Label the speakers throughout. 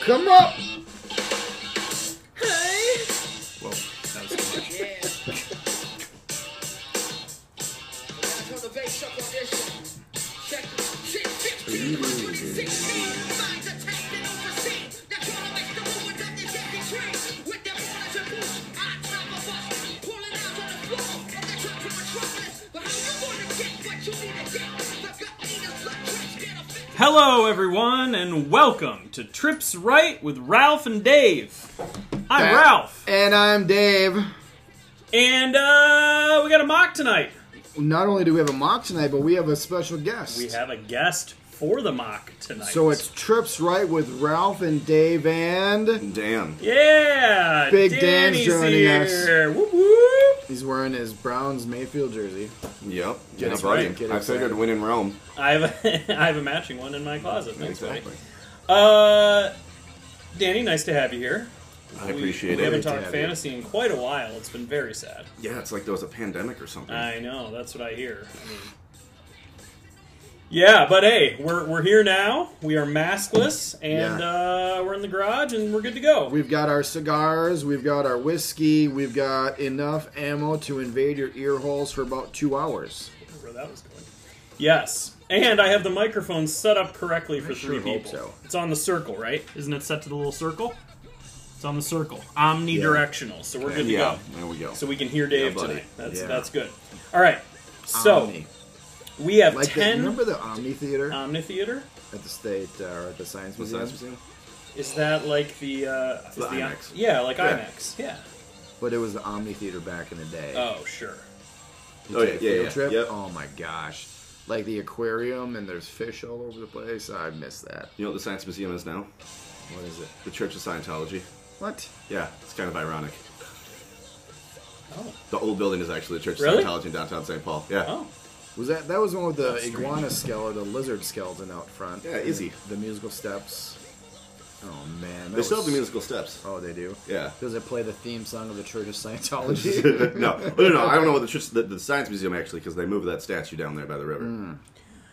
Speaker 1: Come up.
Speaker 2: Hey.
Speaker 3: Whoa, that was too much.
Speaker 2: Yeah. Back on the bass up on this one. Check it. Shit, 15, 16, minds attacked and overseen. They're trying to make the move with that detective train. With their products and boots, I top a bus. Pulling out on the floor of the truck from Metropolis. But how you gonna get what you need to get? The gut eaters, blood traps, get a fix.
Speaker 4: Hello, everyone, and welcome to Trips Right with Ralph and Dave. I'm
Speaker 1: That-
Speaker 4: Ralph,
Speaker 1: And I'm Dave.
Speaker 4: and uh, we got a mock tonight.
Speaker 1: Not only do we have a mock tonight, but we have a special guest.
Speaker 4: We have a guest for the mock tonight.
Speaker 1: So it's Trips Right with Ralph and Dave and
Speaker 5: Dan.
Speaker 4: yeah,
Speaker 1: Big
Speaker 4: Danny's
Speaker 1: Dan's joining us.
Speaker 4: here. Whoop, whoop.
Speaker 1: he's wearing his Browns Mayfield jersey.
Speaker 5: Yep.
Speaker 1: Get
Speaker 5: yeah,
Speaker 1: it
Speaker 5: buddy.
Speaker 1: right, get it
Speaker 5: I figured
Speaker 1: right.
Speaker 5: win in Rome.
Speaker 4: I have a, I have a matching one in my closet. Thanks, buddy.
Speaker 5: Exactly.
Speaker 4: Uh, Danny, nice to have you here.
Speaker 5: I
Speaker 4: Uh,
Speaker 5: appreciate
Speaker 4: we, We
Speaker 5: it.
Speaker 4: haven't
Speaker 1: Great to
Speaker 4: talked
Speaker 1: have you.
Speaker 4: fantasy in quite a while. It's been very sad.
Speaker 5: Yeah, it's like there was a pandemic or something.
Speaker 4: I know. That's what I hear. I mean, yeah, but hey, we're, we're here now. We are maskless, and uh, we're in the garage, and we're good to go.
Speaker 1: We've got our cigars, we've got our whiskey, we've got enough ammo to invade your ear holes for about two hours.
Speaker 4: Where that was going. Yes, and I have the microphone set up correctly for
Speaker 1: sure
Speaker 4: three
Speaker 1: hope
Speaker 4: people.
Speaker 1: so.
Speaker 4: It's on the circle, right? Isn't it set to the little circle? It's on the circle, omnidirectional. So we're good to
Speaker 5: Yeah,
Speaker 4: go.
Speaker 5: there we go.
Speaker 4: So we can hear Dave
Speaker 5: buddy.
Speaker 4: tonight. That's
Speaker 1: Yeah.
Speaker 4: that's good. All right. So
Speaker 1: Omni.
Speaker 4: we have
Speaker 1: like that,
Speaker 4: ten Uh,
Speaker 1: remember the Omni Theater
Speaker 4: Omni Theater.
Speaker 1: at the state uh, at the Science
Speaker 5: What's
Speaker 1: Museum?
Speaker 5: that?
Speaker 4: Is that like the, uh, is
Speaker 5: The IMAX.
Speaker 4: Yeah, like
Speaker 5: Yeah.
Speaker 4: IMAX. Yeah.
Speaker 1: But it was the Omni Theater back in the day.
Speaker 4: Oh, sure.
Speaker 5: Oh, yeah,
Speaker 1: Take a
Speaker 5: yeah,
Speaker 1: field
Speaker 5: yeah.
Speaker 1: trip?
Speaker 5: Yep.
Speaker 1: Oh my gosh. Like the aquarium and there's fish all over the place. I miss that.
Speaker 5: You know what the Science Museum is now?
Speaker 1: What is it?
Speaker 5: The Church of Scientology.
Speaker 1: What?
Speaker 5: Yeah, it's kind of ironic.
Speaker 4: Oh.
Speaker 5: The old building is actually the Church of
Speaker 4: Really?
Speaker 5: Scientology in downtown St. Paul. Yeah.
Speaker 4: Oh.
Speaker 1: Was that that was the one with the
Speaker 4: That's strange.
Speaker 1: iguana skeleton, the lizard skeleton out front?
Speaker 5: Yeah, Izzy.
Speaker 1: The, the musical steps. Oh man, that
Speaker 5: They still have
Speaker 1: was-
Speaker 5: the musical steps.
Speaker 1: Oh, they do.
Speaker 5: Yeah.
Speaker 1: Does it play the theme song of the Church of Scientology?
Speaker 5: no, no, no, no, I don't know what the Church, the, the Science Museum actually, because they moved that statue down there by the river.
Speaker 4: Hmm.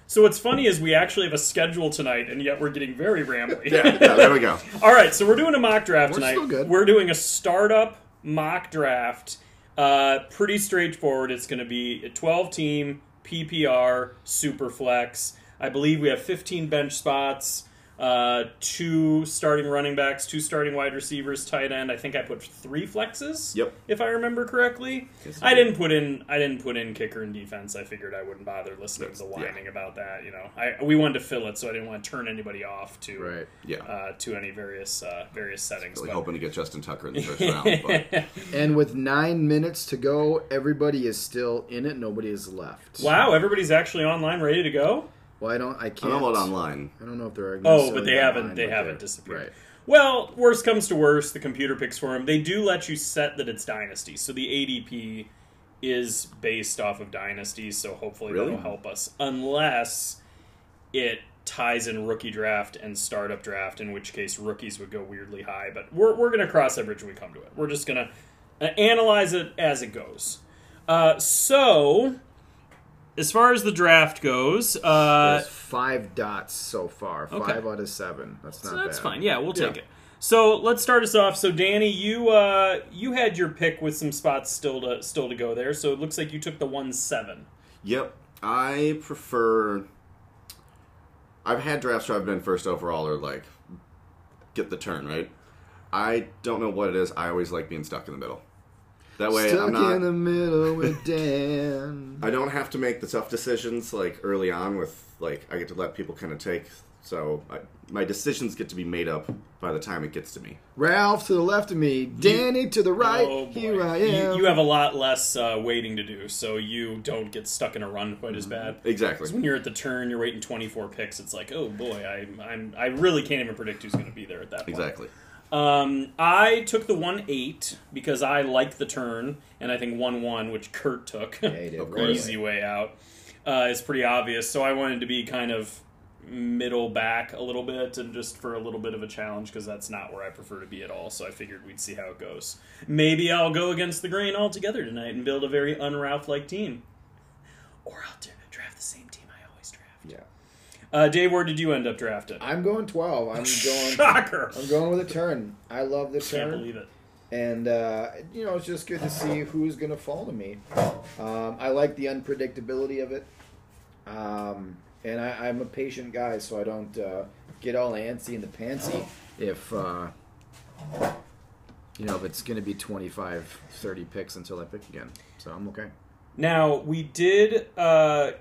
Speaker 4: So what's funny is we actually have a schedule tonight, and yet we're getting very rambly.
Speaker 5: Yeah, yeah, there we go.
Speaker 4: All right, so we're doing a mock draft
Speaker 1: We're
Speaker 4: tonight.
Speaker 1: still good.
Speaker 4: We're doing a startup mock draft. Uh, pretty straightforward. It's going to be a 12 team PPR super flex. I believe we have 15 bench spots, uh, two starting running backs, two starting wide receivers, tight end. I think I put three flexes.
Speaker 5: Yep.
Speaker 4: If I remember correctly,
Speaker 5: Yes, you
Speaker 4: I
Speaker 5: did.
Speaker 4: didn't put in. I didn't put in kicker and defense. I figured I wouldn't bother listening to the
Speaker 5: yeah.
Speaker 4: whining about that. You know, I we wanted to fill it, so I didn't want to turn anybody off to
Speaker 1: right.
Speaker 5: Yeah.
Speaker 4: uh, to any various uh, various settings.
Speaker 5: really
Speaker 4: but-
Speaker 5: hoping to get Justin Tucker in the first round, but
Speaker 1: And with nine minutes to go, everybody is still in it. Nobody is left.
Speaker 4: wow, everybody's actually online, ready to go.
Speaker 1: Well, I don't. I
Speaker 5: I
Speaker 1: can't.
Speaker 5: don't know about online.
Speaker 1: I don't know if they're.
Speaker 4: Oh, but
Speaker 1: necessarily
Speaker 4: they haven't.
Speaker 1: online,
Speaker 4: They
Speaker 1: but
Speaker 4: haven't
Speaker 1: they're-
Speaker 4: disappeared.
Speaker 1: Right.
Speaker 4: Well, worst comes to worst, the computer picks for them. They do let you set that it's dynasty, so the ADP is based off of dynasty. So hopefully
Speaker 5: Really?
Speaker 4: that'll help us, unless it ties in rookie draft and startup draft, in which case rookies would go weirdly high. But we're we're gonna cross that bridge when we come to it. We're just gonna uh, analyze it as it goes. Uh, so. As far as the draft goes, uh,
Speaker 1: There's five dots so far.
Speaker 4: Okay.
Speaker 1: Five out of seven. That's not
Speaker 4: So that's
Speaker 1: bad.
Speaker 4: fine. Yeah, we'll take
Speaker 5: Yeah.
Speaker 4: it. So let's start us off. So Danny, you uh, you had your pick with some spots still to still to go there. So it looks like you took the one seven.
Speaker 5: Yep. I prefer. I've had drafts where I've been first overall or like get the turn, right? I don't know what it is. I always like being stuck in the middle. That way
Speaker 1: Stuck
Speaker 5: I'm not.
Speaker 1: in the middle with Dan.
Speaker 5: I don't have to make the tough decisions like early on with like I get to let people kind of take. So I, my decisions get to be made up by the time it gets to me.
Speaker 1: Ralph to the left of me. Danny to the right. uh,
Speaker 4: Oh, boy.
Speaker 1: Here I am.
Speaker 4: You, you have a lot less uh, waiting to do, so you don't get stuck in a run quite as bad.
Speaker 5: Exactly.
Speaker 4: When you're at the turn, you're waiting 24 picks. It's like, oh boy, I, I'm I really can't even predict who's going to be there at that point.
Speaker 5: Exactly.
Speaker 4: Um, I took the one eight because I like the turn, and I think one one, which Kurt took.
Speaker 1: he did
Speaker 5: Of
Speaker 1: right
Speaker 5: course.
Speaker 4: easy way out uh, is pretty obvious. So I wanted to be kind of middle back a little bit and just for a little bit of a challenge because that's not where I prefer to be at all. So I figured we'd see how it goes. Maybe I'll go against the grain altogether tonight and build a very unRalph like team, or I'll do- draft the same team I always draft.
Speaker 1: Yeah.
Speaker 4: Uh, Dave, where did you end up drafted?
Speaker 1: I'm going 12. I'm going.
Speaker 4: Shocker!
Speaker 1: I'm going with a turn. I love the
Speaker 4: Can't
Speaker 1: turn.
Speaker 4: believe it.
Speaker 1: and uh, you know it's just good to see who's going to fall to me. Um, I like the unpredictability of it, um, and I, I'm a patient guy, so I don't uh, get all antsy in the pantsy if uh, you know if it's going to be 25, 30 picks until I pick again. So I'm okay.
Speaker 4: Now we did. Uh,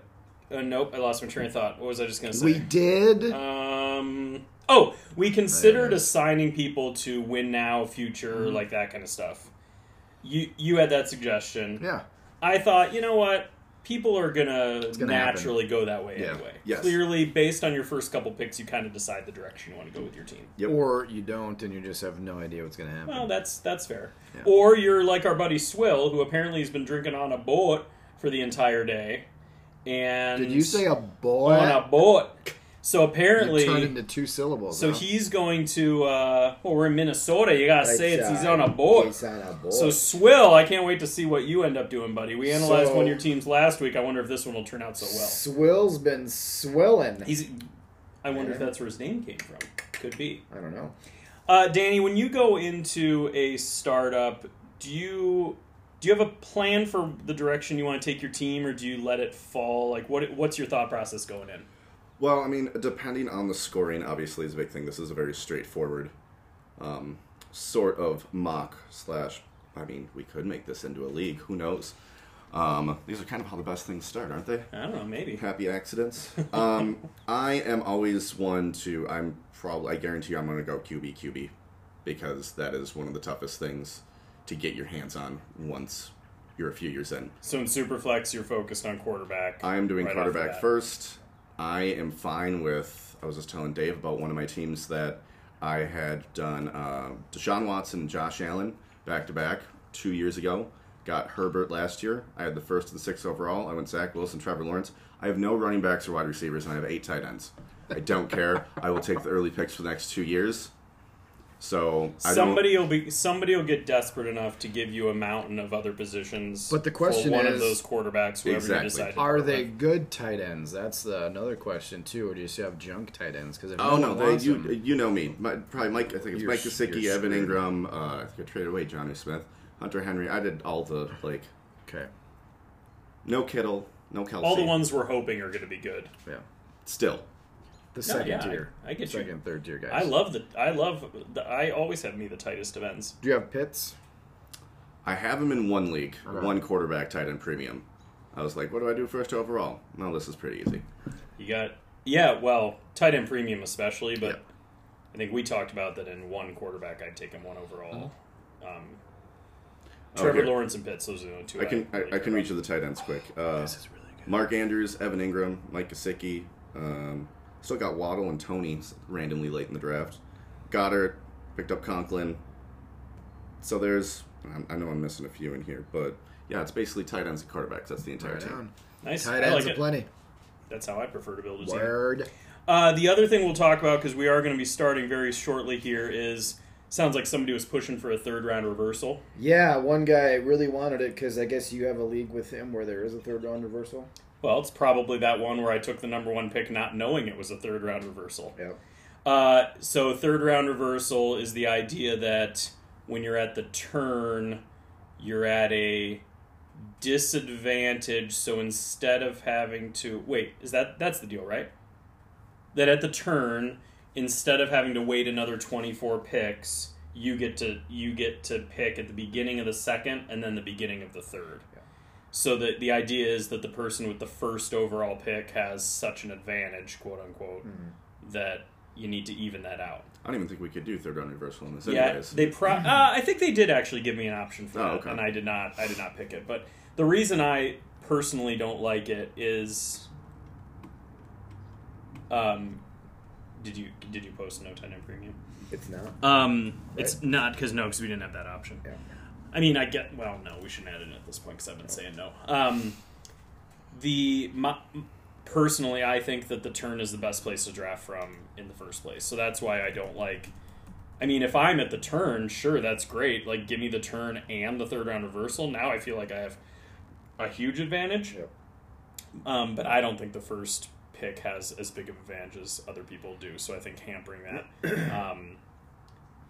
Speaker 4: uh, nope, I lost my train of thought. What was I just gonna say?
Speaker 1: We did.
Speaker 4: Uh, Um. Oh, we considered assigning people to win now, future,
Speaker 1: Mm-hmm.
Speaker 4: like that kind of stuff. You you had that suggestion.
Speaker 1: yeah.
Speaker 4: I thought, you know what? People are gonna,
Speaker 1: gonna happen.
Speaker 4: naturally go that way
Speaker 5: Yeah.
Speaker 4: anyway.
Speaker 5: Yes.
Speaker 4: Clearly, based on your first couple picks, you kind of decide the direction you want to go with your team.
Speaker 5: Yep.
Speaker 1: Or you don't, and you just have no idea what's going to happen.
Speaker 4: Well, that's that's fair. Or you're like our buddy Swill, who apparently has been drinking on a boat for the entire day. And
Speaker 1: Did you say a boy?
Speaker 4: on a boat? So apparently,
Speaker 1: You turned into two syllables.
Speaker 4: So
Speaker 1: huh?
Speaker 4: he's going to. Uh, well, we're in Minnesota. You gotta say it's he's on a boat.
Speaker 1: uh, He's on a boat.
Speaker 4: So Swill, I can't wait to see what you end up doing, buddy. We analyzed
Speaker 1: So-
Speaker 4: one of your teams last week. I wonder if this one will turn out so well.
Speaker 1: Swill's been swilling.
Speaker 4: He's. I wonder if that's where his name came from. Could be.
Speaker 1: I don't know.
Speaker 4: Uh, Danny, when you go into a startup, do you do you have a plan for the direction you want to take your team, or do you let it fall? Like, what what's your thought process going in?
Speaker 5: Well, I mean, depending on the scoring, obviously is a big thing. This is a very straightforward um, sort of mock slash. I mean, we could make this into a league. Who knows? Um, these are kind of how the best things start, aren't they?
Speaker 4: I don't know. Maybe.
Speaker 5: Happy accidents. Um, I am always one to. I'm probably. I guarantee you, I'm going to go QB QB because that is one of the toughest things to get your hands on once you're a few years in.
Speaker 4: So in Superflex, you're focused on quarterback.
Speaker 5: I am doing
Speaker 4: right off the
Speaker 5: quarterback
Speaker 4: bat.
Speaker 5: first. I am fine with. I was just telling Dave about one of my teams that I had done uh, Deshaun Watson and Josh Allen back to back two years ago. Got Herbert last year. I had the first and sixth overall. I went Zach Wilson, Trevor Lawrence. I have no running backs or wide receivers, and I have eight tight ends. I don't care. I will take the early picks for the next two years. So I don't-
Speaker 4: Somebody will be somebody will get desperate enough to give you a mountain of other positions.
Speaker 1: But the question
Speaker 4: for one
Speaker 1: is-
Speaker 4: of those quarterbacks, whoever
Speaker 5: Exactly.
Speaker 4: you decide. to
Speaker 1: Are
Speaker 4: work
Speaker 1: they
Speaker 4: with.
Speaker 1: good tight ends? That's the, another question too. Or do you still have junk tight ends? Because
Speaker 5: Oh no, they, you
Speaker 1: them,
Speaker 5: you know me. My, probably Mike. I think it's
Speaker 1: You're s-
Speaker 5: Mike Gesicki,
Speaker 1: you're
Speaker 5: Evan
Speaker 1: screwed.
Speaker 5: Ingram. Uh, I think I traded away Johnny Smith, Hunter Henry. I did all the like.
Speaker 1: okay,
Speaker 5: No Kittle, no Kelsey.
Speaker 4: All the ones we're hoping are going to be good.
Speaker 1: yeah,
Speaker 5: Still,
Speaker 1: the second
Speaker 4: yeah, I-
Speaker 1: tier,
Speaker 4: I get you.
Speaker 1: second, third tier guys.
Speaker 4: I love the. I love. The, I always have me the tightest of ends.
Speaker 1: Do you have pits?
Speaker 5: I have him in one league,
Speaker 1: Right.
Speaker 5: one quarterback, tight end premium. I was like, what do I do first overall? No, this is pretty easy.
Speaker 4: You got. Yeah, well, tight end premium especially, but
Speaker 5: Yeah.
Speaker 4: I think we talked about that in one quarterback, I'd take him one overall.
Speaker 1: Uh-huh.
Speaker 4: Um,
Speaker 5: Oh,
Speaker 4: Trevor
Speaker 5: here.
Speaker 4: Lawrence and Pitts, those are the only two.
Speaker 5: I can
Speaker 4: really
Speaker 5: I, I
Speaker 4: care
Speaker 5: can
Speaker 4: about.
Speaker 5: reach to the tight ends quick. Uh,
Speaker 1: is really
Speaker 5: Mark Andrews, Evan Ingram, Mike Gesicki. Um, still got Waddle and Tony randomly late in the draft. Goddard picked up Conklin. So there's I I know I'm missing a few in here, but yeah, it's basically tight ends and quarterbacks. That's the entire
Speaker 1: Right
Speaker 5: team.
Speaker 1: on.
Speaker 4: Nice.
Speaker 1: Tight
Speaker 4: I like
Speaker 1: ends
Speaker 4: it.
Speaker 1: aplenty.
Speaker 4: That's how I prefer to build a team.
Speaker 1: Word.
Speaker 4: Uh, the other thing we'll talk about because we are going to be starting very shortly here is sounds like somebody was pushing for a third round reversal.
Speaker 1: Yeah, one guy really wanted it because I guess you have a league with him where there is a third round reversal.
Speaker 4: Well, it's probably that one where I took the number one pick not knowing it was a third round reversal.
Speaker 1: Yeah.
Speaker 4: Uh, so, third round reversal is the idea that when you're at the turn, you're at a disadvantage. So instead of having to wait, is that that's the deal, right? That at the turn, instead of having to wait another 24 picks, you get to you get to pick at the beginning of the second and then the beginning of the third.
Speaker 1: Yeah.
Speaker 4: So the the idea is that the person with the first overall pick has such an advantage, quote unquote, that you need to even that out.
Speaker 5: I don't even think we could do third round reversal in this
Speaker 4: Yeah,
Speaker 5: anyways.
Speaker 4: they pro. Uh, I think they did actually give me an option for
Speaker 5: Oh,
Speaker 4: that,
Speaker 5: okay.
Speaker 4: and I did not. I did not pick it. But the reason I personally don't like it is, um, did you did you post no tight end premium?
Speaker 1: It's not.
Speaker 4: Um,
Speaker 1: it's
Speaker 4: it's not because no, because we didn't have that option.
Speaker 1: Yeah.
Speaker 4: I mean, I get. Well, no, we shouldn't add it at this point because I've been saying no. Um, the my, personally, I think that the turn is the best place to draft from in the first place. So that's why I don't like. I mean, if I'm at the turn, sure, that's great. Like, give me the turn and the third round reversal. Now I feel like I have a huge advantage.
Speaker 1: Yep.
Speaker 4: Um, but I don't think the first pick has as big of advantage as other people do. So I think hampering that. Um,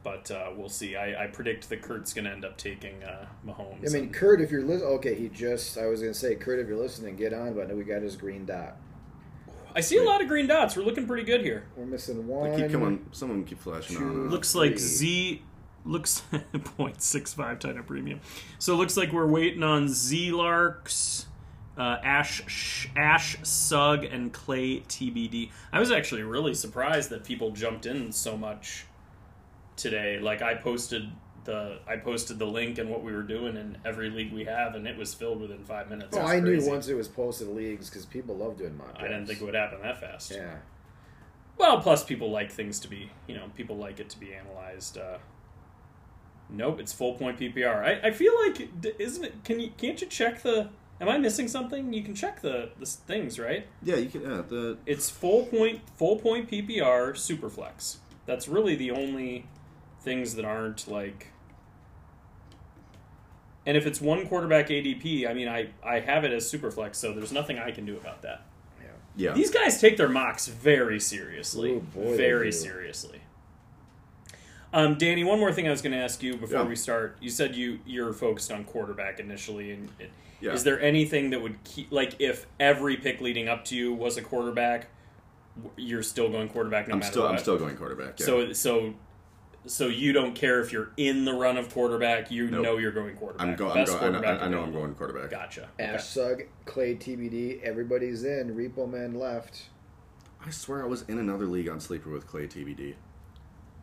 Speaker 4: but uh, we'll see. I, I predict that Kurt's going to end up taking uh, Mahomes.
Speaker 1: I mean,
Speaker 4: and-
Speaker 1: Kurt, if you're listening, okay, he just, I was going to say, Kurt, if you're listening, get on, but we got his green dot.
Speaker 4: I see a lot of green dots. We're looking pretty good here.
Speaker 1: We're missing
Speaker 5: They
Speaker 1: one.
Speaker 5: keep coming. Some of them keep flashing on. uh, and on.
Speaker 4: Looks like
Speaker 1: Three.
Speaker 4: Z looks 0.65 Titan premium. So it looks like we're waiting on Z Larks, uh, Ash Sh- Ash Sug, and Clay TBD. I was actually really surprised that people jumped in so much today. Like I posted the I posted the link and what we were doing in every league we have, and it was filled within five minutes.
Speaker 1: Oh,
Speaker 4: It's
Speaker 1: I knew
Speaker 4: crazy.
Speaker 1: once it was posted to leagues because people love doing mock
Speaker 4: I didn't
Speaker 1: drafts.
Speaker 4: think it would happen that fast.
Speaker 1: Yeah.
Speaker 4: Well, plus people like things to be, you know, people like it to be analyzed. Uh, nope, it's full point PPR. I, I feel like d- isn't it? Can you can't you check the? Am I missing something? You can check the the s- things, right?
Speaker 5: Yeah, you can. Yeah, the
Speaker 4: It's full point full point PPR superflex. That's really the only things that aren't like. And if it's one quarterback ADP, I mean, I I have it as superflex, so there's nothing I can do about that.
Speaker 5: yeah.
Speaker 4: These guys take their mocks very seriously.
Speaker 1: Oh, boy, they
Speaker 4: very
Speaker 1: do.
Speaker 4: seriously. Um, Danny, one more thing I was going to ask you before
Speaker 5: Yeah.
Speaker 4: we start. You said you you're focused on quarterback initially, and it,
Speaker 5: Yeah.
Speaker 4: is there anything that would keep like if every pick leading up to you was a quarterback, w- you're still going quarterback no
Speaker 5: I'm
Speaker 4: matter
Speaker 5: still.
Speaker 4: what.
Speaker 5: I'm still going quarterback. Yeah.
Speaker 4: So so so you don't care if you're in the run of quarterback. You
Speaker 5: Nope.
Speaker 4: know you're going quarterback.
Speaker 5: I'm going. I'm
Speaker 4: Best
Speaker 5: go, I, know,
Speaker 4: quarterback
Speaker 5: I know I'm
Speaker 4: available.
Speaker 5: going quarterback.
Speaker 4: Gotcha.
Speaker 1: Ash Sug, Clay TBD, everybody's in. Repo Man left.
Speaker 5: I swear I was in another league on sleeper with Clay TBD.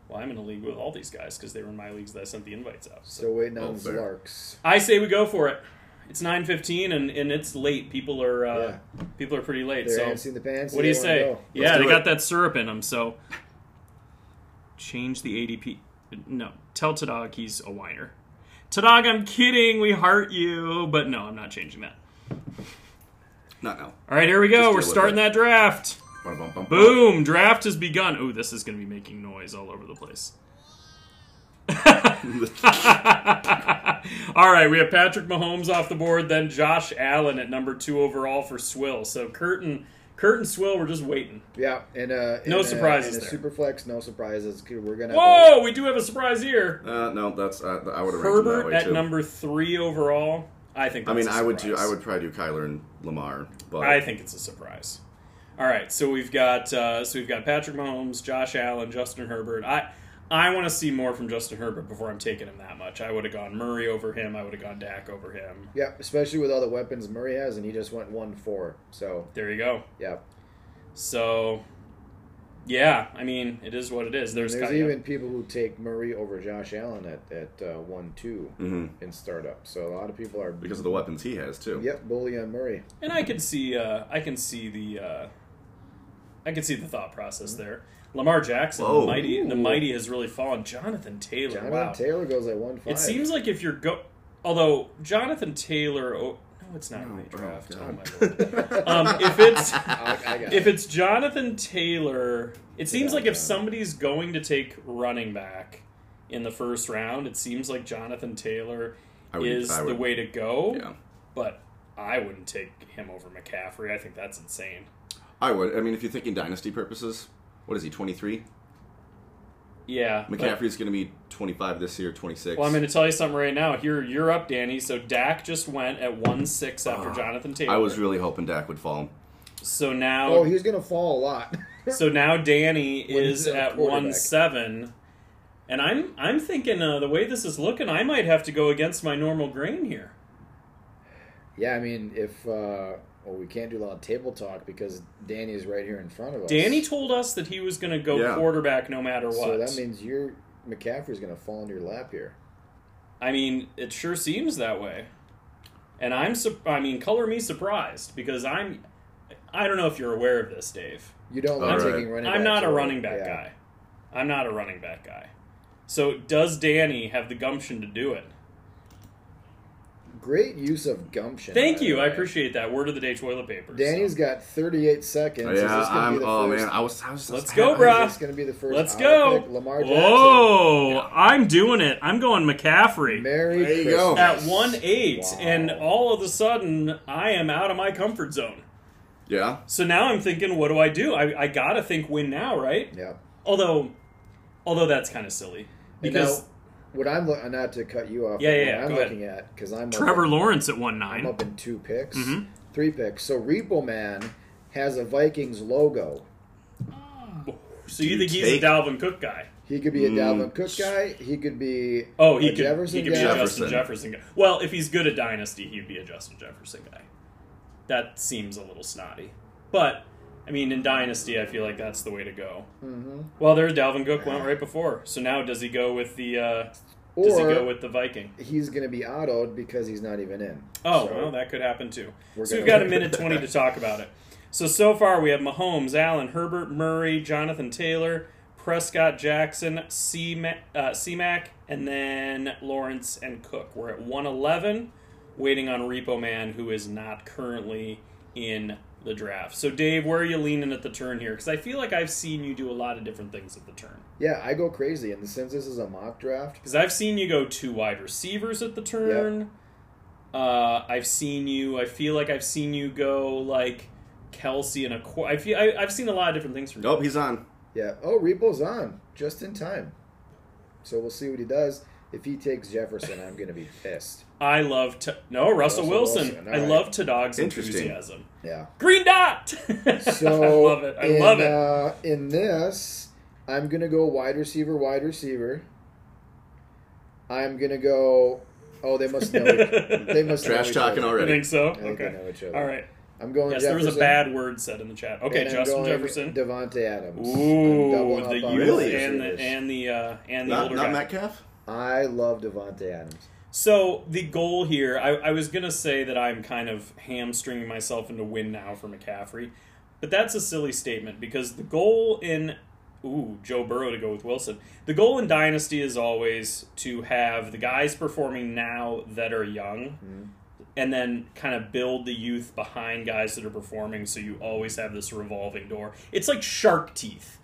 Speaker 4: Well, I'm in a league with all these guys because they were in my leagues that I sent the invites out. So.
Speaker 1: Still waiting
Speaker 5: Oh,
Speaker 1: on
Speaker 5: fair.
Speaker 1: Zlarks.
Speaker 4: I say we go for it. It's nine fifteen and, and it's late. People are uh, people are pretty late.
Speaker 1: They're
Speaker 4: so
Speaker 1: ants in the pants.
Speaker 4: what do
Speaker 1: they
Speaker 4: you
Speaker 1: wanna
Speaker 4: say?
Speaker 1: go.
Speaker 4: Yeah,
Speaker 5: do
Speaker 4: they got
Speaker 5: it.
Speaker 4: that syrup in them. So change the ADP. No, tell Tadag he's a whiner. Tadag, I'm kidding. We heart you, but no, I'm not changing that.
Speaker 5: Not now.
Speaker 4: All right, here we
Speaker 5: Just
Speaker 4: go.
Speaker 5: deal
Speaker 4: We're
Speaker 5: with
Speaker 4: starting
Speaker 5: it.
Speaker 4: that draft.
Speaker 5: Bum, bum, bum, bum.
Speaker 4: Boom! Draft has begun. Oh, this is going to be making noise all over the place. all right, we have Patrick Mahomes off the board, then Josh Allen at number two overall for Swill. So Curtin, Curtin Swill, we're just waiting.
Speaker 1: Yeah, and uh,
Speaker 4: No
Speaker 1: in a-
Speaker 4: surprises
Speaker 1: in a
Speaker 4: there.
Speaker 1: Superflex, no surprises. We're gonna.
Speaker 4: Whoa, we do have a surprise here.
Speaker 5: Uh, no, that's uh, I would have ranked him that
Speaker 4: Herbert
Speaker 5: way
Speaker 4: at
Speaker 5: too.
Speaker 4: number three overall. I think.
Speaker 5: I
Speaker 4: that's
Speaker 5: mean,
Speaker 4: a
Speaker 5: I would do.
Speaker 4: surprise.
Speaker 5: I would probably do Kyler and Lamar, but
Speaker 4: I think it's a surprise. All right, so we've got uh, so we've got Patrick Mahomes, Josh Allen, Justin Herbert. I I want to see more from Justin Herbert before I'm taking him that much. I would have gone Murray over him. I would have gone Dak over him.
Speaker 1: Yeah, especially with all the weapons Murray has, and he just went one four. So
Speaker 4: There you go.
Speaker 1: yeah,
Speaker 4: So yeah, I mean, it is what it is. There's,
Speaker 1: there's
Speaker 4: kind
Speaker 1: even people who take Murray over Josh Allen at at uh, one two
Speaker 5: Mhm.
Speaker 1: in startup. So a lot of people are.
Speaker 5: because of the weapons he has too.
Speaker 1: Yep, bully on Murray.
Speaker 4: and I can see uh, I can see the uh, I can see the thought process there. Lamar Jackson, the
Speaker 5: Whoa.
Speaker 4: mighty, the
Speaker 1: Mm-hmm. Ooh.
Speaker 4: mighty has really fallen. Jonathan Taylor,
Speaker 1: Jonathan
Speaker 4: wow.
Speaker 1: Taylor goes at one five.
Speaker 4: It seems like if you're go, although Jonathan Taylor, oh, no, it's not really a
Speaker 5: oh,
Speaker 4: draft. Oh,
Speaker 5: God.
Speaker 4: my lord. um, if it's
Speaker 1: I, I got
Speaker 4: if
Speaker 1: it.
Speaker 4: it's Jonathan Taylor, it seems
Speaker 1: Yeah,
Speaker 4: like if
Speaker 1: yeah.
Speaker 4: somebody's going to take running back in the first round, it seems like Jonathan Taylor
Speaker 5: I would-
Speaker 4: is
Speaker 5: I
Speaker 4: the
Speaker 5: would-
Speaker 4: way to go.
Speaker 5: Yeah.
Speaker 4: But I wouldn't take him over McCaffrey. I think that's insane.
Speaker 5: I would. I mean, if you're thinking dynasty purposes, what is he? 23.
Speaker 4: Yeah, but-
Speaker 5: McCaffrey's going to be 25 this year, 26.
Speaker 4: Well, I'm going to tell you something right now. Here, you're up, Danny. So Dak just went at one six after Jonathan Taylor.
Speaker 5: Ah, I was really hoping Dak would fall.
Speaker 4: so now.
Speaker 1: oh, he's gonna fall a lot.
Speaker 4: So now Danny
Speaker 1: When
Speaker 4: is
Speaker 1: he's a
Speaker 4: at
Speaker 1: quarterback.
Speaker 4: one seven, and I'm I'm thinking uh, the way this is looking, I might have to go against my normal grain here.
Speaker 1: yeah, I mean, if uh, well, we can't do a lot of table talk because Danny's right here in front of us.
Speaker 4: Danny told us that he was going to go
Speaker 5: Yeah.
Speaker 4: quarterback no matter what.
Speaker 1: so that means your McCaffrey's gonna fall into your lap here.
Speaker 4: I mean, it sure seems that way, and I'm sup- I mean, color me surprised because I'm I don't know if you're aware of this, Dave.
Speaker 1: You don't
Speaker 5: All
Speaker 1: like
Speaker 5: right.
Speaker 1: taking running.
Speaker 4: I'm
Speaker 1: backs
Speaker 4: not a
Speaker 1: over-
Speaker 4: running back
Speaker 1: yeah.
Speaker 4: guy. I'm not a running back guy. So does Danny have the gumption to do it?
Speaker 1: Great use of gumption.
Speaker 4: Thank
Speaker 1: by
Speaker 4: you.
Speaker 1: the
Speaker 4: I
Speaker 1: way.
Speaker 4: appreciate that. Word of the day toilet paper.
Speaker 1: Danny's got 38 seconds. Is
Speaker 5: yeah,
Speaker 1: this gonna be
Speaker 5: I'm.
Speaker 1: the
Speaker 5: Oh
Speaker 1: first-
Speaker 5: man, I was. I was
Speaker 4: Let's
Speaker 5: I-
Speaker 4: go,
Speaker 5: I-
Speaker 4: bruh.
Speaker 1: Is this going to be the first?
Speaker 4: Ah, Let's
Speaker 1: auto
Speaker 4: go.
Speaker 1: pick? Lamar Jackson.
Speaker 4: Oh, I'm doing it. I'm going McCaffrey
Speaker 1: Merry
Speaker 5: There you go.
Speaker 1: Christmas.
Speaker 4: at 1 8,
Speaker 1: Wow.
Speaker 4: and all of a sudden, I am out of my comfort zone.
Speaker 5: Yeah.
Speaker 4: So now I'm thinking, what do I do? I, I gotta think win now, right?
Speaker 1: Yeah.
Speaker 4: Although, although that's kind of silly
Speaker 1: And
Speaker 4: because
Speaker 1: now, what I'm lo- not to cut you off.
Speaker 4: Yeah, yeah,
Speaker 1: what
Speaker 4: yeah,
Speaker 1: I'm
Speaker 4: go ahead.
Speaker 1: looking at because I'm up
Speaker 4: Trevor
Speaker 1: in-
Speaker 4: Lawrence at one
Speaker 1: I'm
Speaker 4: nine.
Speaker 1: up in two picks,
Speaker 4: Mhm.
Speaker 1: three picks. So Repo Man has a Vikings logo.
Speaker 4: So you
Speaker 5: You
Speaker 4: think he's
Speaker 5: take-
Speaker 4: a Dalvin Cook guy?
Speaker 1: He could be a
Speaker 5: Mm.
Speaker 1: Dalvin Cook guy. He could be
Speaker 4: Oh, he
Speaker 1: a
Speaker 4: could
Speaker 1: Jefferson
Speaker 4: he could be
Speaker 1: guy.
Speaker 4: a Justin
Speaker 5: Jefferson.
Speaker 4: Jefferson guy. Well, if he's good at dynasty, he'd be a Justin Jefferson guy. That seems a little snotty, but I mean, in dynasty, I feel like that's the way to go.
Speaker 1: Mhm.
Speaker 4: Well, there's Dalvin Cook went right before. So now does he go with the? Uh, does he
Speaker 1: Or-
Speaker 4: go with the Viking?
Speaker 1: He's going to be autoed because he's not even in.
Speaker 4: Oh,
Speaker 1: So,
Speaker 4: well, that could happen too.
Speaker 1: We're
Speaker 4: So we've
Speaker 1: gonna-
Speaker 4: got a minute 20 to talk about it. So, so far we have Mahomes, Allen, Herbert, Murray, Jonathan Taylor, Prescott, Jackson, C uh, C-Mac, and then Lawrence and Cook. We're at 111, waiting on Repo Man, who is not currently in the draft. So, Dave, where are you leaning at the turn here? Because I feel like I've seen you do a lot of different things at the turn.
Speaker 1: yeah, I go crazy. And since this is a mock draft,
Speaker 4: Because I've seen you go two wide receivers at the turn. Uh, I've seen you. I feel like I've seen you go like Kelsey and a. Qu- I feel I, I've seen a lot of different things from you.
Speaker 5: Nope, he's on.
Speaker 1: yeah. Oh, Repo's on just in time. So we'll see what he does. If he takes Jefferson, I'm going to be pissed.
Speaker 4: I love to no Russell,
Speaker 1: Russell
Speaker 4: Wilson.
Speaker 1: Wilson,
Speaker 4: I
Speaker 1: alright.
Speaker 4: love to dogs
Speaker 5: Interesting.
Speaker 4: enthusiasm.
Speaker 1: Yeah.
Speaker 4: Green dot.
Speaker 1: So
Speaker 4: I love it. I
Speaker 1: in,
Speaker 4: love it.
Speaker 1: Uh, in this, I'm gonna go wide receiver, wide receiver. I'm gonna go. Oh, they must know. they must know
Speaker 5: Trash
Speaker 1: each
Speaker 5: talking
Speaker 1: other.
Speaker 4: You
Speaker 5: already.
Speaker 4: think so?
Speaker 1: I think they
Speaker 4: okay.
Speaker 1: know each other.
Speaker 4: All right.
Speaker 1: I'm going.
Speaker 4: Yes, there
Speaker 1: Jefferson,
Speaker 4: was a bad word said in the chat. Okay,
Speaker 1: and I'm
Speaker 4: Justin
Speaker 1: going
Speaker 4: Jefferson.
Speaker 1: Devonte Adams. I'm
Speaker 4: Ooh,
Speaker 1: doubling
Speaker 4: the
Speaker 1: up on
Speaker 4: youth
Speaker 5: Really?
Speaker 4: and the
Speaker 1: receivers.
Speaker 4: and the uh, and the
Speaker 5: Not,
Speaker 4: older
Speaker 5: not
Speaker 4: guy.
Speaker 5: Metcalf?
Speaker 1: I love Devonte Adams.
Speaker 4: So the goal here, I, I was gonna say that I'm kind of hamstringing myself into win now for McCaffrey, but that's a silly statement because the goal in ooh Joe Burrow to go with Wilson. The goal in dynasty is always to have the guys performing now that are young, and then kind of build the youth behind guys that are performing, so you always have this revolving door. It's like shark teeth.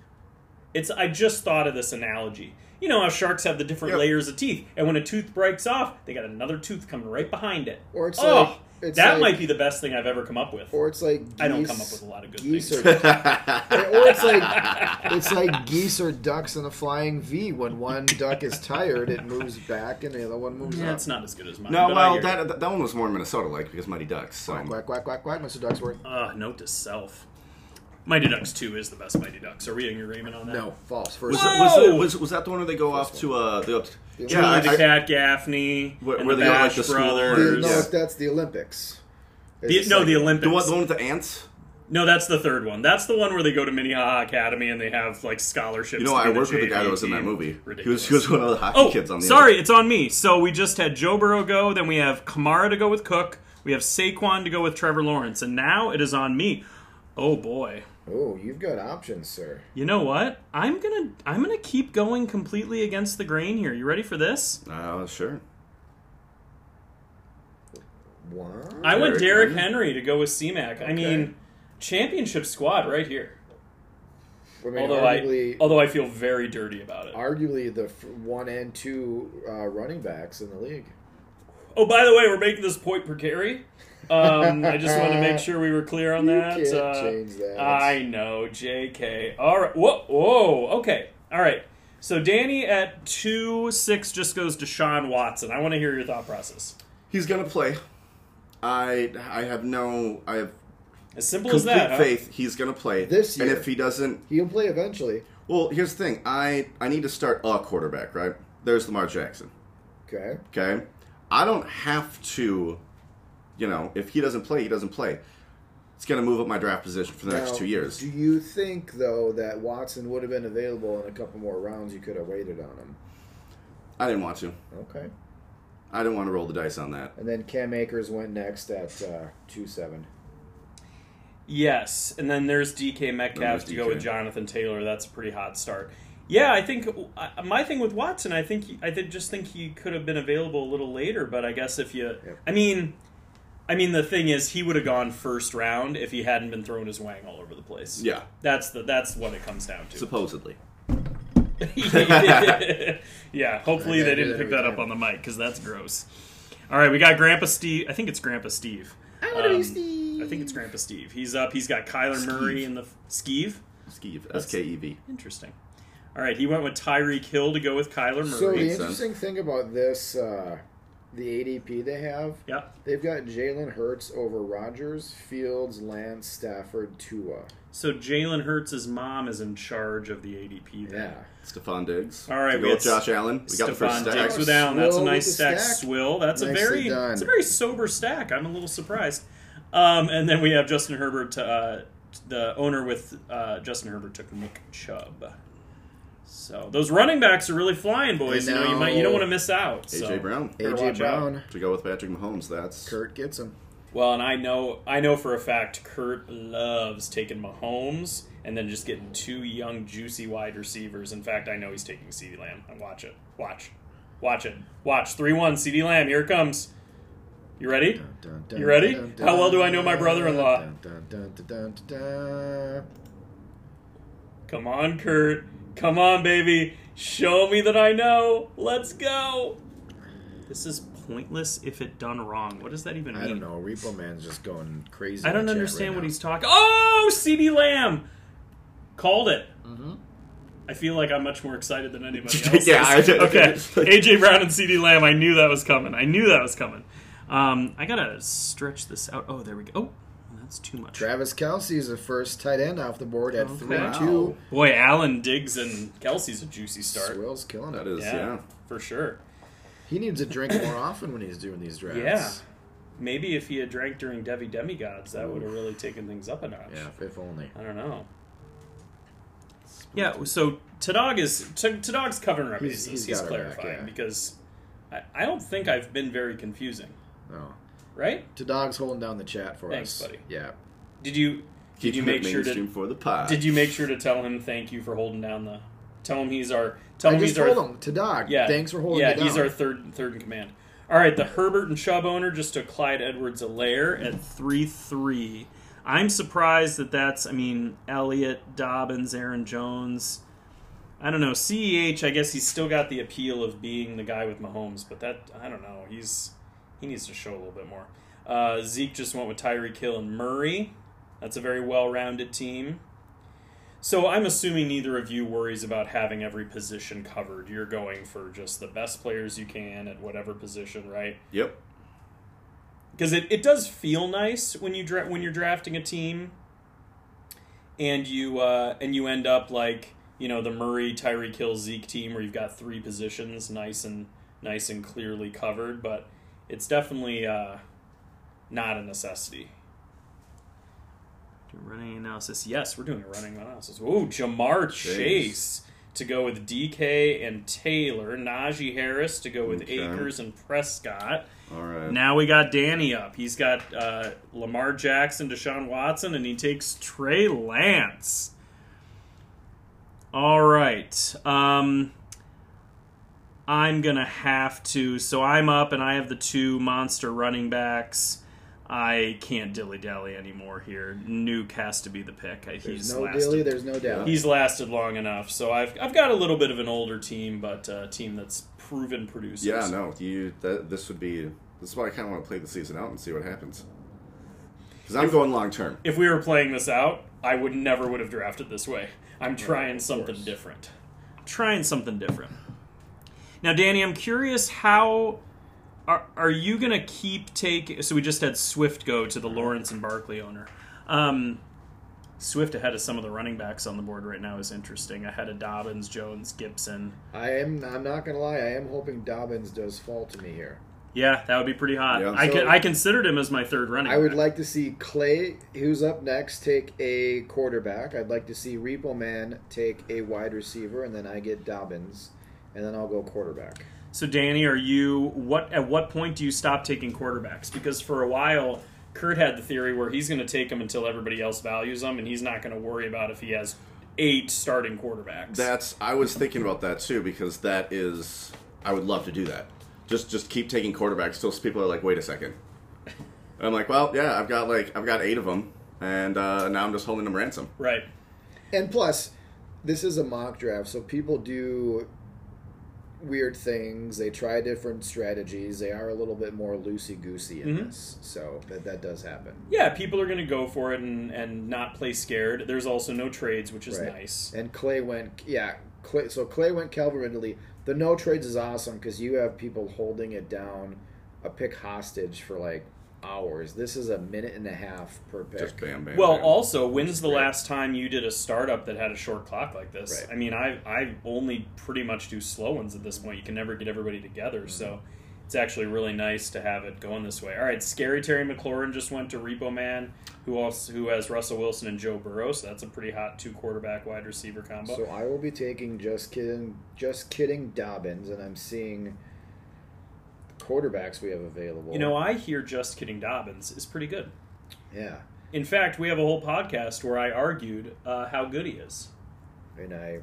Speaker 4: It's I just thought of this analogy. You know how sharks have the different
Speaker 5: Yep.
Speaker 4: layers of teeth, and when a tooth breaks off, they got another tooth coming right behind it.
Speaker 1: Or it's
Speaker 4: oh,
Speaker 1: like- it's
Speaker 4: that
Speaker 1: like-
Speaker 4: might be the best thing I've ever come up with.
Speaker 1: Or it's like geese,
Speaker 4: I don't come up with a lot of good
Speaker 1: geese
Speaker 4: things.
Speaker 1: or, or it's like it's like geese or ducks in a flying V. When one duck is tired, it moves back and the other one moves
Speaker 4: Yeah,
Speaker 1: up.
Speaker 4: it's not as good as mine.
Speaker 5: No,
Speaker 4: but I
Speaker 5: well,
Speaker 4: hear you.
Speaker 5: that, that that one was more Minnesota like because Mighty Ducks. So
Speaker 1: Quack, quack, quack, quack, quack, Mr. Ducksworth.
Speaker 4: Ah, note to self. Mighty Ducks 2 is the best Mighty Ducks. Are we in agreement on that?
Speaker 1: No, false. First
Speaker 5: was,
Speaker 1: one.
Speaker 5: that, was,
Speaker 4: Whoa!
Speaker 5: it, was was that the one where they go off to uh they go up to,
Speaker 1: Yeah.
Speaker 5: yeah
Speaker 4: Julie
Speaker 5: I, I-
Speaker 4: DeCat Gaffney,
Speaker 5: Where-
Speaker 4: and
Speaker 5: where
Speaker 4: the
Speaker 5: they go to, like,
Speaker 4: Bash
Speaker 5: the school
Speaker 4: Brothers.
Speaker 1: no,
Speaker 5: or- Yeah.
Speaker 1: that's the Olympics.
Speaker 4: The-
Speaker 1: It's
Speaker 4: no,
Speaker 1: like-
Speaker 4: the Olympics.
Speaker 5: the one the one with the ants.
Speaker 4: No, that's the third one. That's the one where they go to Minnehaha Academy and they have like scholarships.
Speaker 5: You know,
Speaker 4: to be
Speaker 5: I worked with the guy that was in
Speaker 4: JV
Speaker 5: that
Speaker 4: team.
Speaker 5: movie. He was
Speaker 4: Ridiculous.
Speaker 5: he was one of the hockey
Speaker 4: oh,
Speaker 5: kids on the
Speaker 4: sorry, it's on me. So we just had Joe Burrow go, then we have Kamara to go with Cook, we have Saquon to go with Trevor Lawrence, and now it is on me. Oh boy.
Speaker 1: Oh, you've got options, sir.
Speaker 4: You know what? I'm gonna I'm gonna keep going completely against the grain here. You ready for this?
Speaker 5: Uh, sure.
Speaker 1: What?
Speaker 4: I went
Speaker 5: Derrick
Speaker 4: Derrick Henry to go with C-Mac. I
Speaker 1: Okay.
Speaker 4: mean, championship squad right here.
Speaker 1: I mean,
Speaker 4: Although I
Speaker 1: arguably,
Speaker 4: although I feel very dirty about it.
Speaker 1: arguably the f- one and two uh, running backs in the league.
Speaker 4: Oh, by the way, we're making this point per carry. Um, I just wanted to make sure we were clear on
Speaker 1: You
Speaker 4: that.
Speaker 1: can't
Speaker 4: Uh,
Speaker 1: change that.
Speaker 4: I know, JK. All right. Whoa. Whoa. Okay. All right. So Danny at two six just goes to Sean Watson. I want to hear your thought process.
Speaker 5: He's gonna play. I I have no I have
Speaker 4: As simple
Speaker 5: complete
Speaker 4: as that. huh?
Speaker 5: faith he's gonna play
Speaker 1: This
Speaker 5: And
Speaker 1: year.
Speaker 5: if he doesn't,
Speaker 1: He'll play eventually.
Speaker 5: well, here's the thing. I I need to start a quarterback, right? There's Lamar Jackson.
Speaker 1: Okay.
Speaker 5: Okay. I don't have to, you know, if he doesn't play, he doesn't play. It's going to move up my draft position for the next
Speaker 1: Now,
Speaker 5: two years.
Speaker 1: Do you think though that Watson would have been available in a couple more rounds? You could have waited on him.
Speaker 5: I didn't want to.
Speaker 1: Okay.
Speaker 5: I didn't want to roll the dice on that.
Speaker 1: And then Cam Akers went next at uh, two seven.
Speaker 4: Yes, and then there's DK Metcalf
Speaker 5: there's
Speaker 4: to go
Speaker 5: DK.
Speaker 4: with Jonathan Taylor. That's a pretty hot start. Yeah, I think I- my thing with Watson, I think he, I did just think he could have been available a little later, but I guess if you,
Speaker 1: Yep.
Speaker 4: I mean, I mean the thing is he would have gone first round if he hadn't been throwing his wang all over the place.
Speaker 5: Yeah,
Speaker 4: that's the that's what it comes down to.
Speaker 5: supposedly.
Speaker 4: yeah, hopefully
Speaker 1: I
Speaker 4: they
Speaker 1: do
Speaker 4: didn't
Speaker 1: that
Speaker 4: pick that
Speaker 1: every
Speaker 4: up
Speaker 1: time.
Speaker 4: on the mic because that's gross. All right, we got Grandpa Steve. I think it's Grandpa Steve.
Speaker 1: I want to
Speaker 4: Um,
Speaker 1: be Steve.
Speaker 4: I think it's Grandpa Steve. He's up. He's got Kyler Murray
Speaker 5: Skeeve.
Speaker 4: in the f- skeeve.
Speaker 5: Skeeve. S K E V.
Speaker 4: Interesting. All right, he went with Tyreek Hill to go with Kyler
Speaker 1: So the
Speaker 4: Murray.
Speaker 5: Makes sense.
Speaker 1: interesting thing about this, uh, the ADP they have,
Speaker 4: yep.
Speaker 1: they've got Jalen Hurts over Rodgers, Fields, Lance, Stafford, Tua.
Speaker 4: So Jalen Hurts' mom is in charge of the ADP.
Speaker 1: Yeah.
Speaker 4: There.
Speaker 5: Stephon Diggs.
Speaker 4: All right,
Speaker 5: we
Speaker 4: we
Speaker 5: go with
Speaker 4: had
Speaker 5: Josh Allen. We got the first
Speaker 4: Stephon
Speaker 5: stack.
Speaker 4: Diggs with Allen. That's a
Speaker 1: Swill
Speaker 4: nice
Speaker 1: Oh, with the
Speaker 4: stack.
Speaker 1: stack.
Speaker 4: Swill. That's a
Speaker 1: Nicely
Speaker 4: very
Speaker 1: done.
Speaker 4: it's a very sober stack. I'm a little surprised. Um, and then we have Justin Herbert, uh, the owner with uh, Justin Herbert took Nick Chubb. So those running backs are really flying, boys. You know, you might you don't want to miss out.
Speaker 5: AJ
Speaker 4: so.
Speaker 5: Brown.
Speaker 4: Better
Speaker 1: AJ
Speaker 4: watch out.
Speaker 1: Brown,
Speaker 5: To go with Patrick Mahomes. That's
Speaker 1: Kurt gets him.
Speaker 4: Well, and I know I know for a fact Kurt loves taking Mahomes and then just getting two young juicy wide receivers. In fact, I know he's taking CeeDee Lamb. And watch it. Watch. Watch it. Watch. 3-1 CeeDee Lamb. Here it comes. You ready? You ready? How well do I know my brother-in-law? Come on, Kurt. Come on, baby. Show me that I know. Let's go. This is pointless if it done wrong. What does that even mean?
Speaker 1: I don't know. Repo Man's just going crazy.
Speaker 4: I
Speaker 1: in
Speaker 4: don't
Speaker 1: the chat
Speaker 4: understand
Speaker 1: right
Speaker 4: what
Speaker 1: now.
Speaker 4: he's talking. Oh, CD Lamb called it.
Speaker 1: Mm-hmm.
Speaker 4: I feel like I'm much more excited than anybody else.
Speaker 5: Yeah, I
Speaker 4: is.
Speaker 5: did.
Speaker 4: okay. AJ Brown and CD Lamb. I knew that was coming. I knew that was coming. Um, I gotta stretch this out. Oh, there we go. Oh, that's too much.
Speaker 1: Travis Kelsey is the first tight end off the board at three
Speaker 5: wow.
Speaker 1: two.
Speaker 4: Boy, Allen Diggs and Kelsey's a juicy start
Speaker 1: Swill's killing
Speaker 5: That
Speaker 1: it.
Speaker 5: is,
Speaker 4: Yeah.
Speaker 5: yeah.
Speaker 4: for sure.
Speaker 1: He needs to drink more often when he's doing these drafts.
Speaker 4: Yeah. Maybe if he had drank during Devi Demigods, that would have really taken things up a notch.
Speaker 1: Yeah, if only.
Speaker 4: I don't know. Yeah, so Tadog is T- Tadog's covering our
Speaker 1: He's-
Speaker 4: bases.
Speaker 1: he's
Speaker 4: He's,
Speaker 1: got it back,
Speaker 4: clarifying
Speaker 1: yeah.
Speaker 4: because I, I don't think I've been very confusing,
Speaker 1: No.
Speaker 4: right?
Speaker 1: To dog's Oh. holding down the chat for
Speaker 4: Thanks,
Speaker 1: us.
Speaker 4: buddy.
Speaker 1: Yeah.
Speaker 4: Did you
Speaker 5: Keep
Speaker 4: did you
Speaker 5: him
Speaker 4: make
Speaker 5: at
Speaker 4: sure
Speaker 5: mainstream
Speaker 4: to
Speaker 5: for the pod.
Speaker 4: did you make sure to tell him thank you for holding down the tell him he's our tell
Speaker 1: I
Speaker 4: him
Speaker 1: just
Speaker 4: Oh, he's our
Speaker 1: told him to dog.
Speaker 4: yeah
Speaker 1: Thanks for holding
Speaker 4: yeah
Speaker 1: it
Speaker 4: he's
Speaker 1: down.
Speaker 4: our third third in command. All right, the Herbert and Chubb owner just took Clyde Edwards Alaire at three three. I'm surprised that that's I mean Elliott Dobbins Aaron Jones. I don't know. CEH, I guess he's still got the appeal of being the guy with Mahomes, but that I don't know. He's he needs to show a little bit more. Uh, Zeke just went with Tyreek Hill and Murray. That's a very well-rounded team. So I'm assuming neither of you worries about having every position covered. You're going for just the best players you can at whatever position, right?
Speaker 5: Yep.
Speaker 4: because it, it does feel nice when you dra- when you're drafting a team and you uh, and you end up like you know the Murray Tyree Kill Zeke team where you've got three positions nice and nice and clearly covered but it's definitely uh, not a necessity running analysis yes we're doing a running analysis oh Jamar Chase.
Speaker 5: Chase.
Speaker 4: to go with DK and Taylor Najee Harris to go with
Speaker 5: Okay.
Speaker 4: Akers and Prescott
Speaker 5: All right.
Speaker 4: now we got Danny up. He's got uh, Lamar Jackson, Deshaun Watson, and he takes Trey Lance. All right. Um, I'm going to have to. So I'm up, and I have the two monster running backs. I can't dilly dally anymore here. Nuke has to be the pick. Uh,
Speaker 1: There's
Speaker 4: He's
Speaker 1: no
Speaker 4: lasted
Speaker 1: dilly, there's no doubt.
Speaker 4: he's lasted long enough. So I've I've got a little bit of an older team, but a team that's proven producers.
Speaker 5: Yeah, no, you. That, this would be. This is why I kind of want to play the season out and see what happens. Because I'm going long term.
Speaker 4: If we were playing this out, I would never would have drafted this way. I'm trying something different. Trying something different. Now, Danny, I'm curious how are are you gonna keep taking? So we just had Swift go to the Lawrence and Barkley owner. Um, Swift ahead of some of the running backs on the board right now is interesting. Ahead of Dobbins, Jones, Gibson.
Speaker 1: I am I'm not gonna lie, I am hoping Dobbins does fall to me here.
Speaker 4: Yeah, that would be pretty hot.
Speaker 5: Yeah.
Speaker 4: I,
Speaker 1: So-
Speaker 4: con- I considered him as my third running.
Speaker 1: I would
Speaker 4: back.
Speaker 1: like to see Clay, who's up next, take a quarterback. I'd like to see Repo Man take a wide receiver, and then I get Dobbins, and then I'll go quarterback.
Speaker 4: So Danny, are you what at what point do you stop taking quarterbacks? Because for a while Kurt had the theory where he's going to take them until everybody else values them and he's not going to worry about if he has eight starting quarterbacks.
Speaker 5: That's. I was thinking about that too because that is. I would love to do that. Just just keep taking quarterbacks till people are like, wait a second. And I'm like, well, yeah, I've got like I've got eight of them, and uh, now I'm just holding them ransom.
Speaker 4: right.
Speaker 1: And plus, this is a mock draft, so people do weird things. They try different strategies. They are a little bit more loosey goosey in
Speaker 4: Mhm.
Speaker 1: this, so that that does happen.
Speaker 4: Yeah, people are going to go for it and, and not play scared. There's also no trades, which is
Speaker 1: Right.
Speaker 4: nice.
Speaker 1: And Clay went, yeah, Clay, so Clay went Calvin Ridley. The no trades is awesome because you have people holding it down, a pick hostage for like hours. This is a minute and a half per pick.
Speaker 5: Just bam, bam.
Speaker 4: Well,
Speaker 5: bam.
Speaker 4: also, when's the
Speaker 1: great.
Speaker 4: last time you did a startup that had a short clock like this?
Speaker 1: Right.
Speaker 4: I mean, I I only pretty much do slow ones at this point. You can never get everybody together,
Speaker 1: Mm-hmm.
Speaker 4: so it's actually really nice to have it going this way. All right, scary Terry McLaurin just went to Repo Man, who also who has Russell Wilson and Joe Burrow, so that's a pretty hot two quarterback wide receiver combo.
Speaker 1: So I will be taking just kidding, just kidding Dobbins, and I'm seeing the quarterbacks we have available.
Speaker 4: you know, I hear just kidding Dobbins is pretty good.
Speaker 1: yeah,
Speaker 4: In fact, we have a whole podcast where I argued uh, how good he is.
Speaker 1: and I,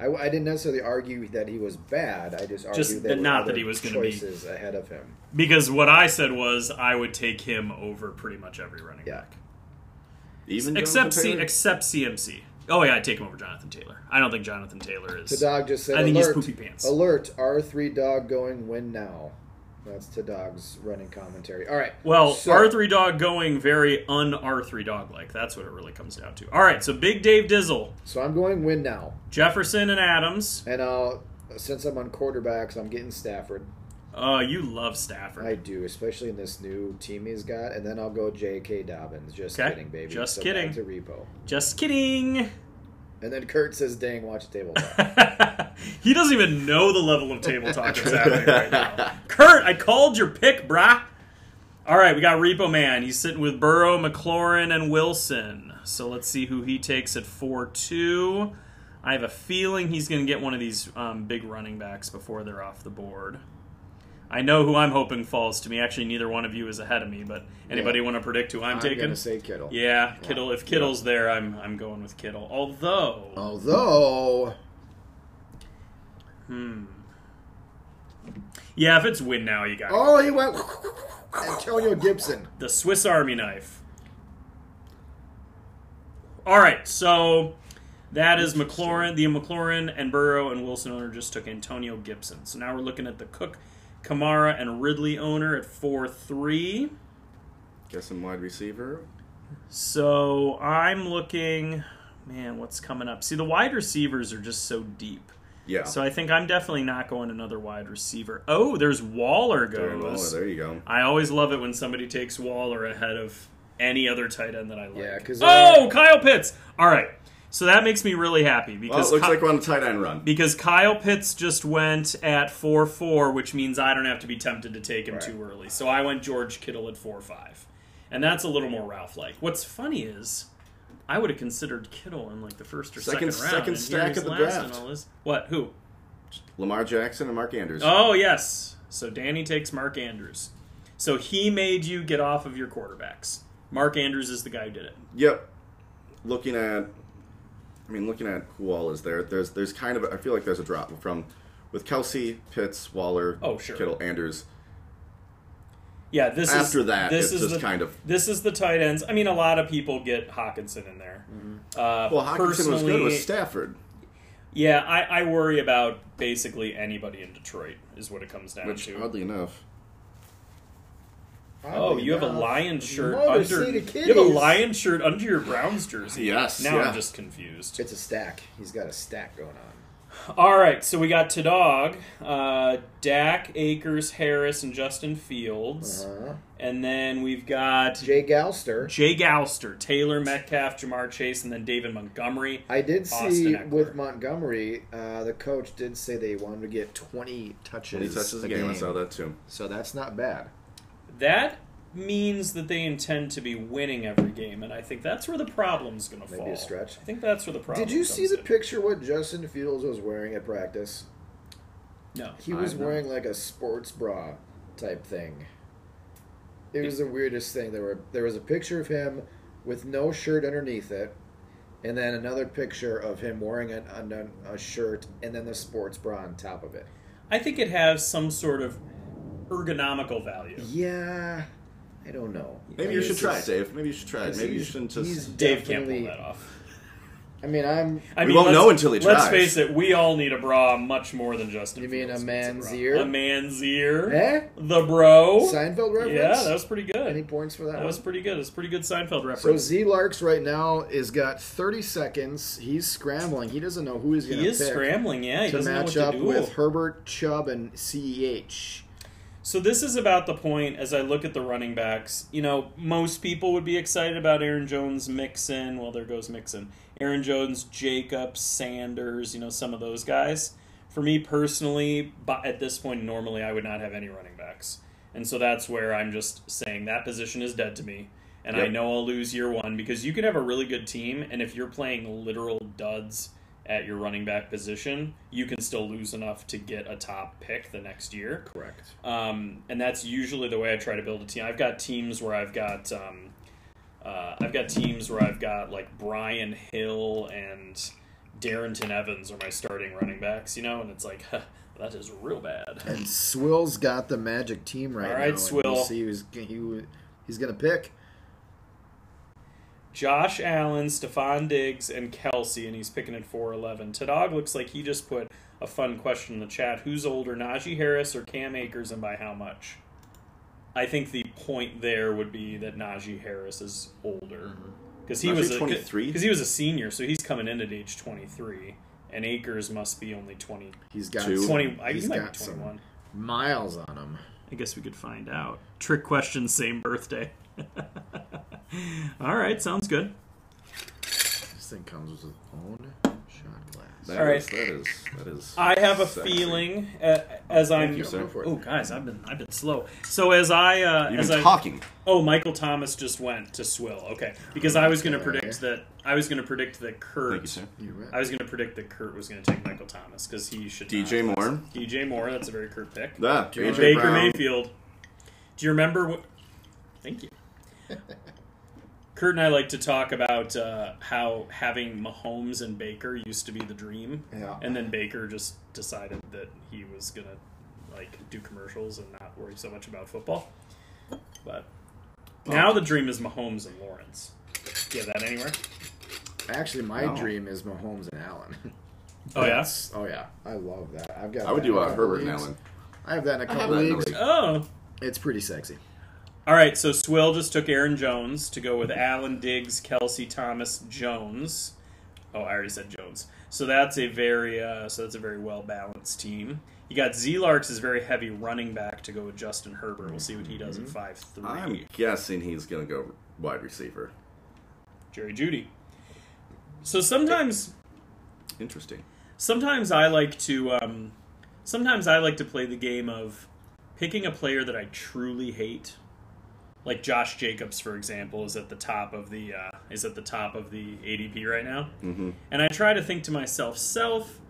Speaker 1: I, I didn't necessarily argue that he was bad. I just argued
Speaker 4: Just
Speaker 1: there
Speaker 4: that
Speaker 1: were
Speaker 4: not
Speaker 1: other
Speaker 4: that he was gonna be-
Speaker 1: choices ahead of him.
Speaker 4: Because what I said was I would take him over pretty much every running
Speaker 1: Yeah.
Speaker 4: back.
Speaker 5: even
Speaker 4: Except
Speaker 5: Jonathan
Speaker 4: C,
Speaker 5: Taylor?
Speaker 4: except CMC. Oh yeah, I take him over Jonathan Taylor. I don't think Jonathan Taylor is.
Speaker 1: Tadog just said,
Speaker 4: I think he's
Speaker 1: alert,
Speaker 4: poopy pants."
Speaker 1: Alert, R3 dog going win now. That's Tadog's running commentary. All right.
Speaker 4: Well,
Speaker 1: so-
Speaker 4: R three dog going very un R three dog like. That's what it really comes down to. All right, so Big Dave Dizzle,
Speaker 1: So I'm going win now.
Speaker 4: Jefferson, and Adams.
Speaker 1: And I'll, since I'm on quarterbacks, I'm getting Stafford.
Speaker 4: Oh, you love Stafford.
Speaker 1: I do, especially in this new team he's got. And then I'll go J.K. Dobbins. Just
Speaker 4: Okay,
Speaker 1: kidding, baby.
Speaker 4: just
Speaker 1: So back
Speaker 4: kidding.
Speaker 1: to repo.
Speaker 4: Just kidding.
Speaker 1: And then Kurt says, dang, watch table talk.
Speaker 4: he doesn't even know the level of table talk that's happening right now. Kurt, I called your pick, brah. All right, we got Repo Man. He's sitting with Burrow, McLaurin, and Wilson. So let's see who he takes at 4 2. I have a feeling he's going to get one of these um, big running backs before they're off the board. I know who I'm hoping falls to me. Actually, neither one of you is ahead of me, but anybody want to predict who I'm,
Speaker 1: I'm going
Speaker 4: taking?
Speaker 1: to say Kittle.
Speaker 4: yeah, Kittle. If Kittle's there, I'm I'm going with Kittle. Although,
Speaker 1: Oh. Although,
Speaker 4: yeah, if it's win now, you got to
Speaker 1: oh, he went Antonio Gibson.
Speaker 4: the Swiss Army knife. All right, so that is McLaurin. The McLaurin and Burrow and Wilson owner just took Antonio Gibson. So now we're looking at the Cook, Kamara, and Ridley owner at four three.
Speaker 5: Guess some wide receiver.
Speaker 4: So I'm looking, man, what's coming up? See, the wide receivers are just so deep.
Speaker 5: Yeah.
Speaker 4: So I think I'm definitely not going another wide receiver. Oh, there's Waller goes.
Speaker 5: Darren Waller, there you go.
Speaker 4: I always love it when somebody takes Waller ahead of any other tight end that I like.
Speaker 1: Yeah, 'cause
Speaker 5: uh,
Speaker 4: oh, Kyle Pitts. All right, so that makes me really happy
Speaker 5: Well,
Speaker 4: because
Speaker 5: it looks
Speaker 4: Ky-
Speaker 5: like we're on a tight end run.
Speaker 4: because Kyle Pitts just went at four four, which means I don't have to be tempted to take him
Speaker 1: Right.
Speaker 4: too early. So I went George Kittle at four five, and that's a little more Ralph like. What's funny is. I would have considered Kittle in like the first or second,
Speaker 5: Second-
Speaker 4: round. and here
Speaker 5: second stack
Speaker 4: he's
Speaker 5: of the
Speaker 4: last in
Speaker 5: draft.
Speaker 4: all this. What? Who?
Speaker 5: Lamar Jackson and Mark Andrews.
Speaker 4: Oh yes. So Danny takes Mark Andrews. So he made you get off of your quarterbacks. Mark Andrews is the guy who did it.
Speaker 5: Yep. Looking at, I mean, looking at who all is there. There's there's kind of a, I feel like there's a drop from with Kelsey, Pitts, Waller,
Speaker 4: Oh, sure.
Speaker 5: Kittle, Andrews.
Speaker 4: Yeah, this is
Speaker 5: After that,
Speaker 4: This is
Speaker 5: it's just
Speaker 4: the,
Speaker 5: kind of-
Speaker 4: this is the tight ends. I mean, a lot of people get Hawkinson in there.
Speaker 5: Mm-hmm.
Speaker 4: Uh,
Speaker 5: Well, Hawkinson was
Speaker 4: personally,
Speaker 5: good with Stafford,
Speaker 4: yeah, I, I worry about basically anybody in Detroit is what it comes down
Speaker 5: which
Speaker 4: to.
Speaker 5: oddly enough,
Speaker 4: Oh,
Speaker 1: Oddly
Speaker 4: you have a
Speaker 1: enough,
Speaker 4: lion shirt
Speaker 1: Mother
Speaker 4: under.
Speaker 1: City
Speaker 4: You have a
Speaker 1: Kitties.
Speaker 4: lion shirt under your Browns jersey.
Speaker 5: Yes,
Speaker 4: Now
Speaker 5: yeah.
Speaker 4: I'm just confused.
Speaker 1: It's a stack. He's got a stack going on.
Speaker 4: All right, so we got Tadog, uh, Dak, Akers, Harris, and Justin Fields,
Speaker 1: Uh-huh.
Speaker 4: and then we've got Jay,
Speaker 1: Jay Galster.
Speaker 4: Gouster, Taylor Metcalf, Jamar Chase, and then David Montgomery.
Speaker 1: I did
Speaker 4: Austin
Speaker 1: see
Speaker 4: Eckler.
Speaker 1: with Montgomery, uh, the coach did say they wanted to get 20 touches.
Speaker 5: when he touches
Speaker 1: a
Speaker 5: the game, I saw that too.
Speaker 1: So that's not bad.
Speaker 4: That means that they intend to be winning every game, and I think that's where the problem's going to fall.
Speaker 1: Maybe a stretch.
Speaker 4: I think that's where the problem.
Speaker 1: Did you see
Speaker 4: comes
Speaker 1: the
Speaker 4: in.
Speaker 1: picture what Justin Fields was wearing at practice?
Speaker 4: No.
Speaker 1: He was
Speaker 5: I know.
Speaker 1: wearing like a sports bra type thing. It was the weirdest thing. There were there was a picture of him with no shirt underneath it, and then another picture of him wearing an, an, a shirt and then the sports bra on top of it.
Speaker 4: I think it has some sort of ergonomical value.
Speaker 1: Yeah, I don't know.
Speaker 5: Maybe you
Speaker 4: He's
Speaker 5: should try it,
Speaker 4: just-
Speaker 5: Dave. Maybe you should try it. Maybe you
Speaker 1: He's-
Speaker 5: shouldn't
Speaker 1: he's
Speaker 5: just.
Speaker 4: Dave can't pull
Speaker 1: definitely-
Speaker 4: that off.
Speaker 1: I mean, I'm.
Speaker 4: I
Speaker 5: We
Speaker 4: mean,
Speaker 5: won't
Speaker 4: let's-
Speaker 5: know until he
Speaker 4: Let's
Speaker 5: tries.
Speaker 4: face it, we all need a bra much more than Justin.
Speaker 1: You mean
Speaker 4: Fields needs
Speaker 1: a man's
Speaker 4: bra.
Speaker 1: ear?
Speaker 4: A man's ear.
Speaker 1: Eh?
Speaker 4: The bro.
Speaker 1: Seinfeld reference?
Speaker 4: Yeah, that was pretty good.
Speaker 1: Any points for that?
Speaker 4: that
Speaker 1: one?
Speaker 4: was pretty good. It's a pretty good Seinfeld
Speaker 1: So
Speaker 4: reference.
Speaker 1: Z Larks right now has got 30 seconds. He's scrambling. He doesn't know who he's going
Speaker 4: he is scrambling. Yeah, he
Speaker 1: to
Speaker 4: doesn't
Speaker 1: match
Speaker 4: know what
Speaker 1: up
Speaker 4: to do.
Speaker 1: with Herbert, Chubb, and Ceh.
Speaker 4: So this is about the point as I look at the running backs. You know, most people would be excited about Aaron Jones, Mixon. Well, there goes Mixon. Aaron Jones, Jacobs, Sanders. You know, some of those guys. For me personally, but at this point, normally I would not have any running backs, and so that's where I'm just saying that position is dead to me. And I
Speaker 5: Yep.
Speaker 4: know I'll lose year one because you can have a really good team, and if you're playing literal duds at your running back position, you can still lose enough to get a top pick the next year.
Speaker 5: Correct.
Speaker 4: Um, and that's usually the way I try to build a team. I've got teams where I've got um, uh, I've got teams where I've got like Brian Hill and Darrington Evans are my starting running backs, you know, and it's like that is real bad.
Speaker 1: And Swill's got the magic team right
Speaker 4: All
Speaker 1: now.
Speaker 4: right,
Speaker 1: and
Speaker 4: Swill.
Speaker 1: We'll see who's he, who- he's going to pick.
Speaker 4: Josh Allen, Stephon Diggs, and Kelsey, and he's picking at four eleven. Tadog looks like he just put a fun question in the chat: Who's older, Najee Harris or Cam Akers, and by how much? I think the point there would be that Najee Harris is older
Speaker 1: Mm-hmm.
Speaker 4: because he
Speaker 5: Najee
Speaker 4: was a-
Speaker 5: 23?
Speaker 4: because he was a senior, so he's coming in at age twenty three, and Akers must be only 20,
Speaker 1: He's got
Speaker 5: Two.
Speaker 1: some-
Speaker 4: 20 I, he
Speaker 1: he's
Speaker 4: might
Speaker 1: got
Speaker 4: be twenty one.
Speaker 1: some miles on him.
Speaker 4: I guess we could find out. Trick question, same birthday. All right, sounds good.
Speaker 1: This thing comes with its own shot glass.
Speaker 5: That
Speaker 4: All right.
Speaker 5: is- that is that is.
Speaker 4: I have a
Speaker 5: sexy.
Speaker 4: feeling uh, as I'm.
Speaker 5: you, sir.
Speaker 1: Go for it.
Speaker 4: Oh, guys, I've been I've been slow. So as I uh,
Speaker 5: You've
Speaker 4: as
Speaker 5: been
Speaker 4: I
Speaker 5: talking.
Speaker 4: oh Michael Thomas just went to Swill. Okay, because I was going to predict that I was going to predict that Kurt.
Speaker 5: Thank you, sir.
Speaker 1: You're right.
Speaker 4: I was going to predict that Kurt was going to take Michael Thomas because he should.
Speaker 5: DJ
Speaker 4: not.
Speaker 5: Moore.
Speaker 4: DJ Moore. That's a very Kurt pick.
Speaker 5: Ah,
Speaker 1: you
Speaker 5: AJ
Speaker 1: want
Speaker 4: Baker
Speaker 5: Brown.
Speaker 4: Mayfield. Do you remember what? Thank you. Kurt and I like to talk about uh, how having Mahomes and Baker used to be the dream,
Speaker 1: Yeah.
Speaker 4: and then Baker just decided that he was gonna like do commercials and not worry so much about football. But now the dream is Mahomes and Lawrence. Get that anywhere?
Speaker 1: Actually, my
Speaker 5: No.
Speaker 1: dream is Mahomes and Allen.
Speaker 4: Oh yeah.
Speaker 1: That's- Oh yeah, I love that. I've got.
Speaker 5: I would
Speaker 1: that in
Speaker 5: do
Speaker 1: a
Speaker 5: uh,
Speaker 1: couple
Speaker 5: Herbert and
Speaker 1: leagues.
Speaker 5: Allen.
Speaker 1: I have that in a
Speaker 5: have
Speaker 1: couple
Speaker 5: that in a
Speaker 1: leagues.
Speaker 5: league.
Speaker 4: Oh.
Speaker 1: It's pretty sexy.
Speaker 4: All right, so Swill just took Aaron Jones to go with Allen Diggs, Kelsey Thomas, Jones. Oh, I already said Jones. So that's a very uh, so that's a very well balanced team. You got Z Larks is very heavy running back to go with Justin Herbert. We'll see what he does in five three.
Speaker 5: I'm guessing he's gonna go wide receiver.
Speaker 4: Jerry Judy. So sometimes
Speaker 5: Interesting.
Speaker 4: sometimes I like to um, sometimes I like to play the game of picking a player that I truly hate. Like Josh Jacobs, for example, is at the top of the uh, is at the top of the ADP right now, mm-hmm. and I try to think to myself, self,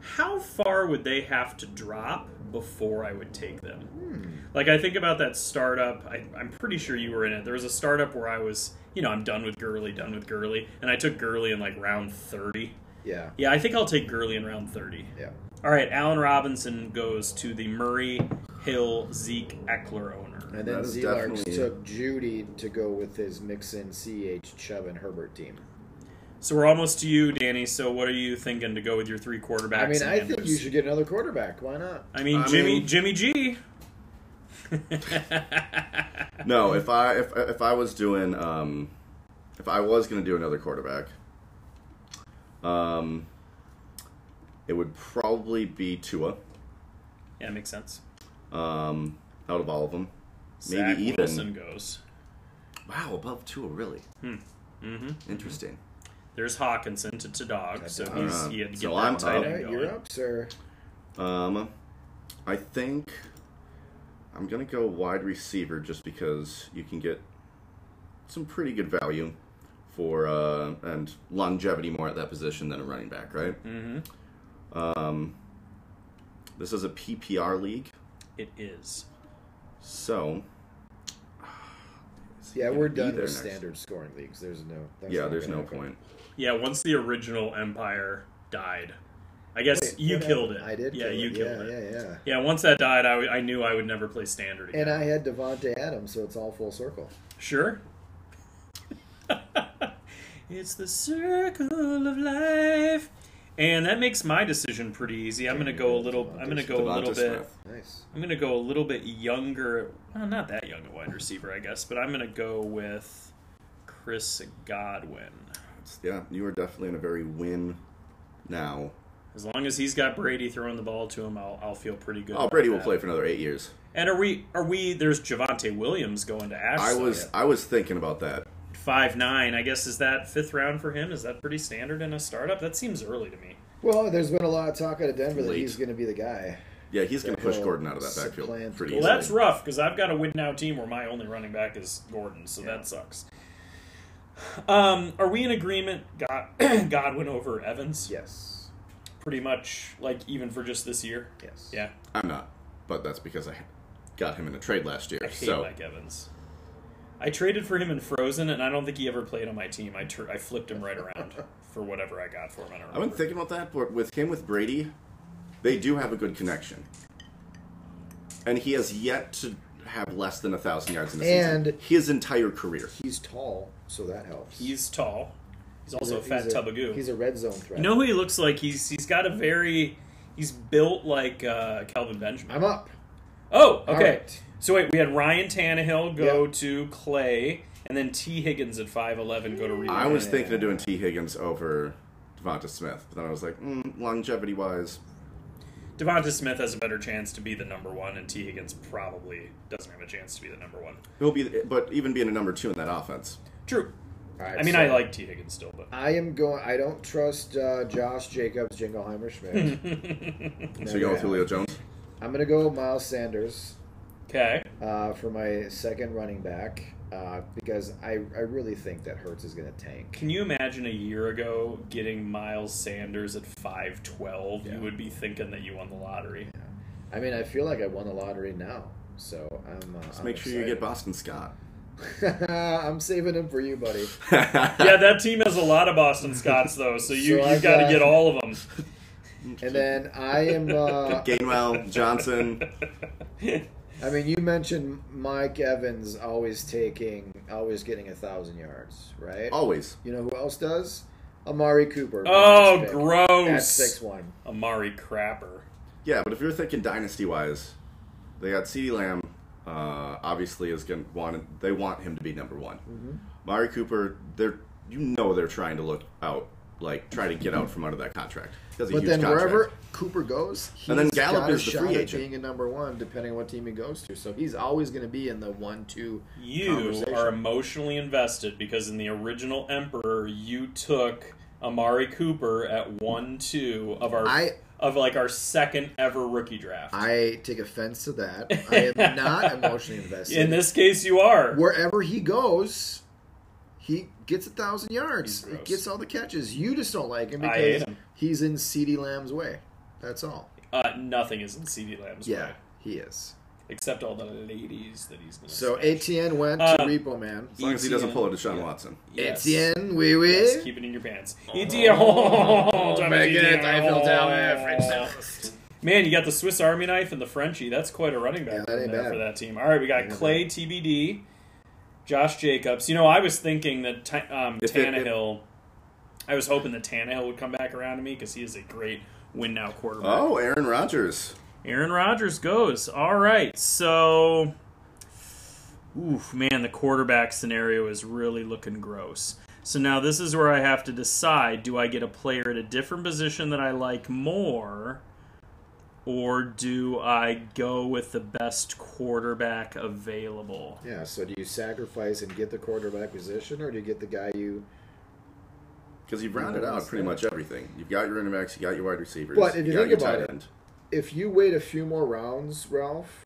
Speaker 4: how far would they have to drop before I would take them? Like I think about that startup. I, I'm pretty sure you were in it. There was a startup where I was, you know, I'm done with Gurley, done with Gurley, and I took Gurley in like round thirty.
Speaker 1: Yeah,
Speaker 4: Yeah, I think I'll take Gurley in round 30.
Speaker 1: yeah.
Speaker 4: All right, Allen Robinson goes to the Murray Hill Zeke Eckler owner.
Speaker 1: And then
Speaker 5: That is
Speaker 1: Z Larks
Speaker 5: definitely-
Speaker 1: took Judy to go with his Mixon, CH, Chubb, and Herbert team.
Speaker 4: So we're almost to you, Danny. So what are you thinking to go with your three quarterbacks?
Speaker 1: I mean,
Speaker 4: and
Speaker 1: I think
Speaker 4: those?
Speaker 1: you should get another quarterback. Why not?
Speaker 4: I mean,
Speaker 5: I
Speaker 4: Jimmy
Speaker 5: mean-
Speaker 4: Jimmy G.
Speaker 5: No, if I if if I was doing um, if I was gonna do another quarterback, um, it would probably be Tua.
Speaker 4: Yeah, makes sense.
Speaker 5: Um, out of all of them, maybe
Speaker 4: Zach
Speaker 5: even
Speaker 4: Wilson goes.
Speaker 5: wow above Tua really.
Speaker 4: hmm
Speaker 5: Interesting.
Speaker 4: There's Hawkinson to, to dog, so
Speaker 1: That's
Speaker 4: he's
Speaker 5: alright.
Speaker 4: he had to get
Speaker 5: So
Speaker 4: that
Speaker 5: I'm
Speaker 4: tight
Speaker 1: All
Speaker 5: up.
Speaker 4: end
Speaker 1: right,
Speaker 4: going.
Speaker 1: you're up, sir.
Speaker 5: Um, I think I'm gonna go wide receiver just because you can get some pretty good value for uh, and longevity more at that position than a running back, right? Mm-hmm. Um, this is a PPR league,
Speaker 4: It is.
Speaker 5: so
Speaker 1: Yeah, we're
Speaker 5: Be
Speaker 1: done
Speaker 5: there
Speaker 1: with
Speaker 5: next.
Speaker 1: standard scoring leagues. There's no. that's
Speaker 5: yeah,
Speaker 1: not
Speaker 5: there's
Speaker 1: gonna
Speaker 5: no
Speaker 1: happen.
Speaker 5: point.
Speaker 4: Yeah, once the original Empire died, I guess
Speaker 1: Wait,
Speaker 4: you
Speaker 1: what
Speaker 4: killed it.
Speaker 1: happened? I did.
Speaker 4: Yeah,
Speaker 1: kill
Speaker 4: you
Speaker 1: it.
Speaker 4: killed
Speaker 1: yeah,
Speaker 4: it.
Speaker 1: Yeah, yeah,
Speaker 4: Yeah, once that died, I, I knew I would never play standard again.
Speaker 1: And I had Devonte Adams, so it's all full circle.
Speaker 4: Sure. It's the circle of life. And that makes my decision pretty easy. I'm gonna go a little. I'm gonna go a little
Speaker 5: Devonta
Speaker 4: bit.
Speaker 5: Smith.
Speaker 1: Nice.
Speaker 4: I'm gonna go a little bit younger. Well, not that young a wide receiver, I guess, but I'm gonna go with Chris Godwin.
Speaker 5: Yeah, you are definitely in a very win now.
Speaker 4: As long as he's got Brady throwing the ball to him, I'll, I'll feel pretty good.
Speaker 5: Oh,
Speaker 4: about
Speaker 5: Brady will
Speaker 4: that.
Speaker 5: play for another eight years.
Speaker 4: And are we? Are we? There's Javante Williams going to
Speaker 5: I
Speaker 4: Ashland.
Speaker 5: was I was thinking about that.
Speaker 4: five nine. I guess is that fifth round for him? Is that pretty standard in a startup? That seems early to me.
Speaker 1: Well, there's been a lot of talk out of Denver that
Speaker 5: Late.
Speaker 1: he's going to be the guy.
Speaker 5: Yeah, he's going to push
Speaker 1: Well,
Speaker 5: Gordon out of that
Speaker 1: supplant-
Speaker 5: backfield pretty
Speaker 4: Well,
Speaker 5: easily.
Speaker 4: that's rough because I've got a win now team where my only running back is Gordon, so that sucks. Um, are we in agreement? God, Godwin over Evans,
Speaker 1: Yes.
Speaker 4: pretty much like even for just this year.
Speaker 1: Yes.
Speaker 4: Yeah,
Speaker 5: I'm not, but that's because I got him in a trade last year.
Speaker 4: I hate
Speaker 5: so
Speaker 4: Mike Evans. I traded for him in Frozen, and I don't think he ever played on my team. I tur- I flipped him right around for whatever I got for him. I don't
Speaker 5: I've been
Speaker 4: remember.
Speaker 5: thinking about that, but with him with Brady, they do have a good connection, and he has yet to have less than a thousand yards in a season.
Speaker 1: And-
Speaker 5: His entire career.
Speaker 1: He's tall, so that helps.
Speaker 4: He's tall. He's also a
Speaker 1: He's
Speaker 4: fat tub of goo.
Speaker 1: He's a red zone threat.
Speaker 4: You know who he looks like? He's he's got a very he's built like uh, Calvin Benjamin.
Speaker 1: I'm up.
Speaker 4: oh, okay.
Speaker 1: right.
Speaker 4: So wait, we had Ryan Tannehill go
Speaker 1: Yeah.
Speaker 4: to Clay, and then T Higgins at five eleven go to Reed.
Speaker 5: I was thinking of doing T. Higgins over Devonta Smith, but then I was like, mm, longevity wise,
Speaker 4: Devonta Smith has a better chance to be the number one, and T Higgins probably doesn't have a chance to be the number one.
Speaker 5: he'll be. But even being a number two in that offense,
Speaker 4: True.
Speaker 1: All right,
Speaker 4: I mean,
Speaker 1: so
Speaker 4: I like T Higgins still, but
Speaker 1: I am going. I don't trust uh, Josh Jacobs, Jingleheimer
Speaker 4: Hmm.
Speaker 1: Schmidt.
Speaker 5: so you go with
Speaker 1: Yeah.
Speaker 5: Julio Jones.
Speaker 1: I'm gonna go Miles Sanders
Speaker 4: okay.
Speaker 1: uh, for my second running back uh, because I, I really think that Hertz is gonna tank.
Speaker 4: Can you imagine a year ago getting Miles Sanders at five twelve?
Speaker 1: Yeah.
Speaker 4: You would be thinking that you won the lottery.
Speaker 1: I mean, I feel like I won the lottery now, so I'm. Uh,
Speaker 5: Just
Speaker 1: I'm
Speaker 5: make sure you get
Speaker 1: excited.
Speaker 5: Boston Scott.
Speaker 1: I'm saving him for you, buddy.
Speaker 4: yeah, that team has a lot of Boston Scots though, so you
Speaker 1: So
Speaker 4: you
Speaker 1: I've
Speaker 4: got to
Speaker 1: got-
Speaker 4: get all of them.
Speaker 1: And then I am. Uh,
Speaker 5: Gainwell, Johnson.
Speaker 1: I mean, you mentioned Mike Evans always taking, always getting a thousand yards, right?
Speaker 5: Always.
Speaker 1: You know who else does? Amari Cooper.
Speaker 4: oh,
Speaker 1: Next pick. At
Speaker 4: gross!
Speaker 1: six one.
Speaker 4: Amari Crapper.
Speaker 5: Yeah, but if you're thinking dynasty wise, they got CeeDee Lamb. Uh, obviously, is going to want they want him to be number one.
Speaker 1: Mm-hmm.
Speaker 5: Mari Cooper, they're you know they're trying to look out, like try to get out from under that contract. He has a
Speaker 1: But
Speaker 5: huge
Speaker 1: then
Speaker 5: contract.
Speaker 1: wherever Cooper goes, he's
Speaker 5: And then Gallup
Speaker 1: got a
Speaker 5: is the
Speaker 1: shot
Speaker 5: free
Speaker 1: at
Speaker 5: agent.
Speaker 1: being a number one, depending on what team he goes to. So he's always going to be in the one two.
Speaker 4: You
Speaker 1: Conversation.
Speaker 4: are emotionally invested because in the original Emperor, you took Amari Cooper at one two of our
Speaker 1: I-
Speaker 4: of like our second ever rookie draft.
Speaker 1: I take offense to that. I am not emotionally invested.
Speaker 4: in this case, you are.
Speaker 1: wherever he goes, he gets a thousand yards.
Speaker 4: He's gross.
Speaker 1: gets all the catches. You just don't like him
Speaker 4: I hate
Speaker 1: because
Speaker 4: him.
Speaker 1: he's in Ceedee Lamb's way. That's all.
Speaker 4: Uh, nothing is in CD Lamb's
Speaker 1: Yeah,
Speaker 4: way,
Speaker 1: he is.
Speaker 4: except all the ladies that he's gonna.
Speaker 1: So
Speaker 4: smash.
Speaker 1: ATN went
Speaker 4: Uh,
Speaker 1: to Repo Man.
Speaker 5: as long as he doesn't
Speaker 4: ETN.
Speaker 5: pull a Deshaun Watson.
Speaker 4: Yes.
Speaker 1: ATN, we oui,
Speaker 4: Yes,
Speaker 1: oui.
Speaker 4: keep it in your pants. E ETL. Oh,
Speaker 1: make it,
Speaker 4: ETL.
Speaker 1: Eiffel Tower,
Speaker 4: Oh.
Speaker 1: French toast.
Speaker 4: Man, you got the Swiss Army knife and the Frenchie. That's quite a running back
Speaker 1: Yeah, that ain't
Speaker 4: there
Speaker 1: bad.
Speaker 4: for that team. All right, we got
Speaker 1: Ain't
Speaker 4: Clay
Speaker 1: bad.
Speaker 4: TBD, Josh Jacobs. You know, I was thinking that Ta- um,
Speaker 5: If it- if-
Speaker 4: Tannehill. I was hoping that Tannehill would come back around to me because he is a great win now quarterback.
Speaker 5: Oh, Aaron Rodgers.
Speaker 4: Aaron Rodgers goes. All right, so. Oof, man, the quarterback scenario is really looking gross. So now this is where I have to decide do I get a player at a different position that I like more, or do I go with the best quarterback available?
Speaker 1: Yeah. So do you sacrifice and get the quarterback position, or do you get the guy you?
Speaker 5: Because you've rounded out pretty much everything. You've got your running backs, you got your wide receivers,
Speaker 1: But if you
Speaker 5: got
Speaker 1: think
Speaker 5: your
Speaker 1: about
Speaker 5: tight
Speaker 1: it-
Speaker 5: end.
Speaker 1: If you wait a few more rounds, Ralph,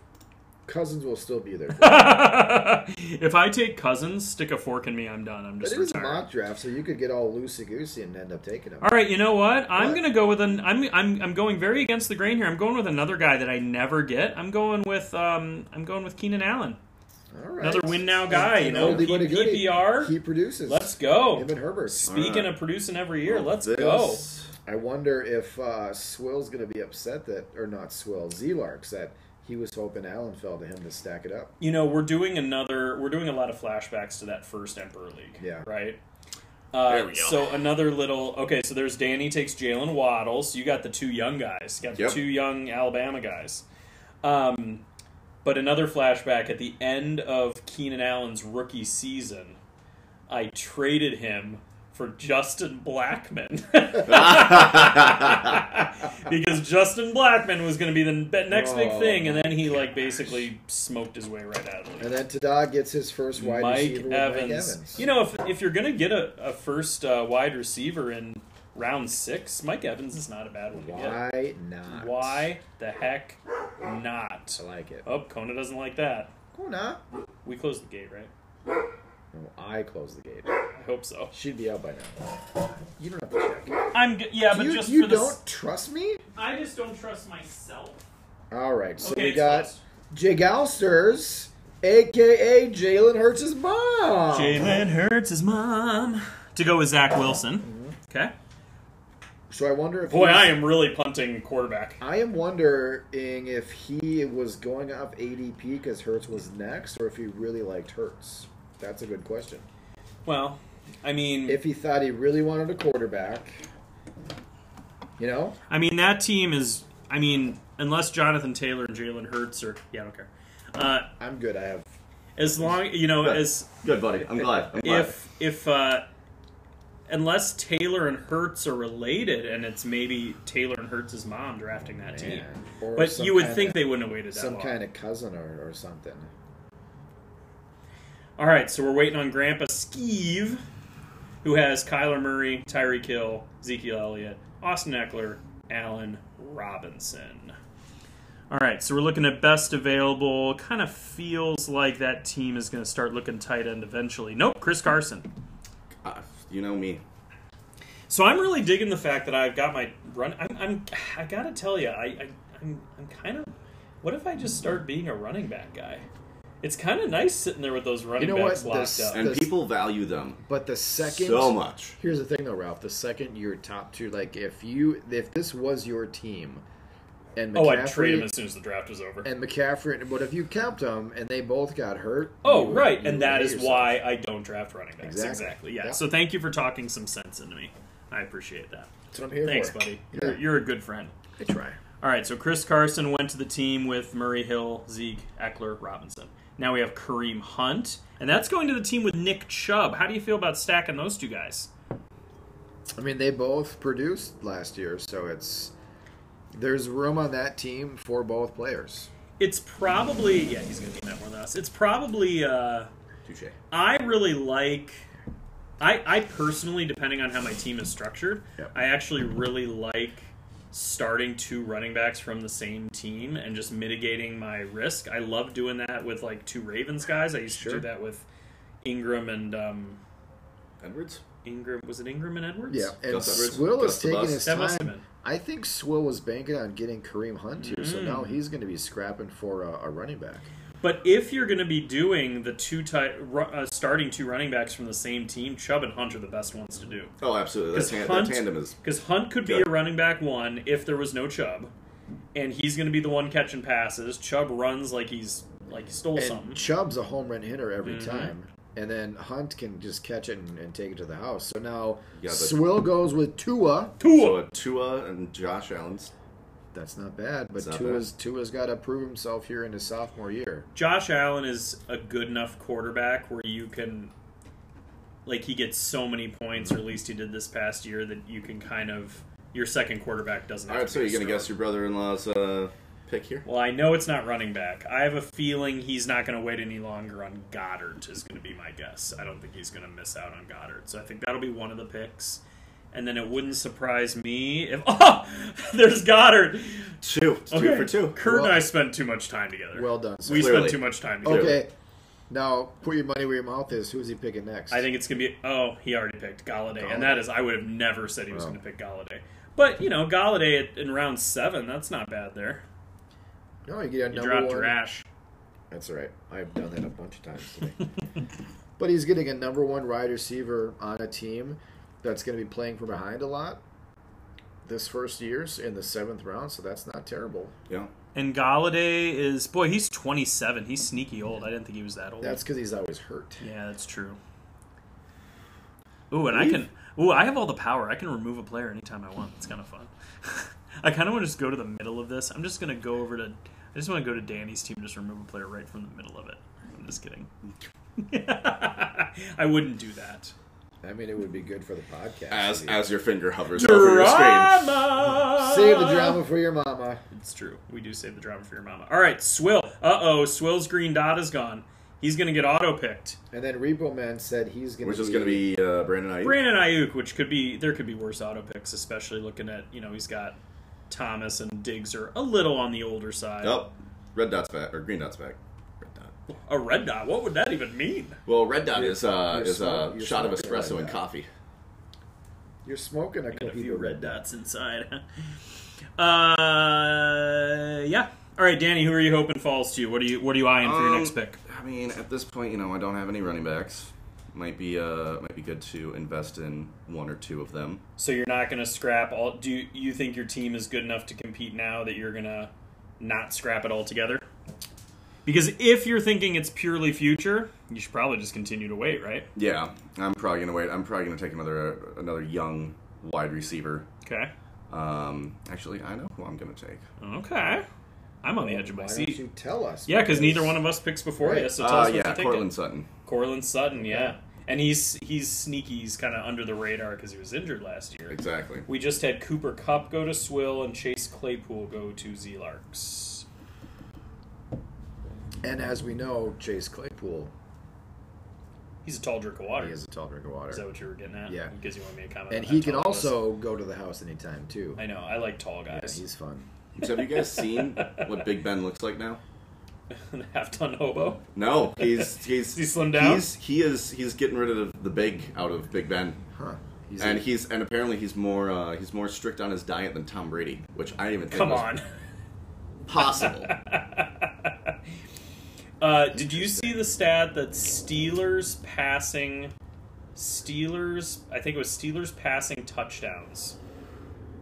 Speaker 1: Cousins will still be there. For you.
Speaker 4: if I take Cousins, stick a fork in me, I'm done. I'm
Speaker 1: But
Speaker 4: just
Speaker 1: it is a
Speaker 4: retiring.
Speaker 1: mock draft, so you could get all loosey goosey and end up taking him.
Speaker 4: All right, you know what? I'm
Speaker 1: What?
Speaker 4: gonna go with an. I'm I'm I'm going very against the grain here. I'm going with another guy that I never get. I'm going with um. I'm going with Keenan Allen.
Speaker 1: All right.
Speaker 4: Another win now guy. You
Speaker 1: An
Speaker 4: know, P-
Speaker 1: oldie but a goodie.
Speaker 4: PPR.
Speaker 1: He produces.
Speaker 4: Let's go.
Speaker 1: Him and Herbert.
Speaker 4: Speaking
Speaker 5: All right.
Speaker 4: of producing every year,
Speaker 5: Well,
Speaker 4: let's
Speaker 5: this-
Speaker 4: go.
Speaker 1: I wonder if uh, Swill's going to be upset that, or not Swill, Zelarks, that he was hoping Allen fell to him to stack it up.
Speaker 4: You know, we're doing another. We're doing a lot of flashbacks to that first Emperor League.
Speaker 1: Yeah.
Speaker 4: Right. Uh,
Speaker 5: There we go.
Speaker 4: So another little okay. So there's Danny takes Jalen Waddles. You got the two young guys. You got the
Speaker 5: Yep.
Speaker 4: two young Alabama guys. Um, but another flashback at the end of Keenan Allen's rookie season, I traded him for Justin Blackman because Justin Blackman was going to be the be- next big
Speaker 1: Oh,
Speaker 4: thing, and then he like basically smoked his way right out of the league.
Speaker 1: And then Tada gets his first wide receiver with Mike Evans.
Speaker 4: You know, if, if you're going to get a, a first uh, wide receiver in round six, Mike Evans is not a bad one to
Speaker 1: why not?
Speaker 4: get. Why the heck not?
Speaker 1: I like it.
Speaker 4: Oh, Kona doesn't like that.
Speaker 1: Oh, not.
Speaker 4: We closed the gate, right?
Speaker 1: No, I close the gate.
Speaker 4: I hope so.
Speaker 1: She'd be out by now. You don't have to check.
Speaker 4: I'm g- yeah, but
Speaker 1: You,
Speaker 4: just
Speaker 1: you
Speaker 4: for
Speaker 1: don't
Speaker 4: this,
Speaker 1: trust me?
Speaker 4: I just don't trust myself.
Speaker 1: All right, so
Speaker 4: Okay,
Speaker 1: we
Speaker 4: it's
Speaker 1: got
Speaker 4: closed.
Speaker 1: Jake Alsters, a.k.a. Jalen Hurts' mom.
Speaker 4: Jalen Hurts his mom to go with Zach Wilson.
Speaker 1: Mm-hmm.
Speaker 4: Okay.
Speaker 1: So I wonder if
Speaker 4: Boy,
Speaker 1: he's-
Speaker 4: I am really punting quarterback.
Speaker 1: I am wondering if he was going up ADP because Hertz was next, or if he really liked Hertz. That's a good question.
Speaker 4: Well, I mean,
Speaker 1: If he thought he really wanted a quarterback, you know,
Speaker 4: I mean, that team is. I mean, unless Jonathan Taylor and Jalen Hurts are. Yeah, I don't care. Uh,
Speaker 1: I'm good. I have.
Speaker 4: as long you know as
Speaker 5: Good, buddy. I'm glad. I'm glad.
Speaker 4: if if uh, unless Taylor and Hurts are related, and it's maybe Taylor and Hurts' mom drafting that team.
Speaker 1: Man. Or
Speaker 4: But
Speaker 1: some
Speaker 4: you would
Speaker 1: kinda-
Speaker 4: think they wouldn't have waited that
Speaker 1: some
Speaker 4: long.
Speaker 1: kind of cousin or, or something.
Speaker 4: All right, so we're waiting on Grandpa Skeeve, who has Kyler Murray, Tyree Kill, Ezekiel Elliott, Austin Eckler, Allen Robinson. All right, so we're looking at best available. Kind of feels like that team is going to start looking tight end eventually. Nope, Chris Carson.
Speaker 5: Uh, you know me.
Speaker 4: So I'm really digging the fact that I've got my run. I'm, I'm I gotta tell you, I, I I'm, I'm kind of. What if I just start being a running back guy? It's kind of nice sitting there with those running
Speaker 1: know what?
Speaker 4: backs locked
Speaker 1: This-
Speaker 4: up.
Speaker 5: And
Speaker 1: Does-
Speaker 5: people value them
Speaker 1: But the second
Speaker 5: so much.
Speaker 1: Here's the thing, though, Ralph. The second you're top two, like if you if this was your team, and McCaffrey,
Speaker 4: Oh, I'd trade him as soon as the draft was over.
Speaker 1: and McCaffrey, but if you kept them and they both got hurt,
Speaker 4: oh,
Speaker 1: you would-
Speaker 4: right,
Speaker 1: you
Speaker 4: and
Speaker 1: would
Speaker 4: that
Speaker 1: hate
Speaker 4: is
Speaker 1: yourself.
Speaker 4: why I don't draft running backs. Exactly.
Speaker 1: Exactly.
Speaker 4: Yeah.
Speaker 1: Yeah.
Speaker 4: So thank you for talking some sense into me. I appreciate that.
Speaker 1: That's what I'm here
Speaker 4: Thanks,
Speaker 1: for.
Speaker 4: buddy. You're, you're a good friend.
Speaker 1: I try.
Speaker 4: All right. So Chris Carson went to the team with Murray Hill, Zeke, Eckler, Robinson. Now we have Kareem Hunt, and that's going to the team with Nick Chubb. How do you feel about stacking those two guys?
Speaker 1: I mean, they both produced last year, so it's there's room on that team for both players.
Speaker 4: It's probably yeah. He's going to be in that more than us. It's probably. Uh,
Speaker 5: Touche.
Speaker 4: I really like. I I personally, depending on how my team is structured,
Speaker 1: Yep.
Speaker 4: I actually really like starting two running backs from the same team and just mitigating my risk. I love doing that with like two Ravens guys. I used to
Speaker 1: Sure.
Speaker 4: do that with Ingram and um,
Speaker 5: Edwards.
Speaker 4: Ingram. Was it Ingram and Edwards?
Speaker 1: Yeah, and
Speaker 5: Gus Edwards,
Speaker 1: Swill
Speaker 5: Gus
Speaker 1: is
Speaker 5: the
Speaker 1: taking
Speaker 5: Bus.
Speaker 1: his
Speaker 4: That must have
Speaker 1: time.
Speaker 4: been.
Speaker 1: I think Swill was banking on getting Kareem Hunt here, so
Speaker 4: Mm.
Speaker 1: now he's going to be scrapping for a, a running back.
Speaker 4: But if you're going to be doing the two tight, ru- uh, starting two running backs from the same team, Chubb and Hunt are the best ones to do.
Speaker 5: Oh, absolutely.
Speaker 4: Because
Speaker 5: That, tan-
Speaker 4: Hunt,
Speaker 5: that tandem is.
Speaker 4: 'cause Hunt could be
Speaker 5: good.
Speaker 4: a running back one if there was no Chubb, and he's going to be the one catching passes. Chubb runs like he's like he stole
Speaker 1: And
Speaker 4: something. Mm-hmm.
Speaker 1: Chubb's a home run hitter every time. And then Hunt can just catch it and, and take it to the house. So now
Speaker 5: Yeah, but-
Speaker 1: Swill goes with Tua.
Speaker 5: So,
Speaker 4: Tua.
Speaker 5: uh, Tua and Josh Allen's.
Speaker 1: That's not bad, but
Speaker 5: It's not
Speaker 1: Tua's Tua's got to prove himself here in his sophomore year.
Speaker 4: Josh Allen is a good enough quarterback where you can, like, he gets so many points, or at least he did this past year, that you can kind of your second quarterback doesn't.
Speaker 5: All
Speaker 4: Have
Speaker 5: right,
Speaker 4: to
Speaker 5: so
Speaker 4: be
Speaker 5: you're going
Speaker 4: strong.
Speaker 5: to guess your brother in law's uh, pick here?
Speaker 4: Well, I know it's not running back. I have a feeling he's not going to wait any longer on Goddard, is going to be my guess. I don't think he's going to miss out on Goddard. So I think that'll be one of the picks. And then it wouldn't surprise me if. Oh! There's Goddard!
Speaker 5: Two. It's Two
Speaker 4: Okay,
Speaker 5: for two.
Speaker 4: Kurt and
Speaker 1: Well-
Speaker 4: I spent too much time together.
Speaker 1: Well done. Sir.
Speaker 4: we spent
Speaker 5: Clearly.
Speaker 4: too much time together.
Speaker 1: okay, now put your money where your mouth is. Who's he picking next?
Speaker 4: I think it's going to be. Oh, he already picked Galladay.
Speaker 1: Golladay.
Speaker 4: And that is. I would have never said he was
Speaker 1: Wow.
Speaker 4: going to pick Galladay. But, you know, Galladay at- in round seven, that's not bad there.
Speaker 1: no, you get a
Speaker 4: You
Speaker 1: number
Speaker 4: dropped
Speaker 1: one.
Speaker 4: Rash.
Speaker 1: That's all right. I've done that a bunch of times today. but he's getting a number one wide receiver on a team that's going to be playing from behind a lot this first year's in the seventh round, so that's not terrible.
Speaker 5: Yeah.
Speaker 4: And Galladay is boy, he's 27. He's sneaky old. I didn't think he was that old.
Speaker 1: That's because he's always hurt.
Speaker 4: yeah, that's true. Ooh, and I can. Ooh, I have all the power. I can remove a player anytime I want. It's kind of fun. I kind of want to just go to the middle of this. I'm just gonna go over to. I just want to go to Danny's team. Just remove a player right from the middle of it. I'm just kidding. I wouldn't do that.
Speaker 1: I mean, it would be good for the podcast.
Speaker 5: As
Speaker 1: It'd be-
Speaker 5: as your finger hovers over your screen.
Speaker 1: Save the drama for your mama.
Speaker 4: It's true. We do save the drama for your mama. All right, Swill. Uh oh, Swill's green dot is gone. He's gonna get auto picked.
Speaker 1: And then Repo Man said he's going to
Speaker 5: Which is going to be uh, Brandon Ayuk.
Speaker 4: Brandon Ayuk, which could be there could be worse auto picks, especially looking at you know he's got Thomas and Diggs are a little on the older side.
Speaker 5: Oh, red dot's back or green dot's back. Red dot.
Speaker 4: A red dot. What would that even mean?
Speaker 5: Well, red dot
Speaker 1: You're-
Speaker 5: is uh,
Speaker 1: you're
Speaker 5: is
Speaker 1: smart-
Speaker 5: a
Speaker 1: you're
Speaker 5: shot of
Speaker 1: smart right
Speaker 5: espresso and
Speaker 1: now.
Speaker 5: coffee.
Speaker 1: You're smoking a
Speaker 4: Got a
Speaker 1: cookie.
Speaker 4: few red dots inside. uh, yeah. All right, Danny. Who are you hoping falls to you? What are you What are you eyeing for your
Speaker 5: Um,
Speaker 4: next pick?
Speaker 5: I mean, at this point, you know, I don't have any running backs. Might be uh, might be good to invest in one or two of them.
Speaker 4: So you're not going to scrap all. Do you, you think your team is good enough to compete now that you're going to not scrap it all together? Because if you're thinking it's purely future, you should probably just continue to wait, right?
Speaker 5: Yeah, I'm probably gonna wait. I'm probably gonna take another uh, another young wide receiver.
Speaker 4: Okay.
Speaker 5: Um, actually, I know who I'm gonna take.
Speaker 4: Okay. I'm on the edge of my
Speaker 1: Why
Speaker 4: seat.
Speaker 1: don't you tell us?
Speaker 4: Yeah, because neither one of us picks before
Speaker 1: Right.
Speaker 4: you, so tell
Speaker 5: Uh,
Speaker 4: us what
Speaker 5: yeah,
Speaker 4: you're
Speaker 5: Cortland
Speaker 4: thinking.
Speaker 5: Sutton.
Speaker 4: Cortland Sutton, yeah. And he's he's sneaky. He's kind of under the radar because he was injured last year.
Speaker 5: Exactly.
Speaker 4: We just had Cooper Cup go to Swill and Chase Claypool go to Z-Larks.
Speaker 1: And as we know, Chase Claypool
Speaker 4: He's a tall drink of water.
Speaker 1: he is a tall drink of
Speaker 4: Is that
Speaker 1: water,
Speaker 4: what you were getting at?
Speaker 1: Yeah.
Speaker 4: Because you want me to comment.
Speaker 1: and
Speaker 4: on
Speaker 1: he
Speaker 4: how
Speaker 1: can
Speaker 4: uh, tall was.
Speaker 1: also go to the house anytime too.
Speaker 4: I know. I like tall
Speaker 1: Yeah,
Speaker 4: guys.
Speaker 1: he's fun.
Speaker 5: So have you guys seen what Big Ben looks like now?
Speaker 4: An half-ton hobo.
Speaker 5: No, he's he's
Speaker 4: He slimmed down?
Speaker 5: He's he is he's getting rid of the big out of Big Ben,
Speaker 1: Huh? He's
Speaker 5: and he's and apparently he's more uh, he's more strict on his diet than Tom Brady, which I didn't even think
Speaker 4: Come
Speaker 5: was
Speaker 4: on.
Speaker 5: possible.
Speaker 4: Uh, did you see the stat that Steelers passing Steelers? I think it was Steelers passing touchdowns.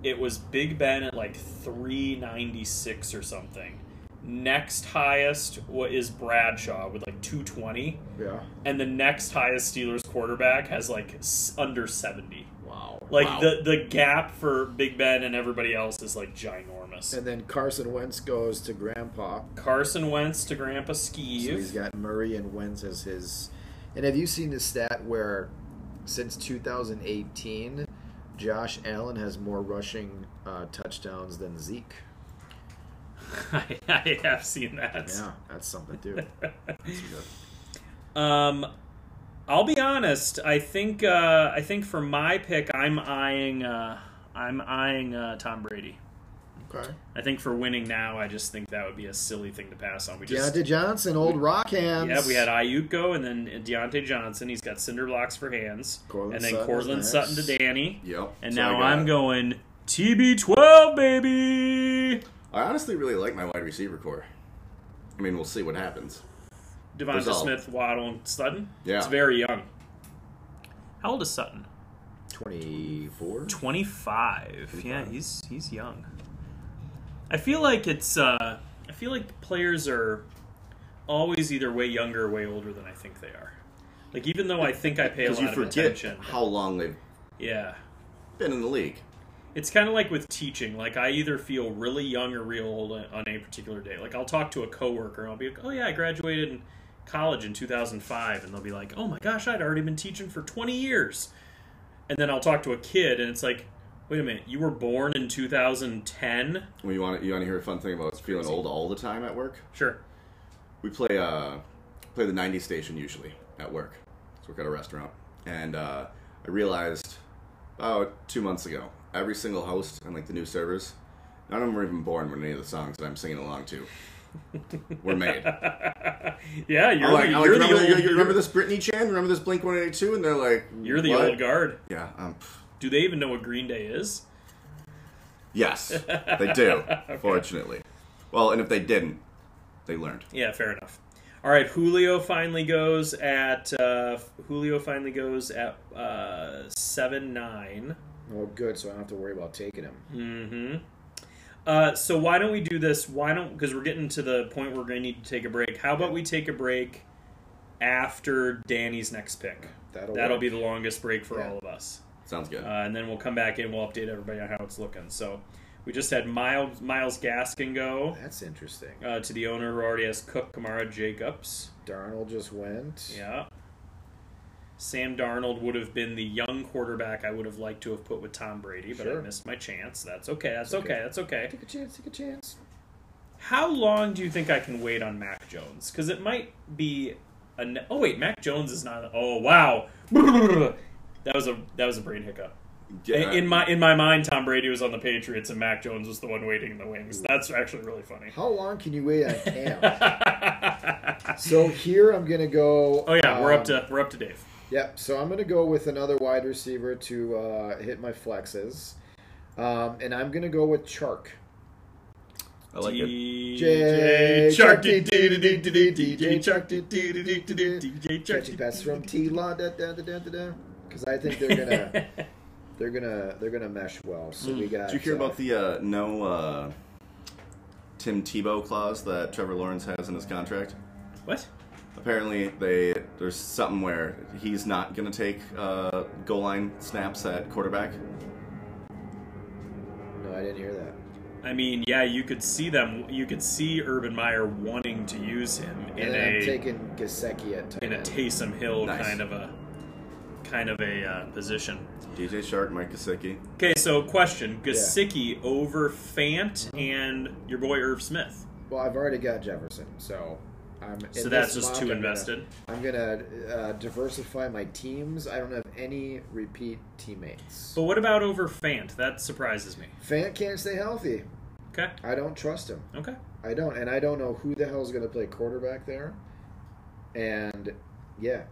Speaker 4: It was Big Ben at like 396 or something. Next highest wa- is Bradshaw with like 220,
Speaker 1: yeah.
Speaker 4: and the next highest Steelers quarterback has like s- under 70.
Speaker 1: Wow.
Speaker 4: Like
Speaker 5: Wow.
Speaker 4: the the gap for Big Ben and everybody else is like ginormous.
Speaker 1: And then Carson Wentz goes to Grandpa.
Speaker 4: Carson Wentz to Grandpa
Speaker 1: So
Speaker 4: Skeeve.
Speaker 1: he's got Murray and Wentz as his. And have you seen the stat where since 2018, Josh Allen has more rushing uh, touchdowns than Zeke?
Speaker 4: I, I have seen that.
Speaker 1: Yeah, that's something too.
Speaker 4: Um, I'll be honest. I think uh, I think for my pick, I'm eyeing uh, I'm eyeing uh, Tom Brady.
Speaker 1: Okay.
Speaker 4: I think for winning now, I just think that would be a silly thing to pass on. We just
Speaker 1: Deontay Johnson, old rock hands.
Speaker 4: yeah, we had Ayuko and then Deontay Johnson. He's got cinder blocks for hands,
Speaker 1: Cortland
Speaker 4: and then
Speaker 1: Sutton is
Speaker 4: Cortland
Speaker 1: next.
Speaker 4: Sutton to Danny.
Speaker 5: Yep.
Speaker 4: And
Speaker 5: So I
Speaker 4: now
Speaker 5: got-
Speaker 4: I'm going TB12, baby.
Speaker 5: I honestly really like my wide receiver core. I mean, we'll see what happens.
Speaker 4: Devonta
Speaker 5: Result.
Speaker 4: Smith, Waddle, and Sutton.
Speaker 5: Yeah.
Speaker 4: It's very young. How old is Sutton?
Speaker 1: 24.
Speaker 4: 25. Yeah, he's he's young. I feel like it's uh I feel like players are always either way younger or way older than I think they are. Like even though I think I pay a
Speaker 5: Because
Speaker 4: lot
Speaker 5: you
Speaker 4: of
Speaker 5: forget
Speaker 4: attention.
Speaker 5: how long they've
Speaker 4: Yeah.
Speaker 5: been in the league.
Speaker 4: It's kind of like with teaching. Like I either feel really young or real old on a particular day. Like I'll talk to a coworker and I'll be like, "Oh yeah, I graduated in college in 2005," and they'll be like, "Oh my gosh, I'd already been teaching for 20 years." And then I'll talk to a kid and it's like, "Wait a minute, you were born in 2010?"
Speaker 5: Well, you want to, you want to hear a fun thing about feeling old all the time at work?
Speaker 4: Sure.
Speaker 5: We play uh play the 90 station usually at work. So work at a restaurant, and uh, I realized about two months ago, every single host and like the new servers, none of them were even born when any of the songs that I'm singing along to were made.
Speaker 4: Yeah, you're
Speaker 5: I'm like,
Speaker 4: the, you're
Speaker 5: I'm Oh like,
Speaker 4: the
Speaker 5: remember,
Speaker 4: old,
Speaker 5: you remember
Speaker 4: you're-
Speaker 5: this Britney Chan? Remember this Blink 182? And they're like,
Speaker 4: you're the
Speaker 5: "What?"
Speaker 4: old guard.
Speaker 5: Yeah. Um, pff,
Speaker 4: Do they even know what Green Day is?
Speaker 5: yes, they do. Fortunately. Well, and if they didn't, they learned.
Speaker 4: Yeah, fair enough. All right, Julio finally goes at uh, Julio finally goes at uh, seven nine.
Speaker 1: Well, good, so I don't have to worry about taking him.
Speaker 4: Mm-hmm. Uh, so why don't we do this? Why don't because we're getting to the point where we're going to need to take a break. How about we take a break after Danny's next pick?
Speaker 1: That'll,
Speaker 4: That'll
Speaker 1: work.
Speaker 4: be the longest break for
Speaker 1: Yeah.
Speaker 4: all of us.
Speaker 5: Sounds good.
Speaker 4: Uh, and then we'll come back in. We'll update everybody on how it's looking. So we just had Miles Miles Gaskin go
Speaker 1: That's interesting.
Speaker 4: uh, to the owner who already has Cook, Kamara, Jacobs.
Speaker 1: Darnold just went.
Speaker 4: Yeah. Sam Darnold would have been the young quarterback I would have liked to have put with Tom Brady, but
Speaker 1: Sure.
Speaker 4: I missed my chance. That's okay. That's
Speaker 1: okay.
Speaker 4: okay. That's okay.
Speaker 1: Take a chance. Take a chance.
Speaker 4: How long do you think I can wait on Mac Jones? Because it might be. A ne- oh wait, Mac Jones is not. Oh wow, that was a that was a brain hiccup.
Speaker 5: Yeah,
Speaker 4: In my in my mind, Tom Brady was on the Patriots and Mac Jones was the one waiting in the wings. That's actually really funny.
Speaker 1: How long can you wait on Cam?
Speaker 4: oh
Speaker 1: so here I'm gonna go.
Speaker 4: yeah, we're up
Speaker 1: um,
Speaker 4: to we're up to Dave.
Speaker 1: Yep. So I'm going to go with another wide receiver to uh, hit my flexes, um, and I'm going to go with Chark.
Speaker 5: I like it.
Speaker 4: DJ Chuck
Speaker 1: Chuck,
Speaker 4: DJ Chuck DJ
Speaker 1: Catching
Speaker 4: Chuck
Speaker 1: passes from T Law. Because I think they're gonna they're gonna they're gonna mesh well. So
Speaker 4: Hmm.
Speaker 1: we got.
Speaker 5: Did you hear
Speaker 1: uh,
Speaker 5: about the uh, no uh, Tim Tebow clause that Trevor Lawrence has in his contract?
Speaker 4: What?
Speaker 5: Apparently, they there's something where he's not going to take uh, goal line snaps at quarterback.
Speaker 1: No, I didn't hear that.
Speaker 4: I mean, yeah, you could see them. You could see Urban Meyer wanting to use him in
Speaker 1: And then I'm
Speaker 4: a
Speaker 1: taking Gasecki at tight
Speaker 4: in a
Speaker 1: end.
Speaker 4: Taysom Hill
Speaker 5: Nice.
Speaker 4: kind of a kind of a uh, position.
Speaker 5: DJ Shark, Mike Kosicki.
Speaker 4: Okay, so question: Gasicki over Fant and your boy Irv Smith.
Speaker 1: Well, I've already got Jefferson, so I'm. in
Speaker 4: So that's
Speaker 1: this
Speaker 4: just
Speaker 1: mock,
Speaker 4: too
Speaker 1: I'm gonna-
Speaker 4: invested.
Speaker 1: I'm gonna uh, diversify my teams. I don't have any repeat teammates.
Speaker 4: But what about over Fant? That surprises me.
Speaker 1: Fant can't stay healthy.
Speaker 4: Okay.
Speaker 1: I don't trust him.
Speaker 4: Okay.
Speaker 1: I don't, and I don't know who the hell's gonna play quarterback there. And yeah,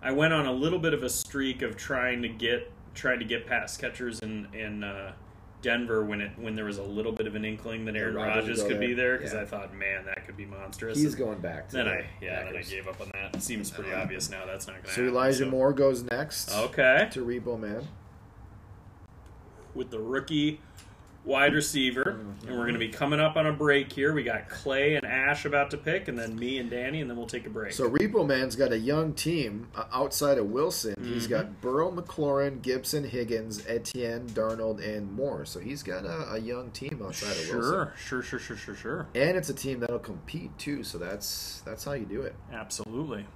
Speaker 4: I went on a little bit of a streak of trying to get trying to get pass catchers in in uh, Denver when it when there was a little bit of an inkling that Aaron
Speaker 1: Rodgers would
Speaker 4: Rodgers
Speaker 1: go
Speaker 4: could be
Speaker 1: there.
Speaker 4: there because
Speaker 1: Yeah.
Speaker 4: I thought, man, that could be monstrous.
Speaker 1: he's
Speaker 4: And
Speaker 1: going back. To
Speaker 4: Then
Speaker 1: the
Speaker 4: I yeah, then I
Speaker 1: Packers.
Speaker 4: gave up on that. It seems pretty
Speaker 1: Uh,
Speaker 4: obvious now. That's not going to
Speaker 1: So
Speaker 4: happen.
Speaker 1: Elijah
Speaker 4: so-
Speaker 1: Moore goes next
Speaker 4: Okay,
Speaker 1: to Rebo Man.
Speaker 4: with the rookie wide receiver,
Speaker 1: Mm-hmm.
Speaker 4: and we're going to be coming up on a break here. We got Clay and Ash about to pick, and then me and Danny, and then we'll take a break.
Speaker 1: So Rebo Man's got a young team uh, outside of Wilson. He's
Speaker 4: Mm-hmm.
Speaker 1: got Burrow, McLaurin, Gibson, Higgins, Etienne, Darnold, and Moore. So he's got a, a young team outside of Wilson.
Speaker 4: sure, sure, sure, sure, sure, sure.
Speaker 1: and it's a team that'll compete too. So that's that's how you do it.
Speaker 4: Absolutely.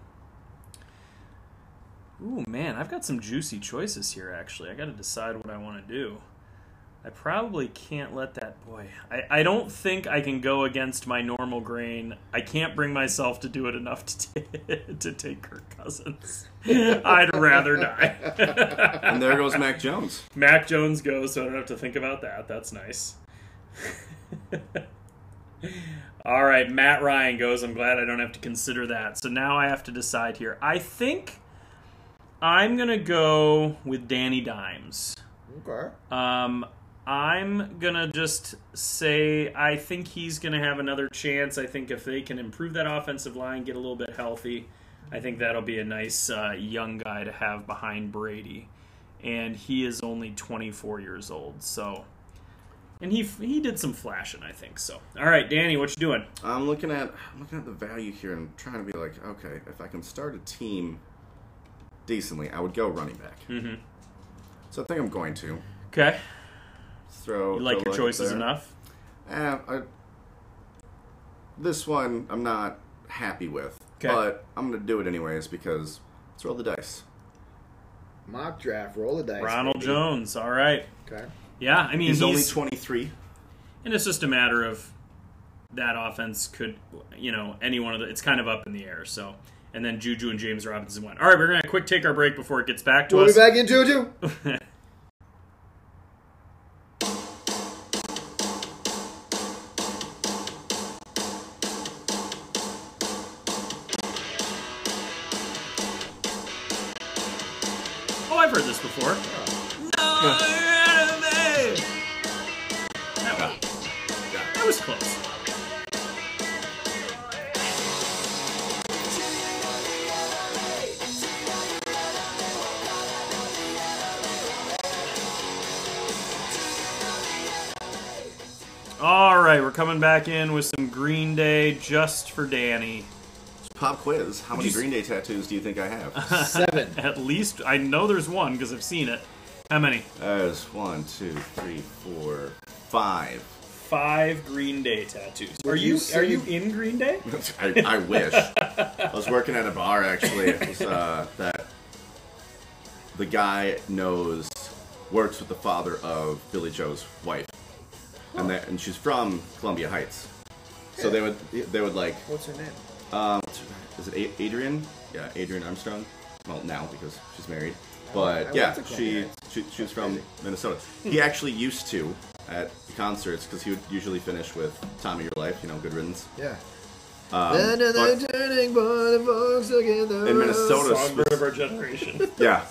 Speaker 4: Ooh, man, I've got some juicy choices here, actually. I got to decide what I want to do. I probably can't let that boy. I, I don't think I can go against my normal grain. I can't bring myself to do it enough to, t- to take Kirk Cousins. I'd rather die.
Speaker 5: And there goes Mac Jones.
Speaker 4: Mac Jones goes, so I don't have to think about that. That's nice. All right, Matt Ryan goes. I'm glad I don't have to consider that. So now I have to decide here. I think I'm going to go with Danny Dimes.
Speaker 1: Okay.
Speaker 4: Um, I'm going to just say I think he's going to have another chance. I think if they can improve that offensive line, get a little bit healthy, I think that'll be a nice uh, young guy to have behind Brady. And he is only 24 years old, so. And he he did some flashing, I think. So, all right, Danny, what you doing?
Speaker 5: I'm looking at I'm looking at the value here and trying to be like, okay, if I can start a team decently, I would go running back. Mm-hmm. So I think I'm going to
Speaker 4: Okay,
Speaker 5: throw.
Speaker 4: you like
Speaker 5: throw
Speaker 4: your choices
Speaker 5: there.
Speaker 4: enough.
Speaker 5: Eh, I, this one I'm not happy with,
Speaker 4: 'Kay.
Speaker 5: but I'm gonna do it anyways because let's roll the dice.
Speaker 1: Mock draft, roll the dice.
Speaker 4: Ronald
Speaker 1: baby.
Speaker 4: Jones, all right.
Speaker 1: Okay.
Speaker 4: Yeah, I mean
Speaker 5: He's, only 23.
Speaker 4: And it's just a matter of that offense could, you know, any one of the. It's kind of up in the air. So, and then Juju and James Robinson went. All right, we're gonna quick take our break before it gets back to
Speaker 1: We'll be
Speaker 4: us.
Speaker 1: back in oh Juju.
Speaker 4: oh, I've heard this before. That, one. that was close. All right, we're coming back in with some Green Day just for Danny.
Speaker 5: Pop quiz. How many
Speaker 4: you s-
Speaker 5: Green Day tattoos do you think I have?
Speaker 1: Seven.
Speaker 4: At least I know there's one because I've seen it. How many?
Speaker 5: There's one, two, three, four, five.
Speaker 6: Five Green Day tattoos. Are
Speaker 1: you
Speaker 6: you are
Speaker 1: seen-
Speaker 6: you in Green Day?
Speaker 5: I, I wish. I was working at a bar actually. It was uh, that the guy knows works with the father of Billy Joe's wife, and that and she's from Columbia Heights. So they would they would like
Speaker 1: What's her name?
Speaker 5: um, is it A- Adrian? Yeah, Adrian Armstrong. Well, now because she's married,
Speaker 1: I
Speaker 5: but
Speaker 1: went
Speaker 5: yeah,
Speaker 1: to Columbia
Speaker 5: she,
Speaker 1: Heights.
Speaker 5: she she was from Minnesota. He actually used to at the concerts because he would usually finish with "Time of Your Life," you know, "Good Riddance."
Speaker 1: Yeah.
Speaker 5: Um,
Speaker 1: Another
Speaker 5: but-
Speaker 1: turning point, folks, look at the
Speaker 5: In Minnesota,
Speaker 6: Songbird of our generation.
Speaker 5: Yeah.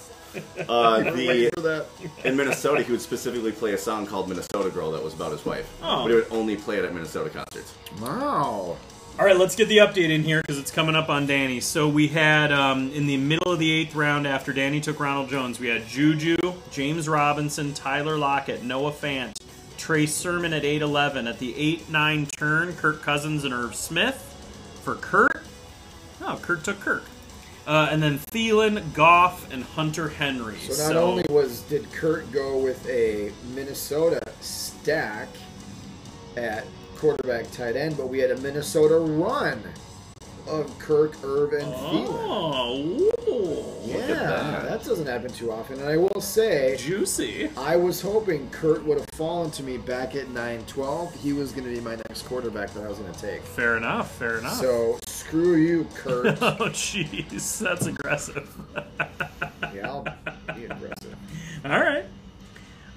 Speaker 5: Uh, the,
Speaker 1: For that.
Speaker 5: in Minnesota, he would specifically play a song called Minnesota Girl that was about his wife.
Speaker 6: Oh.
Speaker 5: But he would only play it at Minnesota concerts.
Speaker 1: Wow.
Speaker 4: All right, let's get the update in here because it's coming up on Danny. So we had um, in the middle of the eighth round after Danny took Ronald Jones, we had Juju, James Robinson, Tyler Lockett, Noah Fant, Trey Sermon at eight eleven. At the eight nine turn, Kirk Cousins and Irv Smith for Kirk. No, Kirk took Kirk. Uh, and then Thielen, Goff, and Hunter Henry.
Speaker 1: So not only was did Kurt go with a Minnesota stack at quarterback tight end, but we had a Minnesota run of Kirk, Irv, and Thielen.
Speaker 4: oh, ooh,
Speaker 1: Yeah,
Speaker 5: that.
Speaker 1: that. doesn't happen too often. And I will say,
Speaker 4: juicy.
Speaker 1: I was hoping Kurt would have fallen to me back at 9-12. He was going to be my next quarterback that I was going to take.
Speaker 4: Fair enough. Fair enough.
Speaker 1: So screw you, Kurt.
Speaker 4: Oh, jeez, that's aggressive.
Speaker 1: yeah, I'll be aggressive.
Speaker 4: All right.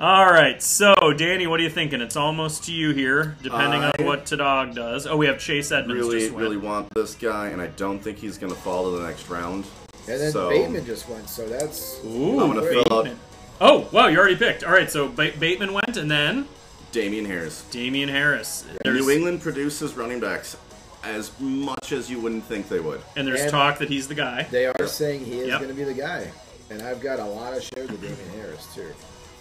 Speaker 4: All right, so Danny, what are you thinking? It's almost to you here, depending
Speaker 5: I-
Speaker 4: on what Tadog does. Oh, we have Chase Edmonds
Speaker 5: Really,
Speaker 4: just went.
Speaker 5: really want this guy, and I don't think he's going to fall to the next round.
Speaker 1: And then
Speaker 5: so,
Speaker 1: Bateman just went, so that's
Speaker 4: Ooh,
Speaker 5: I'm going to fill out
Speaker 4: Bateman. Oh, wow, you already picked. All right, so ba- Bateman went, and then
Speaker 5: Damian Harris.
Speaker 4: Damian Harris. There's,
Speaker 5: New England produces running backs as much as you wouldn't think they would.
Speaker 4: and there's
Speaker 1: And-
Speaker 4: talk that he's the guy.
Speaker 1: They are saying he is
Speaker 4: Yep.
Speaker 1: going to be the guy. And I've got a lot of shares with Damian Harris, too.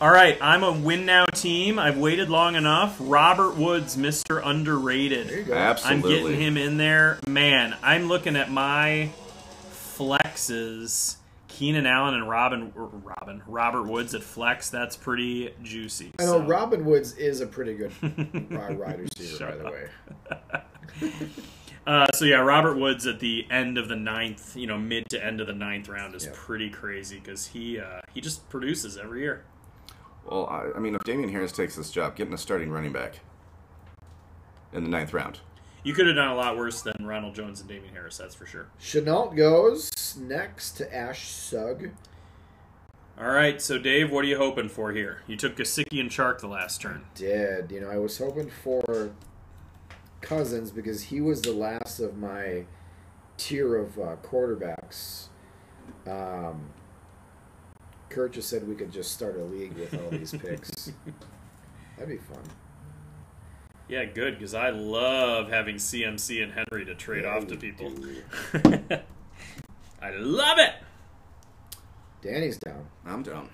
Speaker 4: All right, I'm a win now team. I've waited long enough. Robert Woods, Mr. Underrated.
Speaker 1: There you go.
Speaker 5: Absolutely.
Speaker 4: I'm getting him in there. Man, I'm looking at my flexes. Keenan Allen and Robin, or Robin, Robert Woods at flex. That's pretty juicy.
Speaker 1: I know
Speaker 4: so.
Speaker 1: Robin Woods is a pretty good ri- wide receiver, by
Speaker 4: Shut
Speaker 1: the
Speaker 4: up.
Speaker 1: way.
Speaker 4: Uh, so yeah, Robert Woods at the end of the ninth, you know, mid to end of the ninth round is
Speaker 1: Yeah.
Speaker 4: pretty crazy because he uh, he just produces every year.
Speaker 5: Well, I, I mean, if Damian Harris takes this job, getting a starting running back in the ninth round.
Speaker 4: You could have done a lot worse than Ronald Jones and Damian Harris. That's for sure.
Speaker 1: Chenault goes next to Ash Sugg.
Speaker 4: All right, so Dave, what are you hoping for here? You took Gasicki and Chark the last turn.
Speaker 1: Dead. You know, I was hoping for Cousins because he was the last of my tier of uh, quarterbacks. Um, Kurt just said we could just start a league with all these picks. That'd be fun.
Speaker 4: Yeah, good because I love having CMC and Henry to trade
Speaker 1: Yeah,
Speaker 4: off to
Speaker 1: you
Speaker 4: people.
Speaker 1: do.
Speaker 4: I love it.
Speaker 1: Danny's down,
Speaker 5: I'm down.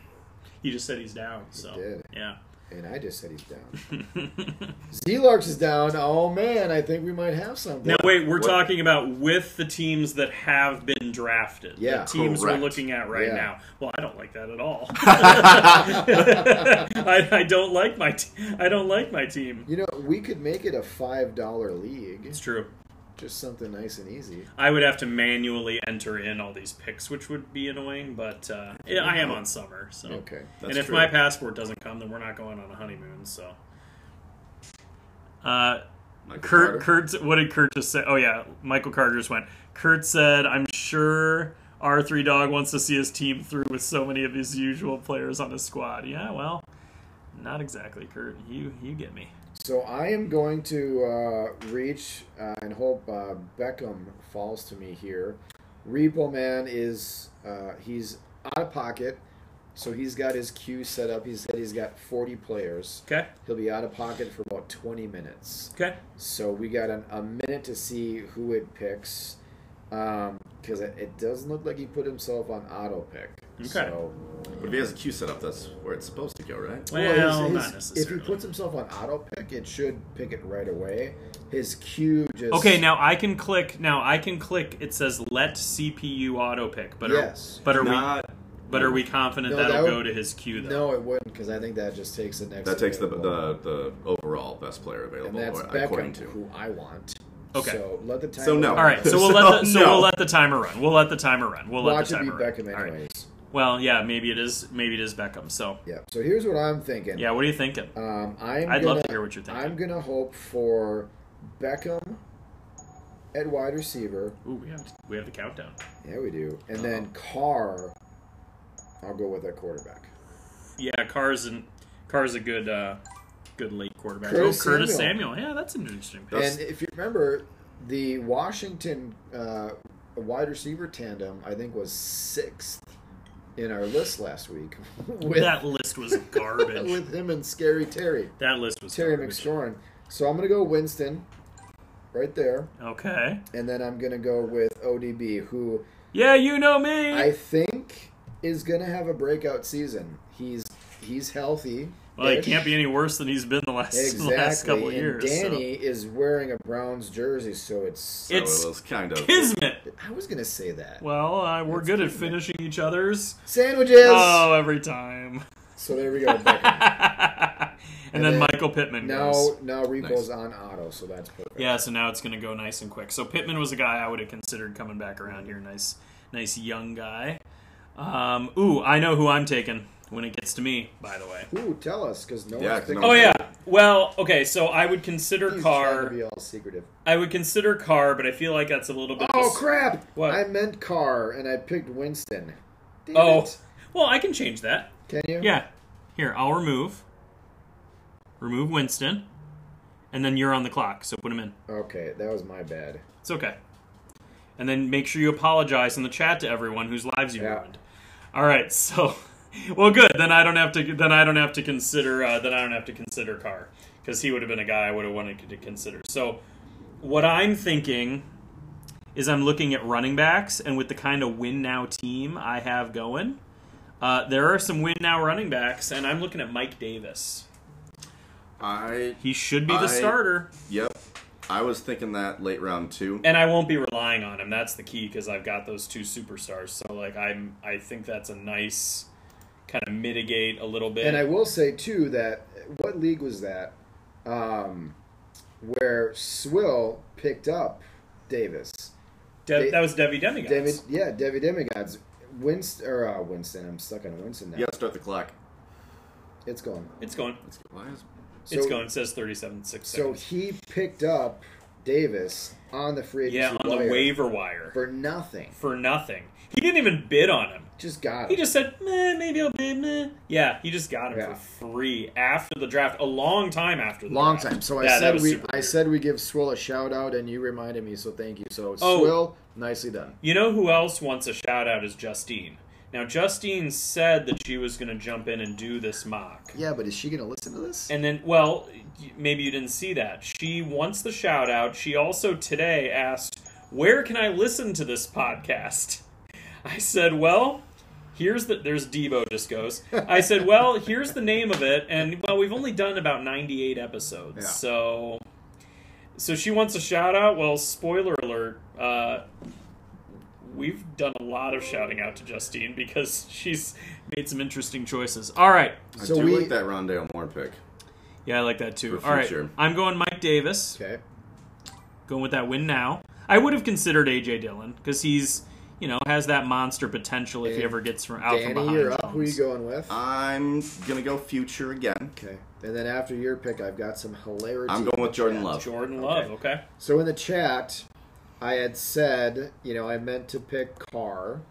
Speaker 4: He just said he's down. So
Speaker 1: did.
Speaker 4: yeah,
Speaker 1: and I just said he's down. Zelarx is down. Oh man, I think we might have something.
Speaker 4: Now wait, we're
Speaker 5: What-
Speaker 4: talking about with the teams that have been drafted.
Speaker 1: Yeah,
Speaker 4: the teams
Speaker 5: correct.
Speaker 4: we're looking at right
Speaker 1: Yeah.
Speaker 4: now. Well, I don't like that at all. I, I don't like my t- I don't like my team.
Speaker 1: You know, we could make it a five dollar league.
Speaker 4: It's true.
Speaker 1: Just something nice and easy.
Speaker 4: I would have to manually enter in all these picks, which would be annoying. But uh, yeah, I am on summer, so
Speaker 1: Okay.
Speaker 5: That's
Speaker 4: and if
Speaker 5: true.
Speaker 4: my passport doesn't come, then we're not going on a honeymoon. So, uh, Kurt,
Speaker 5: Michael Carter.
Speaker 4: Kurt's, what did Kurt just say? Oh yeah, Michael Carter just went. Kurt said, "I'm sure R three dog wants to see his team through with so many of his usual players on his squad." Yeah, well, not exactly, Kurt. You you get me.
Speaker 1: So I am going to uh, reach uh, and hope uh, Beckham falls to me here. Repo Man is uh, he's out of pocket, so he's got his queue set up. He said he's got 40 players.
Speaker 4: Okay,
Speaker 1: He'll be out of pocket for about 20 minutes.
Speaker 4: okay.
Speaker 1: So we got an, a minute to see who it picks, um, because it, it doesn't look like he put himself on auto pick.
Speaker 4: Okay.
Speaker 1: So
Speaker 5: But if he has a queue set up, that's where it's supposed to go, right?
Speaker 7: Well,
Speaker 1: his-
Speaker 7: not
Speaker 1: his-
Speaker 7: necessarily.
Speaker 1: if he puts himself on auto pick, it should pick it right away. His cue just
Speaker 7: Okay, now I can click. Now I can click. It says let CPU auto pick, but
Speaker 1: Yes.
Speaker 7: are, but are we
Speaker 5: Not-
Speaker 7: but are we confident
Speaker 1: No,
Speaker 7: that'll
Speaker 1: that
Speaker 7: go
Speaker 1: would-
Speaker 7: to his queue though?
Speaker 1: No, it wouldn't because I think that just takes the next.
Speaker 5: That takes the,
Speaker 1: available.
Speaker 5: the the overall best player
Speaker 1: and
Speaker 5: available,
Speaker 1: that's
Speaker 5: or- according
Speaker 1: Beckham,
Speaker 5: to.
Speaker 1: who I want.
Speaker 7: Okay.
Speaker 1: So let the time.
Speaker 5: So no.
Speaker 7: All right, so we'll
Speaker 5: So,
Speaker 7: let the, so
Speaker 5: no.
Speaker 7: we'll let the timer run. We'll let the timer run. We'll
Speaker 1: Watch it
Speaker 7: let the
Speaker 1: be
Speaker 7: timer run.
Speaker 1: Beckham
Speaker 7: All right.
Speaker 1: anyways.
Speaker 7: Well, yeah, maybe it is. Maybe it is Beckham. So
Speaker 1: Yeah. So here's what I'm thinking.
Speaker 7: yeah, what are you thinking?
Speaker 1: Um, I'm.
Speaker 7: I'd
Speaker 1: gonna,
Speaker 7: love to hear what you're thinking.
Speaker 1: I'm gonna hope for Beckham at wide receiver.
Speaker 7: Ooh, we have we have the countdown.
Speaker 1: Yeah, we do. And then Carr. I'll go with a quarterback.
Speaker 7: Yeah, Carr's and Carr's a good uh, good late quarterback.
Speaker 1: Curtis
Speaker 7: oh, Curtis
Speaker 1: Samuel.
Speaker 7: Samuel. Yeah, that's an interesting. Pick.
Speaker 5: That's-
Speaker 1: And if you remember, the Washington uh, wide receiver tandem, I think, was sixth in our list last week with
Speaker 7: that list was garbage.
Speaker 1: with him and Scary Terry,
Speaker 7: that list was
Speaker 1: Terry
Speaker 7: garbage.
Speaker 1: McStorin. So I'm gonna go Winston, right there,
Speaker 7: Okay.
Speaker 1: and then I'm gonna go with ODB, who
Speaker 7: Yeah, you know me.
Speaker 1: I think is gonna have a breakout season. He's he's healthy.
Speaker 7: well, it can't be any worse than he's been the last
Speaker 1: exactly.
Speaker 7: the last couple
Speaker 1: and
Speaker 7: years. so.
Speaker 1: Danny is wearing a Browns jersey, so it's.
Speaker 5: So
Speaker 7: It's
Speaker 5: it was kind of
Speaker 7: Kismet.
Speaker 1: I was gonna say that.
Speaker 7: Well, uh, we're
Speaker 1: It's
Speaker 7: good at
Speaker 1: kismet.
Speaker 7: finishing each other's.
Speaker 1: Sandwiches.
Speaker 7: Oh, every time.
Speaker 1: So there we go. Beckham.
Speaker 7: and, then,
Speaker 1: then
Speaker 7: Michael Pittman
Speaker 1: now,
Speaker 7: goes.
Speaker 1: now Rico's
Speaker 5: Nice.
Speaker 1: on auto, so that's perfect.
Speaker 7: Yeah, so now it's going to go nice and quick. So Pittman was a guy I would have considered coming back around here. Nice, nice young guy. Um, ooh, I know who I'm taking when it gets to me. By the way.
Speaker 1: Ooh, tell us, because no
Speaker 5: Yeah,
Speaker 1: one's
Speaker 5: 'cause no
Speaker 1: thinking.
Speaker 4: Oh yeah. Well, okay. So I would consider
Speaker 1: He's trying to
Speaker 4: Carr.
Speaker 1: be all secretive.
Speaker 4: I would consider Carr, but I feel like that's a little bit.
Speaker 1: Oh
Speaker 4: dis-
Speaker 1: crap!
Speaker 4: What?
Speaker 1: I meant Carr, and I picked Winston. Damn
Speaker 4: Oh.
Speaker 1: it.
Speaker 4: Well, I can change that.
Speaker 1: can you?
Speaker 7: Yeah. Here, I'll remove. Remove Winston, and then you're on the clock. So put him in.
Speaker 1: Okay, that was my bad.
Speaker 7: It's okay. And then make sure you apologize in the chat to everyone whose lives you
Speaker 1: Yeah.
Speaker 7: ruined. All right, so well, good. Then I don't have to. Then I don't have to consider. Uh, then I don't have to consider Carr because he would have been a guy I would have wanted to consider. So what I'm thinking is I'm looking at running backs, and with the kind of win now team I have going, uh, there are some win now running backs, and I'm looking at Mike Davis.
Speaker 5: I
Speaker 7: He should be the
Speaker 5: I-
Speaker 7: starter,
Speaker 5: yep. I was thinking that late round two.
Speaker 4: and I won't be relying on him. That's the key because I've got those two superstars. So like I'm, I think that's a nice kind of mitigate a little bit.
Speaker 1: And I will say too that what league was that? Um, where Swill picked up Davis.
Speaker 4: De-
Speaker 1: they-
Speaker 4: that was Debbie Demigods.
Speaker 1: David, yeah, David Demigods. Winston or uh, Winston? I'm stuck on Winston now.
Speaker 5: Yeah, start the clock.
Speaker 1: It's going.
Speaker 4: It's going.
Speaker 5: Let's go. Why is-
Speaker 4: it's
Speaker 1: So-
Speaker 4: going. It says thirty-seven six
Speaker 1: So
Speaker 4: seconds.
Speaker 1: he picked up Davis on the free agency
Speaker 4: yeah, on the
Speaker 1: wire
Speaker 4: waiver wire
Speaker 1: for nothing.
Speaker 4: for nothing. He didn't even bid on him.
Speaker 1: Just got
Speaker 4: He
Speaker 1: it.
Speaker 4: just said, meh, maybe I'll bid. Meh. Yeah, he just got him
Speaker 1: Yeah.
Speaker 4: for free after the draft. A long time after. the
Speaker 1: long
Speaker 4: draft.
Speaker 1: time. So I
Speaker 4: Yeah, that
Speaker 1: said
Speaker 4: was
Speaker 1: we
Speaker 4: super
Speaker 1: I
Speaker 4: weird.
Speaker 1: said we give Swill a shout out, and you reminded me. So thank you. So
Speaker 4: Oh.
Speaker 1: Swill, nicely done.
Speaker 4: You know who else wants a shout out is Justine. Now Justine said that she was going to jump in and do this mock.
Speaker 1: Yeah, but is she gonna listen to this?
Speaker 4: And then, well, y- maybe you didn't see that. She wants the shout out. She also today asked, "Where can I listen to this podcast?" I said, "Well, here's the there's Debo just goes." I said, "Well, here's the name of it." And well, we've only done about 98 episodes.
Speaker 1: Yeah.
Speaker 4: So so she wants a shout out. Well, spoiler alert, uh We've done a lot of shouting out to Justine because she's
Speaker 7: made some interesting choices. All right,
Speaker 5: I
Speaker 1: So
Speaker 5: do
Speaker 1: we-
Speaker 5: like that Rondale Moore pick.
Speaker 7: Yeah, I like that too.
Speaker 5: For
Speaker 7: All right,
Speaker 5: future.
Speaker 7: I'm going Mike Davis.
Speaker 1: okay.
Speaker 7: Going with that win now. I would have considered AJ Dillon because he's, you know, has that monster potential if he
Speaker 1: And
Speaker 7: ever gets from out from
Speaker 1: Danny,
Speaker 7: behind.
Speaker 1: you're up. Who you
Speaker 7: Jones.
Speaker 1: going with?
Speaker 5: Uh, I'm gonna go future again.
Speaker 1: Okay. And then after your pick, I've got some hilarity.
Speaker 5: I'm going with Jordan Love.
Speaker 4: Jordan Love, okay?
Speaker 1: So in the chat, I had said, you know, I meant to pick Carr.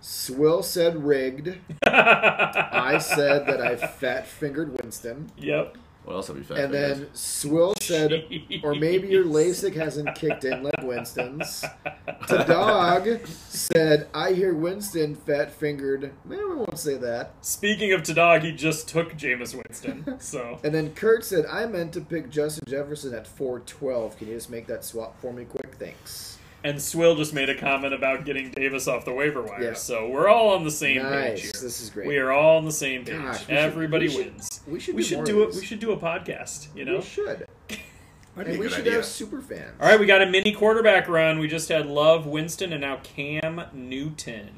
Speaker 1: Swill said rigged. I said that I fat fingered Winston.
Speaker 4: Yep.
Speaker 5: What else have you found?
Speaker 1: And then Swill said, or maybe your LASIK hasn't kicked in like Winston's. The dog said, I hear Winston fat fingered. Man, we won't say that.
Speaker 4: Speaking of Tadag, he just took Jameis Winston. So
Speaker 1: And then Kurt said, I meant to pick Justin Jefferson at 412. Can you just make that swap for me quick? Thanks.
Speaker 4: And Swill just made a comment about getting Davis off the waiver wire.
Speaker 1: Yeah.
Speaker 4: So we're all on the same page
Speaker 1: Nice.
Speaker 4: here.
Speaker 1: This is great.
Speaker 4: We are all on the same page.
Speaker 1: Gosh, we should-
Speaker 4: Everybody
Speaker 1: we should-
Speaker 4: wins.
Speaker 1: we should
Speaker 4: we
Speaker 1: do
Speaker 4: should
Speaker 1: more
Speaker 4: do
Speaker 1: of
Speaker 4: a,
Speaker 1: these.
Speaker 4: we should do a podcast. You know.
Speaker 1: We should.
Speaker 5: That'd be
Speaker 1: And
Speaker 5: a
Speaker 1: we
Speaker 5: good
Speaker 1: should
Speaker 5: idea.
Speaker 1: have super fans.
Speaker 4: All right, we got a mini quarterback run. We just had Love, Winston, and now Cam Newton.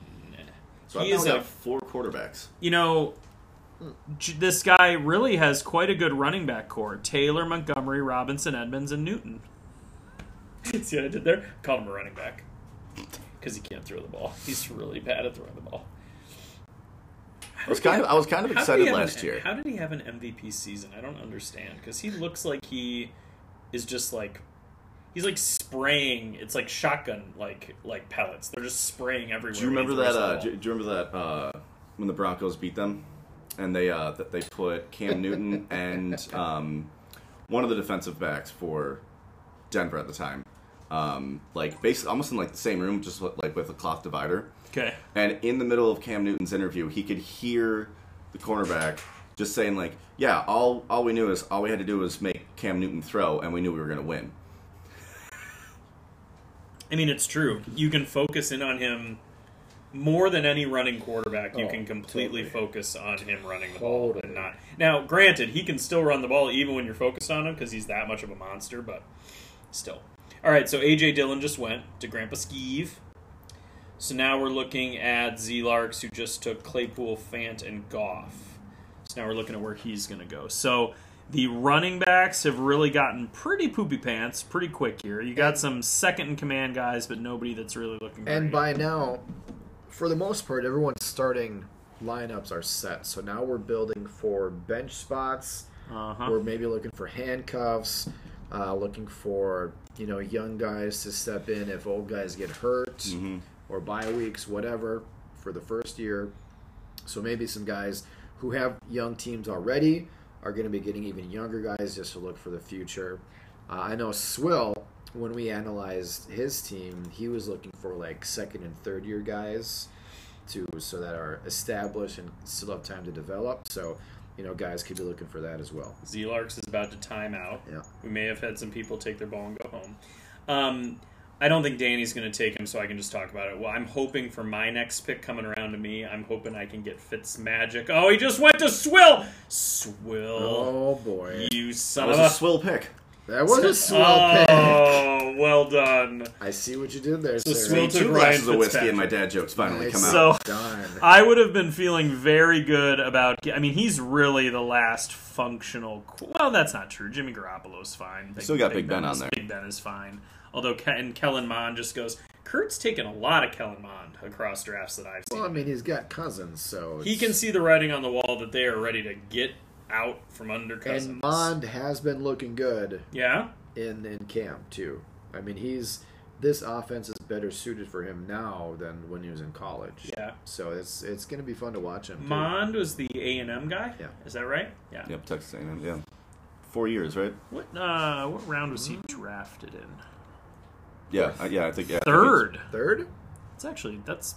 Speaker 5: So I've
Speaker 4: He
Speaker 5: now
Speaker 4: is a-
Speaker 5: got four quarterbacks.
Speaker 7: You know, j- this guy really has quite a good running back core: Taylor, Montgomery, Robinson, Edmonds, and Newton.
Speaker 4: See what I did there? Called him a running back because he can't throw the ball. He's really bad at throwing the ball.
Speaker 5: I was kind of I was kind of
Speaker 4: How did he
Speaker 5: excited
Speaker 4: have an-
Speaker 5: last year.
Speaker 4: How did he have an MVP season? I don't understand because he looks like he is just like he's like spraying. It's like shotgun like like pellets. They're just spraying everywhere.
Speaker 5: Do you
Speaker 4: when he
Speaker 5: remember that?
Speaker 4: throws the
Speaker 5: Uh,
Speaker 4: ball.
Speaker 5: do, do you remember that uh, when the Broncos beat them, and they uh, that they put Cam Newton and um, one of the defensive backs for Denver at the time, um, like basically almost in like the same room, just like with a cloth divider.
Speaker 7: Okay.
Speaker 5: And in the middle of Cam Newton's interview, he could hear the cornerback just saying like, "Yeah, all all we knew is all we had to do was make Cam Newton throw, and we knew we were going to win."
Speaker 4: I mean, it's true. You can focus in on him more than any running quarterback. You
Speaker 1: Oh,
Speaker 4: can completely
Speaker 1: totally.
Speaker 4: focus on him running the ball
Speaker 1: Totally.
Speaker 4: and not. Now, granted, he can still run the ball even when you're focused on him because he's that much of a monster. But still, all right. So AJ Dillon just went to Grandpa Skeeve. So now we're looking at Z Larks, who just took Claypool, Fant, and Goff.
Speaker 7: So now we're looking at where he's going to go. So the running backs have really gotten pretty poopy pants pretty quick here. You got some second in command guys, but nobody that's really looking.
Speaker 1: And
Speaker 7: great.
Speaker 1: by now, for the most part, everyone's starting lineups are set. So now we're building for bench spots.
Speaker 7: Uh-huh.
Speaker 1: We're maybe looking for handcuffs, uh, looking for you know young guys to step in if old guys get hurt or bye weeks, whatever, for the first year. So maybe some guys who have young teams already are going to be getting even younger guys just to look for the future. Uh, I know Swill, when we analyzed his team, he was looking for like second and third year guys to so that are established and still have time to develop. So, you know, guys could be looking for that as well.
Speaker 4: Z Larks is about to time out.
Speaker 1: Yeah.
Speaker 4: We may have had some people take their ball and go home. Um, I don't think Danny's going to take him, so I can just talk about it. Well, I'm hoping for my next pick coming around to me. I'm hoping I can get Fitz Magic. Oh, he just went to Swill. Swill,
Speaker 1: Oh boy,
Speaker 4: you
Speaker 5: That
Speaker 4: son
Speaker 5: was
Speaker 4: of
Speaker 5: a
Speaker 4: a.
Speaker 5: swill pick.
Speaker 1: that was a swell pick.
Speaker 4: oh, well done.
Speaker 1: I see what you did there,
Speaker 4: So
Speaker 1: sir.
Speaker 4: Swill took
Speaker 5: Two
Speaker 4: Ryan
Speaker 5: glasses of whiskey, and my
Speaker 4: Fitzpatrick.
Speaker 5: dad jokes finally come out.
Speaker 7: So-
Speaker 1: done.
Speaker 4: uh,
Speaker 7: I would have been feeling very good about. I mean, he's really the last functional. Well, that's not true. Jimmy Garoppolo's fine. Big,
Speaker 5: Still got Big Ben on
Speaker 7: is-
Speaker 5: there.
Speaker 7: Big Ben is fine.
Speaker 4: Although Ke- and Kellen Mond just goes. Kurt's taken a lot of Kellen Mond across drafts that I've seen.
Speaker 1: Well, I mean, he's got cousins, so
Speaker 4: he can
Speaker 1: it's-
Speaker 4: see the writing on the wall that they are ready to get out from under Cousins.
Speaker 1: And Mond has been looking good
Speaker 4: Yeah.
Speaker 1: in in camp too. I mean, he's this offense is better suited for him now than when he was in college.
Speaker 4: Yeah.
Speaker 1: So it's it's going to be fun to watch him. too.
Speaker 4: Mond was the A and M guy.
Speaker 1: Yeah.
Speaker 4: Is that right? Yeah.
Speaker 5: Yep, Texas A&M. Yeah, four years, right?
Speaker 7: What uh, what round was he drafted in?
Speaker 5: Yeah, uh, yeah, I think yeah, I think it's-
Speaker 7: Third.
Speaker 1: Third?
Speaker 7: It's actually that's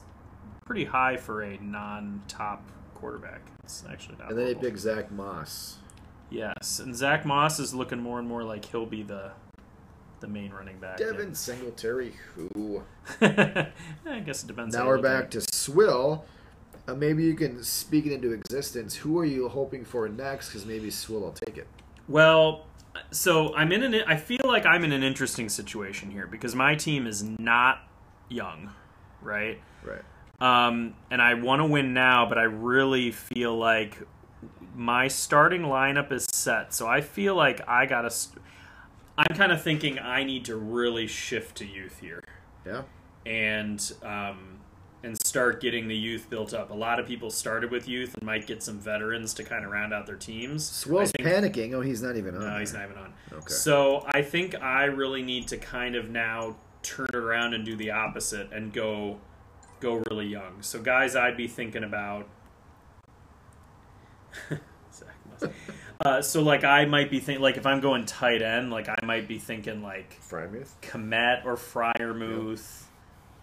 Speaker 7: pretty high for a non-top quarterback. It's actually not.
Speaker 1: And then they
Speaker 7: horrible.
Speaker 1: pick Zach Moss.
Speaker 7: Yes, and Zach Moss is looking more and more like he'll be the the main running back.
Speaker 1: Devin Singletary, who?
Speaker 7: I guess it depends. how you
Speaker 1: Now we're
Speaker 7: look at it.
Speaker 1: back to Swill. Uh, maybe you can speak it into existence. Who are you hoping for next? Because maybe Swill will take it.
Speaker 7: Well, so I'm in an. I feel like I'm in an interesting situation here because my team is not young, right?
Speaker 1: Right.
Speaker 7: Um, and I want to win now, but I really feel like my starting lineup is set. So I feel like I gotta. St-
Speaker 4: I'm kind of thinking I need to really shift to youth here
Speaker 1: Yeah.
Speaker 4: and um, and start getting the youth built up. A lot of people started with youth and might get some veterans to kind of round out their teams.
Speaker 1: Swill's
Speaker 4: I think-
Speaker 1: panicking. Oh, he's not even on.
Speaker 4: No, Uh, he's
Speaker 1: there.
Speaker 4: not even on.
Speaker 1: Okay.
Speaker 4: So I think I really need to kind of now turn it around and do the opposite and go go really young. So guys, I'd be thinking about. Zach Moss. uh, so like I might be thinking like if I'm going tight end, like I might be thinking like
Speaker 1: Frymuth?
Speaker 4: Komet or Fryermuth,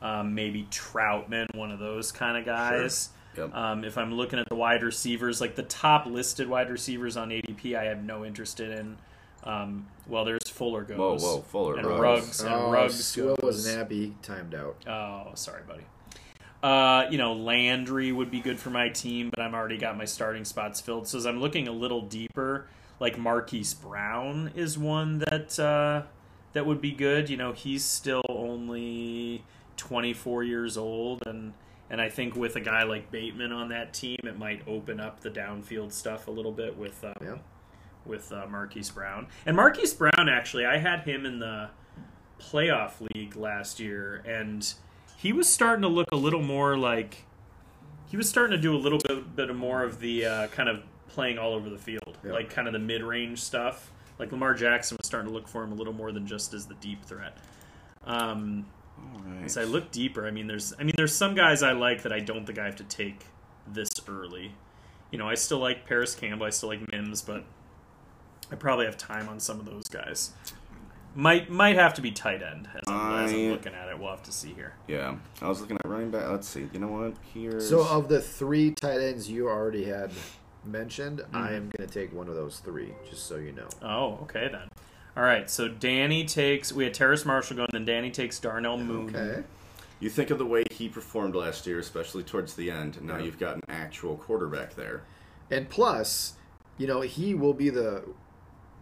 Speaker 4: um, maybe Troutman, one of those kind of guys.
Speaker 5: Yep.
Speaker 4: Um, if I'm looking at the wide receivers, like the top listed wide receivers on ADP, I have no interest in. Um, well, there's Fuller goes.
Speaker 5: Whoa, whoa, Fuller,
Speaker 4: and
Speaker 5: Ruggs.
Speaker 4: Rugs and
Speaker 1: Oh,
Speaker 4: Rugs.
Speaker 1: Swill
Speaker 4: goes.
Speaker 1: wasn't happy. He timed out.
Speaker 4: Oh, sorry, buddy. Uh, you know, Landry would be good for my team, but I'm already got my starting spots filled. So as I'm looking a little deeper, like Marquise Brown is one that uh, that would be good. You know, he's still only 24 years old, and and I think with a guy like Bateman on that team, it might open up the downfield stuff a little bit with um,
Speaker 1: Yeah.
Speaker 4: with uh, Marquise Brown. And Marquise Brown, actually, I had him in the playoff league last year, and he was starting to look a little more like he was starting to do a little bit, bit of more of the uh, kind of playing all over the field,
Speaker 1: Yeah.
Speaker 4: like kind of the mid range stuff. Like Lamar Jackson was starting to look for him a little more than just as the deep threat. Um, as I look deeper, I mean, there's, I mean, there's some guys I like that I don't think I have to take this early. You know, I still like Paris Campbell, I still like Mims, but I probably have time on some of those guys. Might might have to be tight end as I'm, as I'm
Speaker 5: I-
Speaker 4: looking at it. We'll have to see here.
Speaker 5: Yeah, I was looking at running back. Let's see. You know what? Here's
Speaker 1: So, uh, of the three tight ends you already had mentioned,
Speaker 4: Mm-hmm.
Speaker 1: I am going to take one of those three, just so you know.
Speaker 4: Oh, okay then. All right, so Danny takes. We had Terrace Marshall going, then Danny takes Darnell Moon.
Speaker 1: Okay.
Speaker 5: you think of the way he performed last year, especially towards the end. And now you've got an actual quarterback there.
Speaker 1: And plus, you know, he will be the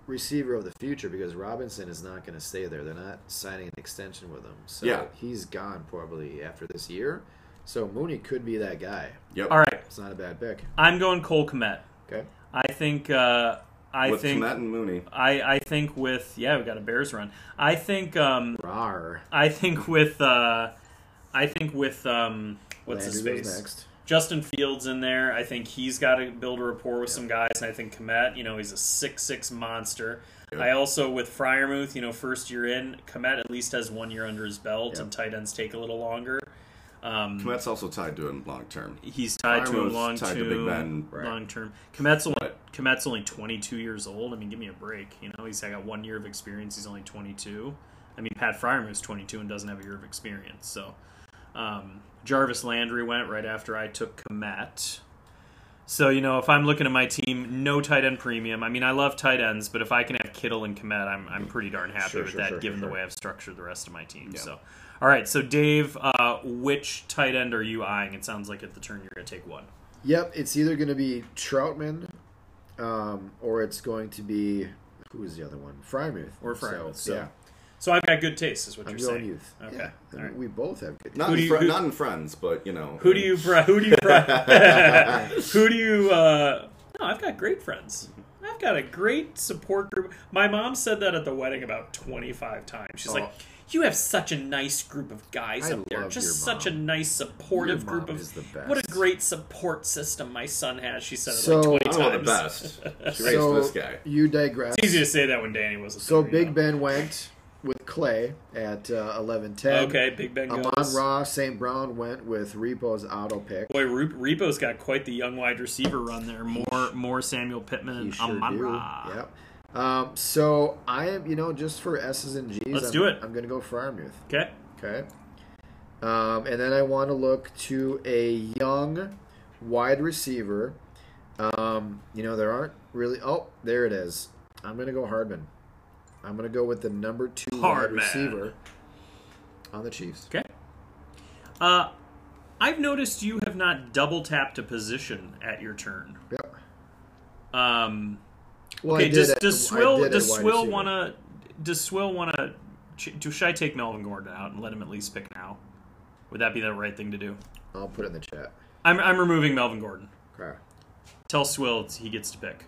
Speaker 1: receiver of the future because Robinson is not going to stay there. They're not signing an extension with him. So
Speaker 5: Yeah.
Speaker 1: he's gone probably after this year. So Mooney could be that guy.
Speaker 5: Yep.
Speaker 4: All right,
Speaker 1: It's not a bad pick.
Speaker 4: I'm going Cole Komet.
Speaker 1: Okay.
Speaker 4: I think. Uh, I
Speaker 5: With
Speaker 4: think.
Speaker 5: Komet and Mooney,
Speaker 4: I, I think with yeah we got a Bears run. I think um
Speaker 1: Rar.
Speaker 4: I think with uh I think with um what's his
Speaker 1: Landry goes
Speaker 4: face
Speaker 1: next.
Speaker 4: Justin Fields in there. I think he's got to build a rapport with some guys, and I think Komet, you know, he's a six six monster.
Speaker 5: Yeah.
Speaker 4: I also with Fryermuth, you know, first year in, Komet at least has one year under his belt,
Speaker 1: Yeah.
Speaker 4: and tight ends take a little longer. Um,
Speaker 5: Komet's also tied to him long term.
Speaker 4: he's tied to a
Speaker 5: Fryermuth's
Speaker 4: long
Speaker 5: tied
Speaker 4: term.
Speaker 5: to Big Ben, right.
Speaker 4: Long term. Komet's only
Speaker 5: But-
Speaker 4: Komet's only 22 years old. I mean, give me a break. You know, he's got one year of experience. He's only 22. I mean, Pat Fryer is 22 and doesn't have a year of experience. So, um, Jarvis Landry went right after I took Komet. So you know, if I'm looking at my team, no tight end premium. I mean, I love tight ends, but if I can have Kittle and Komet, I'm I'm pretty darn happy
Speaker 1: Sure,
Speaker 4: with
Speaker 1: sure,
Speaker 4: that,
Speaker 1: sure,
Speaker 4: given
Speaker 1: sure.
Speaker 4: the way I've structured the rest of my team.
Speaker 5: Yeah.
Speaker 4: So, all right. So, Dave, uh, which tight end are you eyeing? It sounds like at the turn you're going to take one.
Speaker 1: Yep, it's either going to be Troutman, um, or it's going to be who was the other one? Frymuth
Speaker 4: Or Fryermuth, so
Speaker 1: yeah,
Speaker 4: So I've got good taste, is what
Speaker 1: I'm
Speaker 4: you're
Speaker 1: going
Speaker 4: saying.
Speaker 1: youth.
Speaker 4: Okay.
Speaker 1: Yeah,
Speaker 4: All right.
Speaker 1: we both have good.
Speaker 5: Not,
Speaker 4: Who
Speaker 5: in
Speaker 4: do you-
Speaker 5: fri-
Speaker 4: who-
Speaker 5: not in friends, but you know.
Speaker 4: Who do you, pri- who do you, pri- who do you? Uh, no, I've got great friends. I've got a great support group. My mom said that at the wedding about 25 times. She's like,
Speaker 1: Oh.
Speaker 4: "You have such a nice group of guys
Speaker 1: I
Speaker 4: up there.
Speaker 1: love
Speaker 4: Just
Speaker 1: your
Speaker 4: such a
Speaker 1: mom.
Speaker 4: nice supportive
Speaker 1: Your
Speaker 4: group
Speaker 1: mom
Speaker 4: of
Speaker 1: is the best.
Speaker 4: what a great support system my son has." She said it
Speaker 1: So-
Speaker 4: like 20
Speaker 5: I
Speaker 4: times.
Speaker 5: don't know the best. She raised
Speaker 1: So
Speaker 5: this guy.
Speaker 1: you digress.
Speaker 4: It's easy to say that when Danny was.
Speaker 1: So Big Ben went with Clay at uh, eleven ten.
Speaker 4: Okay, Big Ben
Speaker 1: Amon
Speaker 4: goes.
Speaker 1: Ra, St. Brown went with Repo's auto pick.
Speaker 4: Boy, Ru- Repo's got quite the young wide receiver run there. More, more Samuel Pittman
Speaker 1: You
Speaker 4: and
Speaker 1: sure
Speaker 4: Amon
Speaker 1: do.
Speaker 4: Ra.
Speaker 1: Yep. Um, so I am, you know, just for S's and G's.
Speaker 4: Let's
Speaker 1: I'm,
Speaker 4: do it.
Speaker 1: I'm going to go Fryermuth.
Speaker 4: Okay.
Speaker 1: Okay. Um, and then I want to look to a young wide receiver. Um, you know, there aren't really. Oh, there it is. I'm going to go Hardman. I'm going to go with the number two
Speaker 4: Hardman.
Speaker 1: wide receiver on the Chiefs.
Speaker 4: Okay. Uh, I've noticed you have not double tapped a position at your turn.
Speaker 1: Yep.
Speaker 4: Um,
Speaker 1: Well,
Speaker 4: okay. Does,
Speaker 1: at-
Speaker 4: does
Speaker 1: I
Speaker 4: Swill
Speaker 1: did at
Speaker 4: does
Speaker 1: wide
Speaker 4: Swill
Speaker 1: receiver.
Speaker 4: want to does Swill want to do? Should I take Melvin Gordon out and let him at least pick now? Would that be the right thing to do?
Speaker 1: I'll put it in the chat.
Speaker 4: I'm I'm removing Melvin Gordon.
Speaker 1: Okay.
Speaker 4: Tell Swill it's- he gets to pick.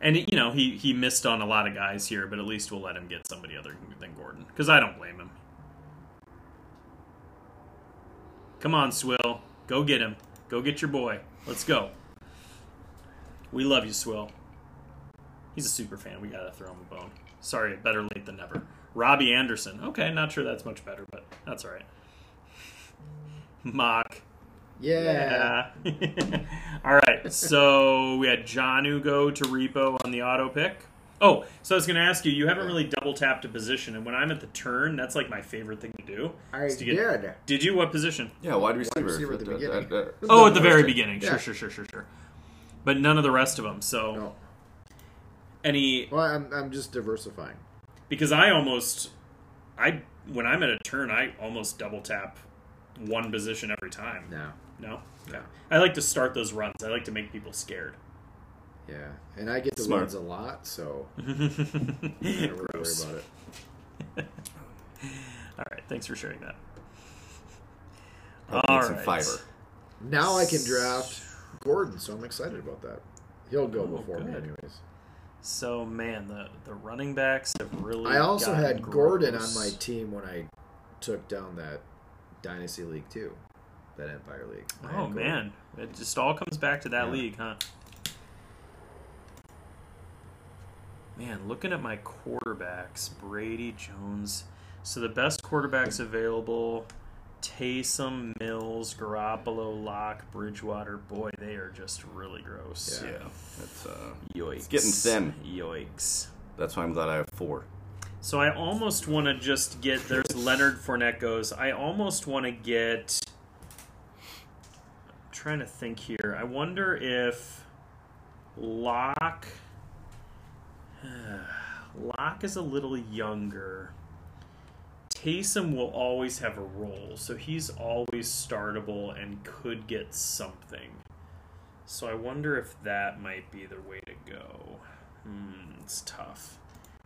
Speaker 4: And you know he he missed on a lot of guys here, but at least we'll let him get somebody other than Gordon because I don't blame him. Come on, Swill, go get him. Go get your boy. Let's go. We love you, Swill. He's a super fan. We gotta throw him a bone. Sorry, better late than never. Robbie Anderson. Okay, not sure that's much better, but that's all right. Mock.
Speaker 1: Yeah.
Speaker 4: Yeah. All right. So we had Janu go to repo on the auto pick. Oh, so I was going to ask you. You haven't really double tapped a position, and when I'm at the turn, that's like my favorite thing to do.
Speaker 1: I
Speaker 4: is to get-
Speaker 1: did.
Speaker 4: Did you what position?
Speaker 5: Yeah, wide receiver.
Speaker 1: receiver at the
Speaker 5: Uh, uh,
Speaker 1: beginning.
Speaker 5: uh,
Speaker 4: Oh, at the very
Speaker 1: Question.
Speaker 4: beginning.
Speaker 1: Yeah.
Speaker 4: Sure, sure, sure, sure, sure. but none of the rest of them. So
Speaker 1: No.
Speaker 4: any
Speaker 1: Well, I'm, I'm just diversifying.
Speaker 4: because I almost I when I'm at a turn, I almost double tap one position every time.
Speaker 1: now.
Speaker 4: No? Okay. I like to start those runs. I like to make people scared.
Speaker 1: Yeah, and I get the
Speaker 5: Smart.
Speaker 1: leads a lot, so I don't really worry about it.
Speaker 4: All right, thanks for sharing that.
Speaker 5: Probably need some
Speaker 4: Alright.
Speaker 5: fiber.
Speaker 1: Now I can draft Gordon, so I'm excited about that. He'll go before
Speaker 4: Oh,
Speaker 1: me,
Speaker 4: good.
Speaker 1: anyways.
Speaker 4: So man, the the running backs have really.
Speaker 1: I also
Speaker 4: gotten
Speaker 1: had Gordon on
Speaker 4: gross.
Speaker 1: my team when I took down that Dynasty League too, that Empire League. I had
Speaker 4: Oh
Speaker 1: Gordon.
Speaker 4: man, it just all comes back to that
Speaker 1: Yeah.
Speaker 4: league, huh? Man, looking at my quarterbacks, Brady Jones. So the best quarterbacks available: Taysom Mills, Garoppolo, Locke, Bridgewater. Boy, they are just really gross.
Speaker 5: Yeah, that's uh,
Speaker 4: Yikes!
Speaker 5: getting thin.
Speaker 4: Yikes!
Speaker 5: that's why I'm glad I have four.
Speaker 4: So I almost want to just get there's Leonard Fournette goes. I almost want to get. I'm trying to think here. I wonder if Locke. Locke is a little younger. Taysom will always have a role, so he's always startable and could get something. So I wonder if that might be the way to go. Hmm, it's tough.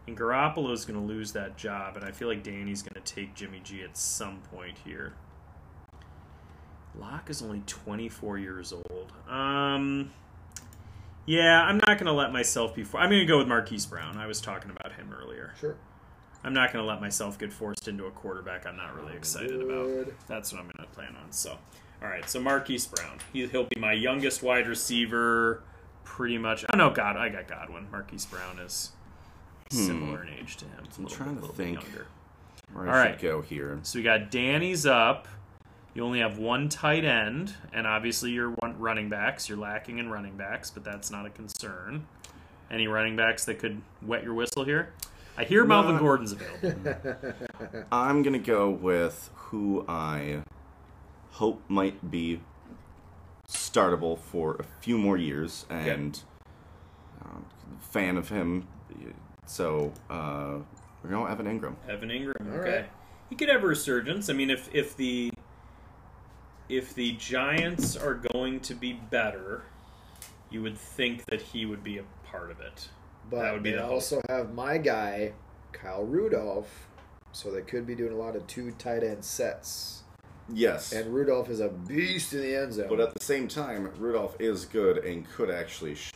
Speaker 4: And Garoppolo's going to lose that job, and I feel like Danny's going to take Jimmy G at some point here. Locke is only 24 years old. Um, yeah, I'm not going to let myself be. For- I'm going to go with Marquise Brown. I was talking about him earlier.
Speaker 1: Sure.
Speaker 4: I'm not going to let myself get forced into a quarterback I'm not
Speaker 5: Oh,
Speaker 4: really excited about.
Speaker 1: Good.
Speaker 4: That's what I'm going to plan on. So, all right. So Marquise Brown, he, he'll be my youngest wide receiver, pretty much. Oh no, God, I got Godwin. Marquise Brown is similar in age to him. It's a
Speaker 5: Hmm. I'm
Speaker 4: little
Speaker 5: trying
Speaker 4: bit-
Speaker 5: to
Speaker 4: little bit
Speaker 5: think.
Speaker 4: younger.
Speaker 5: Where
Speaker 4: All
Speaker 5: I should
Speaker 4: right.
Speaker 5: go here.
Speaker 4: So we got Danny's up. You only have one tight end, and obviously your one running backs. You're lacking in running backs, but that's not a concern. Any running backs that could wet your whistle here? I hear Melvin
Speaker 5: Not-
Speaker 4: Gordon's available.
Speaker 5: I'm gonna go with who I hope might be startable for a few more years, and um, fan of him. So uh, we're going Evan Ingram.
Speaker 8: Evan Ingram.
Speaker 1: All
Speaker 8: okay.
Speaker 1: right.
Speaker 8: He could have a resurgence. I mean, if if the if the Giants are going to be better, you would think that he would be a part of it.
Speaker 1: But
Speaker 8: That would be
Speaker 1: they
Speaker 8: the hope.
Speaker 1: also have my guy, Kyle Rudolph, so they could be doing a lot of two tight end sets.
Speaker 5: Yes,
Speaker 1: And Rudolph is a beast in the end zone.
Speaker 5: but at the same time, Rudolph is good and could actually sh-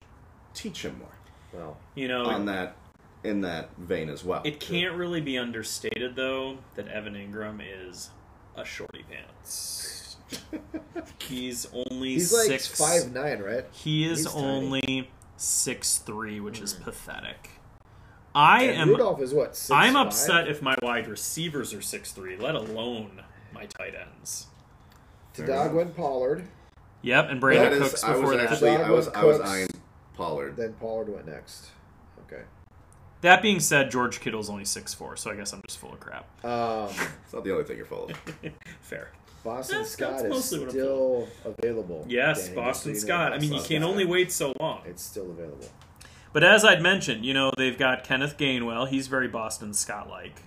Speaker 5: teach him more
Speaker 1: well,
Speaker 8: You know,
Speaker 4: Oh,
Speaker 5: on that in that vein as well.
Speaker 8: it can't really be understated though that Evan Ingram is a shorty pants. He's only
Speaker 1: he's like
Speaker 4: six-
Speaker 1: five nine, right?
Speaker 4: He is
Speaker 1: He's tiny. Hmm.
Speaker 4: only six three, which is pathetic. I
Speaker 1: And
Speaker 4: am
Speaker 1: Rudolph is what? 6'5"?
Speaker 4: I'm upset if
Speaker 8: if my wide receivers are six three, let alone my tight ends.
Speaker 1: Tadagwin Pollard,
Speaker 4: Yep, and
Speaker 5: That
Speaker 4: Brandon
Speaker 5: is-
Speaker 4: Cooks
Speaker 5: I was
Speaker 4: before that.
Speaker 5: actually I was I was
Speaker 1: Cooks.
Speaker 5: eyeing Pollard.
Speaker 1: then Pollard went next. Okay.
Speaker 4: That being said, George Kittle's only six four, so I guess I'm just full of crap.
Speaker 1: Um,
Speaker 5: It's not the only thing you're full of.
Speaker 8: Fair.
Speaker 1: Boston
Speaker 8: That's-
Speaker 1: Scott
Speaker 8: that's
Speaker 1: is
Speaker 8: mostly what I'm
Speaker 1: still available.
Speaker 8: Yes,
Speaker 1: Danny, just so
Speaker 8: Boston
Speaker 1: you know,
Speaker 8: Scott. I mean, you
Speaker 1: Boston
Speaker 8: can
Speaker 1: Scott.
Speaker 8: only wait so long.
Speaker 1: It's still available.
Speaker 4: But as I'd mentioned, you know, they've got Kenneth Gainwell. He's very Boston Scott like.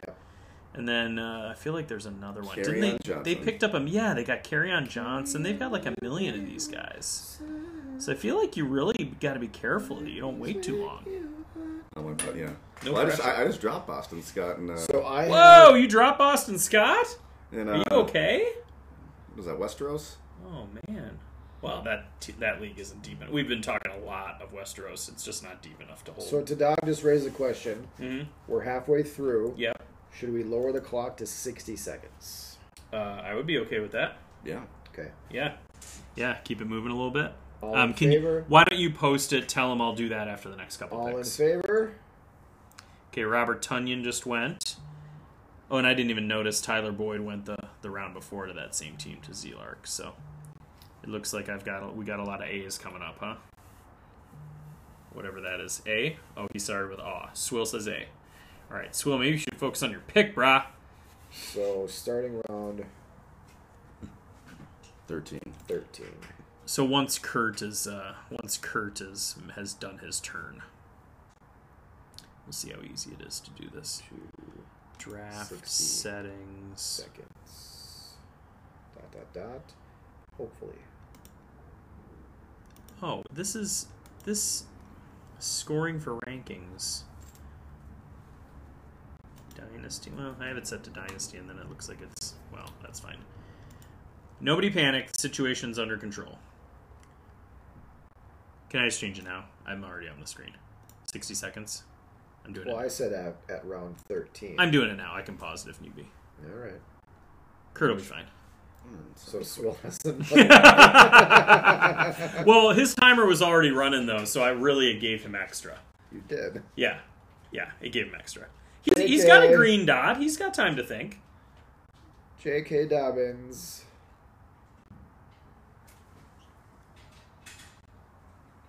Speaker 4: And then uh, I feel like there's another one. Didn't they?
Speaker 5: Kerryon Johnson.
Speaker 4: They picked up a yeah. They got on Johnson. They've got like a million of these guys. So I feel like you really got to be careful that you don't wait too long.
Speaker 5: I went, but yeah.
Speaker 8: No
Speaker 5: Well, I just
Speaker 8: pressure.
Speaker 5: I, I just dropped Boston Scott and uh,
Speaker 1: So I have-
Speaker 4: Whoa! You drop Boston Scott?
Speaker 5: and
Speaker 4: Are
Speaker 5: uh,
Speaker 4: you okay?
Speaker 5: was that Westeros?
Speaker 8: Oh man. Well, that t- that league isn't deep enough. We've been talking a lot of Westeros. It's just not deep enough to hold.
Speaker 1: So Tadag just raised a question.
Speaker 8: Mhm.
Speaker 1: We're halfway through.
Speaker 8: yeah,
Speaker 1: Should we lower the clock to 60 seconds?
Speaker 8: uh, I would be okay with that.
Speaker 5: Yeah.
Speaker 1: Okay.
Speaker 8: Yeah.
Speaker 4: Yeah, keep it moving a little bit.
Speaker 1: All
Speaker 4: um,
Speaker 1: in
Speaker 4: can You,
Speaker 1: favor?
Speaker 4: why don't you post it? Tell them I'll do that after the next couple
Speaker 1: All in
Speaker 4: picks.
Speaker 1: favor?
Speaker 4: Okay, Robert Tunyon just went. Oh, and I didn't even notice Tyler Boyd went the, the round before to that same team to Zelark. So it looks like I've got a- we got a lot of A's coming up, huh? Whatever that is, A. Oh, he started with aw. Swill says A. All right, Swill, maybe you should focus on your pick, brah.
Speaker 1: So starting round
Speaker 5: Thirteen.
Speaker 1: 13.
Speaker 4: So once Kurt is uh, once Kurt is has done his turn, we'll see how easy it is to do this. Draft
Speaker 1: 60
Speaker 4: settings.
Speaker 1: seconds. Dot dot dot. Hopefully.
Speaker 4: Oh, this is this scoring for rankings. Dynasty. Well, I have it set to dynasty, and then it looks like it's well. That's fine. Nobody panic. The situation's under control. Can I just change it now? I'm already on the screen. Sixty seconds. I'm doing
Speaker 1: Well,
Speaker 4: it.
Speaker 1: I said at, at round 13.
Speaker 4: I'm doing it now. I can pause it if need be.
Speaker 1: All right.
Speaker 4: Kurt will be fine.
Speaker 1: So Swill has some.
Speaker 4: Well, his timer was already running though, so I really gave him extra.
Speaker 1: you did.
Speaker 4: Yeah, yeah, it gave him extra. He's,
Speaker 1: Thank
Speaker 4: he's got a
Speaker 1: you.
Speaker 4: green dot. He's got time to think.
Speaker 1: J.K. Dobbins.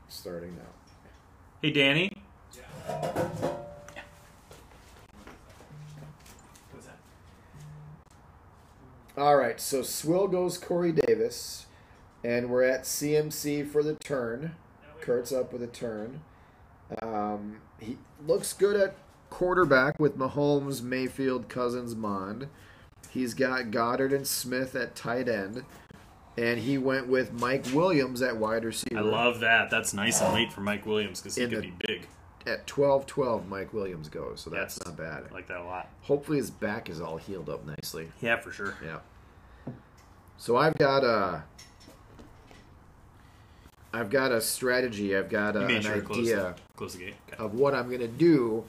Speaker 1: Starting now.
Speaker 4: Hey, Danny.
Speaker 1: All right, so Swill goes Corey Davis, and we're at CMC for the turn. Kurt's up with a turn. Um, he looks good at quarterback with Mahomes, Mayfield, Cousins, Mond. He's got Goddard and Smith at tight end, and he went with Mike Williams at wide receiver.
Speaker 4: I love that. That's nice and late for Mike Williams because he
Speaker 1: In
Speaker 4: could
Speaker 1: the-
Speaker 4: be big.
Speaker 1: at 12-12, Mike Williams goes, so that's
Speaker 4: Yes.
Speaker 1: not bad.
Speaker 4: I like that a lot.
Speaker 1: Hopefully his back is all healed up nicely.
Speaker 4: Yeah, for sure.
Speaker 1: Yeah. So I've got a, I've got a strategy. I've got a,
Speaker 4: You made
Speaker 1: an
Speaker 4: sure to close
Speaker 1: idea Oh.
Speaker 4: the, close the gate. Okay.
Speaker 1: of what I'm gonna do,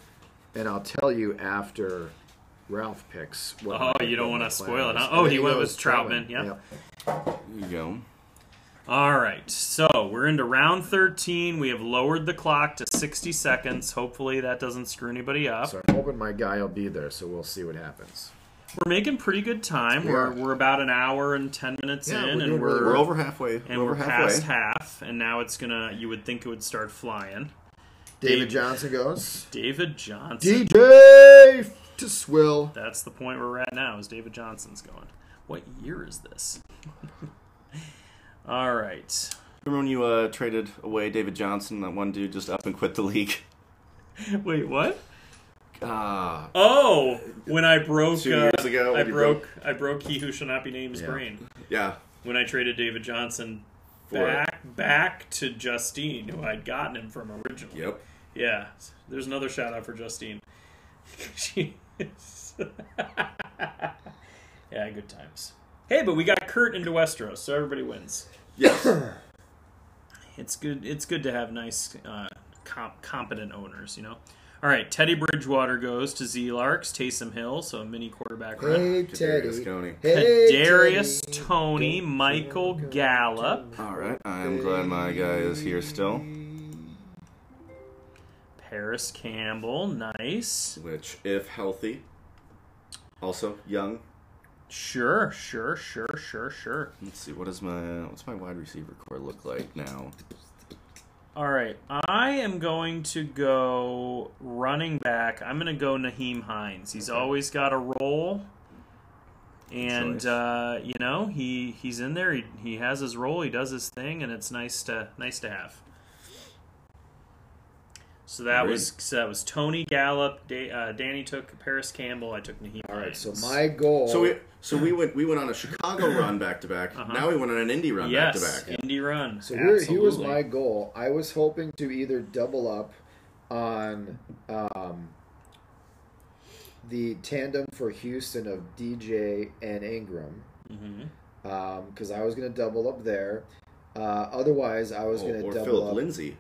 Speaker 1: and I'll tell you after Ralph picks. What
Speaker 4: Oh,
Speaker 1: my-
Speaker 4: you don't
Speaker 1: what
Speaker 4: wanna
Speaker 1: my plan
Speaker 4: spoil it,
Speaker 1: is.
Speaker 4: huh? Oh,
Speaker 1: And
Speaker 4: he
Speaker 1: then
Speaker 4: went
Speaker 1: goes
Speaker 4: with Troutman, yeah.
Speaker 5: There you go.
Speaker 4: All right, so we're into round 13. We have lowered the clock to 60 seconds. Hopefully, that doesn't screw anybody up.
Speaker 1: So I'm hoping my guy will be there, so we'll see what happens.
Speaker 4: We're making pretty good time.
Speaker 1: We
Speaker 4: We're,
Speaker 1: are.
Speaker 4: we're about an hour and 10 minutes
Speaker 1: Yeah,
Speaker 4: in,
Speaker 1: we're
Speaker 4: and
Speaker 1: doing really
Speaker 4: we're
Speaker 5: We're over halfway.
Speaker 4: and
Speaker 5: we're
Speaker 4: we're
Speaker 5: over halfway.
Speaker 4: past half, and now it's gonna. You would think it would start flying.
Speaker 1: David
Speaker 4: Dave-
Speaker 1: Johnson goes.
Speaker 4: David Johnson.
Speaker 1: DJ to Swill.
Speaker 4: That's the point we're at now. Is David Johnson's going? What year is this? All right.
Speaker 5: Remember when you uh, traded away David Johnson? That one dude just up and quit the league.
Speaker 4: Wait, what?
Speaker 5: Ah,
Speaker 4: Oh, when I broke
Speaker 5: Two
Speaker 4: uh,
Speaker 5: years ago,
Speaker 4: I
Speaker 5: when you
Speaker 4: broke, I broke he who shall not be named's
Speaker 1: Yeah.
Speaker 4: brain
Speaker 5: yeah.
Speaker 4: when I traded David Johnson
Speaker 5: For it.
Speaker 4: back back to Justine, who I'd gotten him from originally.
Speaker 5: Yep.
Speaker 4: Yeah, there's another shout out for Justine. She is- yeah, good times. Hey, but we got Kurt into Westeros, so everybody wins.
Speaker 5: Yes.
Speaker 4: It's good. It's good to have nice, uh, comp- competent owners. You know. All right, Teddy Bridgewater goes to Z Larks, Taysom Hill, so a mini quarterback run.
Speaker 1: Hey Teddy.
Speaker 5: Coney.
Speaker 1: Hey
Speaker 4: Kadarius
Speaker 1: Teddy.
Speaker 4: Tony, Michael Gallup,
Speaker 5: All right. I am glad my guy is here still.
Speaker 4: Paris Campbell, nice.
Speaker 5: Which, if healthy, also young.
Speaker 4: Sure, sure, sure, sure, sure.
Speaker 5: Let's see. What is my what's my wide receiver core look like now?
Speaker 4: All right, I am going to go running back. I'm going to go Naheem Hines. He's always got a role, and
Speaker 5: choice.
Speaker 4: uh, you know he he's in there. He, he has his role. He does his thing, and it's nice to nice to have. So that
Speaker 5: Agreed.
Speaker 4: was so that was Tony Gallup. Da- uh, Danny took Paris Campbell. I took Naheem.
Speaker 1: All right, so
Speaker 4: Hines.
Speaker 1: my goal.
Speaker 5: So we so we went we went on a Chicago run back to back. Now we went on an indie run back
Speaker 4: Uh-huh. yes
Speaker 5: to back.
Speaker 4: indie run.
Speaker 1: So here, here was
Speaker 4: Absolutely.
Speaker 1: my goal. I was hoping to either double up on um, the tandem for Houston of DJ and Ingram,
Speaker 5: Mm-hmm.
Speaker 1: because I was going to double up there. Uh, otherwise, I was
Speaker 5: Or,
Speaker 1: going to
Speaker 5: Oh, or
Speaker 1: double
Speaker 5: Philip
Speaker 1: up.
Speaker 5: Lindsay.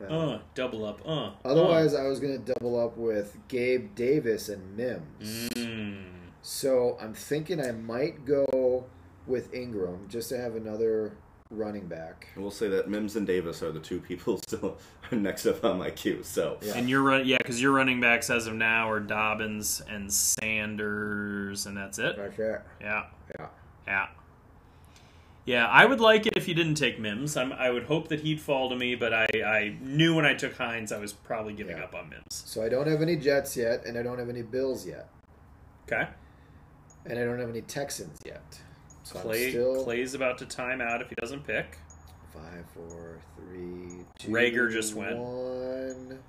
Speaker 1: uh,
Speaker 4: uh double up uh
Speaker 1: Otherwise, I was going to double up with Gabe Davis and
Speaker 5: Mm-hmm.
Speaker 1: Mims.
Speaker 4: uh. Mm.
Speaker 1: So I'm thinking I might go with Ingram just to have another running back.
Speaker 5: And we'll say that Mims and Davis are the two people still next up on my queue. So
Speaker 1: Yeah.
Speaker 4: And you're run, yeah, because your running backs as of now are Dobbins and Sanders, and that's it.
Speaker 1: Right there.
Speaker 4: Yeah,
Speaker 1: Yeah.
Speaker 4: yeah, yeah. I would like it if you didn't take Mims. I'm, I would hope that he'd fall to me, but I, I knew when I took Hines, I was probably giving
Speaker 1: Yeah.
Speaker 4: up on Mims.
Speaker 1: So I don't have any Jets yet, and I don't have any Bills yet,
Speaker 4: Okay,
Speaker 1: and I don't have any Texans yet. So I'm
Speaker 4: Clay,
Speaker 1: still
Speaker 4: Clay's about to time out if he doesn't pick.
Speaker 1: Five, four, three, two.
Speaker 4: Rager just went.
Speaker 1: One.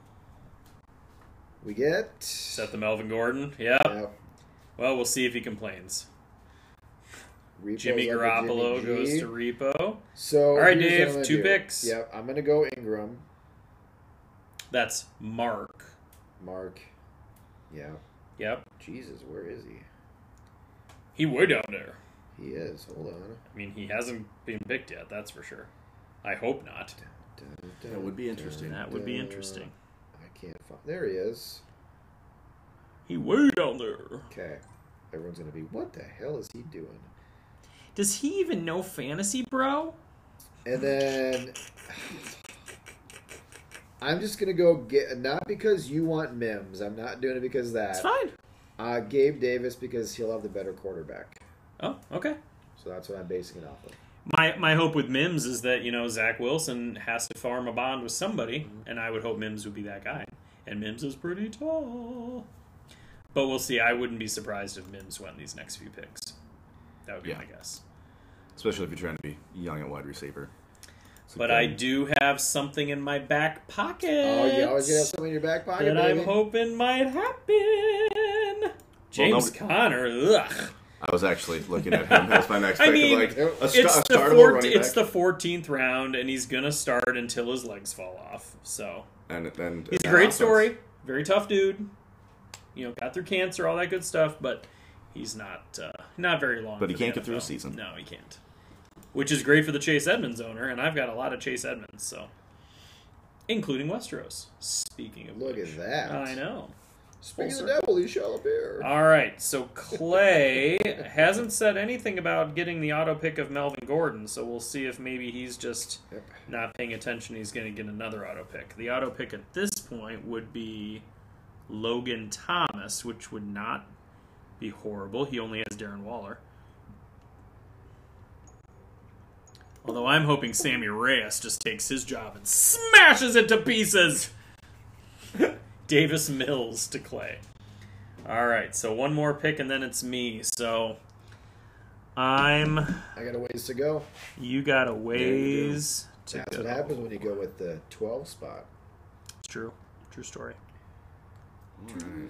Speaker 1: We get.
Speaker 4: Set the Melvin Gordon. Yeah.
Speaker 1: Yep.
Speaker 4: Well, we'll see if he complains.
Speaker 1: Repo's
Speaker 4: Jimmy
Speaker 1: up to
Speaker 4: Garoppolo
Speaker 1: Jimmy
Speaker 4: goes
Speaker 1: G.
Speaker 4: to repo.
Speaker 1: So
Speaker 4: All right,
Speaker 1: here's what
Speaker 4: Dave,
Speaker 1: I'm gonna
Speaker 4: two
Speaker 1: do.
Speaker 4: picks.
Speaker 1: Yep, I'm gonna go Ingram,
Speaker 4: That's Mark.
Speaker 1: Mark. Yeah.
Speaker 4: Yep.
Speaker 1: Jesus, where is he?
Speaker 4: He way down there.
Speaker 1: He is. Hold on.
Speaker 4: I mean, he hasn't been picked yet, that's for sure. I hope not.
Speaker 1: Dun,
Speaker 5: That would be interesting.
Speaker 1: dun,
Speaker 7: That would be
Speaker 1: dun.
Speaker 7: interesting.
Speaker 1: I can't find. There he is.
Speaker 7: He way down there.
Speaker 1: Okay. Everyone's gonna be. What the hell is he doing?
Speaker 7: Does he even know fantasy, bro?
Speaker 1: And then I'm just gonna go get not because you want Mims. I'm not doing it because of
Speaker 7: It's
Speaker 1: that.
Speaker 7: fine.
Speaker 1: Uh, Gabe Davis because he'll have the better quarterback.
Speaker 7: Oh, okay.
Speaker 1: So that's what I'm basing it off of.
Speaker 7: My my hope with Mims is that you know Zach Wilson has to farm a bond with somebody,
Speaker 4: Mm-hmm.
Speaker 7: and I would hope Mims would be that guy. And Mims is pretty tall,
Speaker 4: But we'll see. I wouldn't be surprised if Mims went these next few picks. That would be
Speaker 5: Yeah.
Speaker 4: my guess.
Speaker 5: Especially if you're trying to be young at wide receiver. So
Speaker 4: But I
Speaker 5: then-
Speaker 4: do have something in my back pocket.
Speaker 1: Oh, you always gonna have something in your back pocket,
Speaker 4: that I'm
Speaker 1: baby.
Speaker 4: hoping might happen. James
Speaker 5: nobody-
Speaker 4: Conner. Ugh.
Speaker 5: I was actually looking at him as my next
Speaker 4: I
Speaker 5: pick.
Speaker 4: mean,
Speaker 5: like, a sta-
Speaker 4: It's
Speaker 5: a
Speaker 4: the,
Speaker 5: startable
Speaker 4: four-
Speaker 5: running
Speaker 4: it's
Speaker 5: back.
Speaker 4: the 14th round, and he's going to start until his legs fall off. So
Speaker 5: and then
Speaker 4: he's a great story. Very tough dude. You know, got through cancer, all that good stuff, but he's not uh, not very long.
Speaker 5: But he
Speaker 4: for the
Speaker 5: can't get through a
Speaker 4: NFL.
Speaker 5: season.
Speaker 4: No, he can't. Which is great for the Chase Edmonds owner, and I've got a lot of Chase Edmonds, so including Westeros. Speaking of
Speaker 1: Look
Speaker 4: which.
Speaker 1: at that.
Speaker 4: I know. Uh,
Speaker 1: Speaking
Speaker 4: Full
Speaker 1: of the devil, he shall appear.
Speaker 4: All right, so Clay hasn't said anything about getting the auto pick of Melvin Gordon, so we'll see if maybe he's just
Speaker 1: Yep.
Speaker 4: not paying attention. He's going to get another auto pick. The auto pick at this point would be Logan Thomas, which would not be horrible. He only has Darren Waller. Although I'm hoping Sammy Reyes just takes his job and smashes it to pieces. Davis Mills to Clay. All right, so one more pick and then it's me. So I'm.
Speaker 1: I got a ways to go.
Speaker 4: You got a ways to
Speaker 1: That's
Speaker 4: go.
Speaker 1: what happens when you go with the 12 spot.
Speaker 4: It's true. True story.
Speaker 1: Story.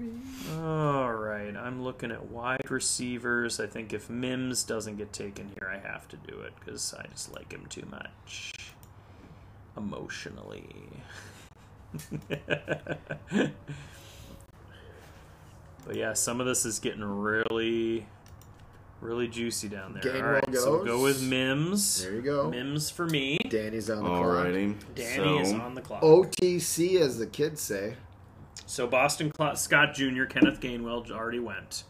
Speaker 4: Mm-hmm. All right, I'm looking at wide receivers. I think if Mims doesn't get taken here, I have to do it because I just like him too much emotionally. but yeah, some of this is getting really, really juicy down there.
Speaker 1: Gainwell
Speaker 4: All right, so
Speaker 1: goes.
Speaker 4: go with Mims.
Speaker 1: There you go.
Speaker 4: Mims for me.
Speaker 1: Danny's on the clock.
Speaker 5: Alrighty.
Speaker 4: Danny
Speaker 5: so,
Speaker 4: is on the clock.
Speaker 1: OTC, as the kids say.
Speaker 4: So Boston Cla- Scott Jr., Kenneth Gainwell already went.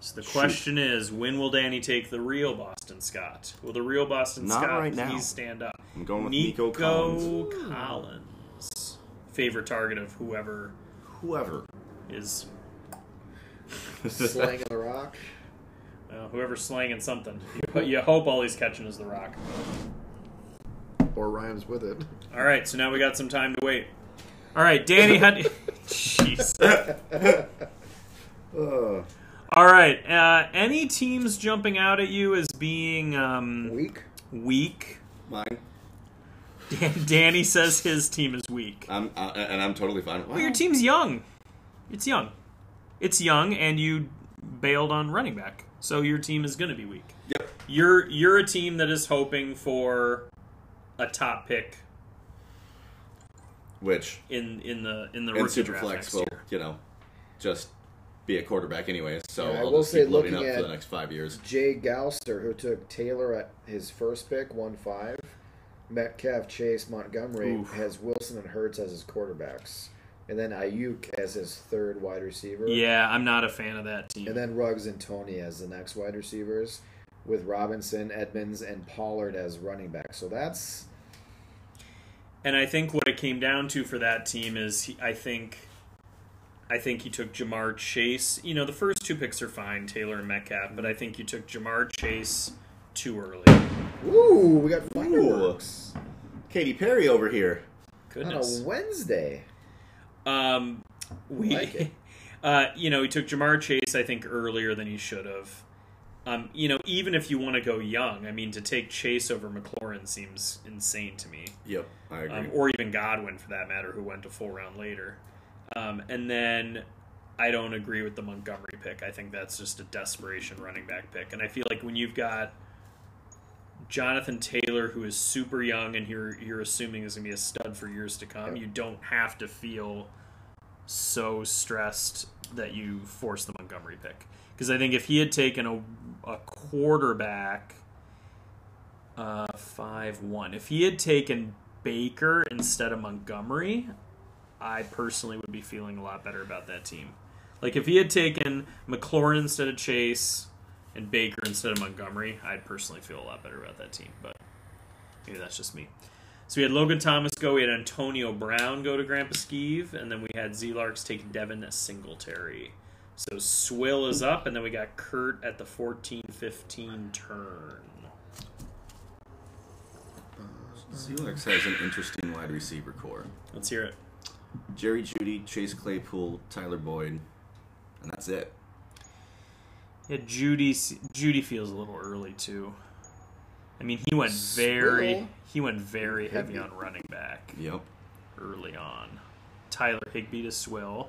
Speaker 4: So the question is, when will Danny take the real Boston Scott? Will the real Boston
Speaker 5: Not
Speaker 4: Scott
Speaker 5: right now.
Speaker 4: please stand up?
Speaker 5: I'm going with Nico Collins.
Speaker 4: Collins. favorite target of whoever
Speaker 5: Whoever.
Speaker 4: is
Speaker 1: Slang of the rock.
Speaker 4: well, uh, whoever's slanging something. You, you hope all he's catching is the rock.
Speaker 1: Or rhymes with it.
Speaker 4: All right, so now we got some time to wait. All right, Danny, how do- jeez.
Speaker 5: Uh,
Speaker 1: Ugh.
Speaker 4: All right, uh, any teams jumping out at you as being um,
Speaker 1: Weak.
Speaker 4: weak?
Speaker 5: Mine.
Speaker 4: Dan- Danny says his team is weak.
Speaker 5: I'm, I, and I'm totally fine.
Speaker 4: Well, your team's young. It's young. It's young, and you bailed on running back, so your team is going to be weak.
Speaker 5: Yep.
Speaker 4: You're you're a team that is hoping for a top pick
Speaker 5: Which,
Speaker 4: in in the in the
Speaker 5: and
Speaker 4: rookie draft
Speaker 5: Superflex
Speaker 4: next
Speaker 5: will,
Speaker 4: year.
Speaker 5: you know, just be a quarterback anyways. So
Speaker 1: Yeah, I
Speaker 5: I'll
Speaker 1: will
Speaker 5: just
Speaker 1: say
Speaker 5: keep loading up
Speaker 1: looking
Speaker 5: for
Speaker 1: at-
Speaker 5: the next five years.
Speaker 1: Jay Gouster, who took Taylor at his first pick, one five. Metcalf, Chase, Montgomery has Wilson and Hurts as his quarterbacks, and then Ayuk as his third wide receiver.
Speaker 4: Yeah, I'm not a fan of that team.
Speaker 1: And then Ruggs and Tony as the next wide receivers, with Robinson, Edmonds, and Pollard as running back. So that's
Speaker 4: And I think what it came down to for that team is he, I think I think he took Jamar Chase. You know, the first two picks are fine, Taylor and Metcalf, but I think you took Jamar Chase too early.
Speaker 1: ooh, we got fireworks
Speaker 5: Katy Perry over here.
Speaker 1: on
Speaker 4: Goodness.
Speaker 1: a Wednesday.
Speaker 4: Um, we,
Speaker 1: like it.
Speaker 4: uh, you know, he took Jamar Chase, I think, earlier than he should have. Um, you know, even if you want to go young, I mean, to take Chase over McLaurin seems insane to me
Speaker 5: Yep, I agree.
Speaker 4: um, or even Godwin for that matter, who went to full round later. Um, and then I don't agree with the Montgomery pick. I think that's just a desperation running back pick. And I feel like when you've got Jonathan Taylor, who is super young and you're you're assuming is going to be a stud for years to come, you don't have to feel so stressed that you force the Montgomery pick. Because I think if he had taken a, a quarterback uh, five one. If he had taken Baker instead of Montgomery, I personally would be feeling a lot better about that team. Like if he had taken McLaurin instead of Chase and Baker instead of Montgomery, I'd personally feel a lot better about that team. But maybe that's just me. So we had Logan Thomas go, we had Antonio Brown go to Grandpa Skeeve, and then we had Z Larks take Devin Singletary. So Swill is up, and then we got Kurt at the 14-15 turn.
Speaker 5: Seahawks has an interesting wide receiver core.
Speaker 4: Let's hear it.
Speaker 5: Jerry Judy, Chase Claypool, Tyler Boyd, and that's it.
Speaker 4: Yeah, Judy. Judy feels a little early too. I mean, he went very
Speaker 1: Still
Speaker 4: he went very heavy
Speaker 1: heavy.
Speaker 4: on running back
Speaker 5: Yep.
Speaker 4: early on. Tyler Higby to Swill.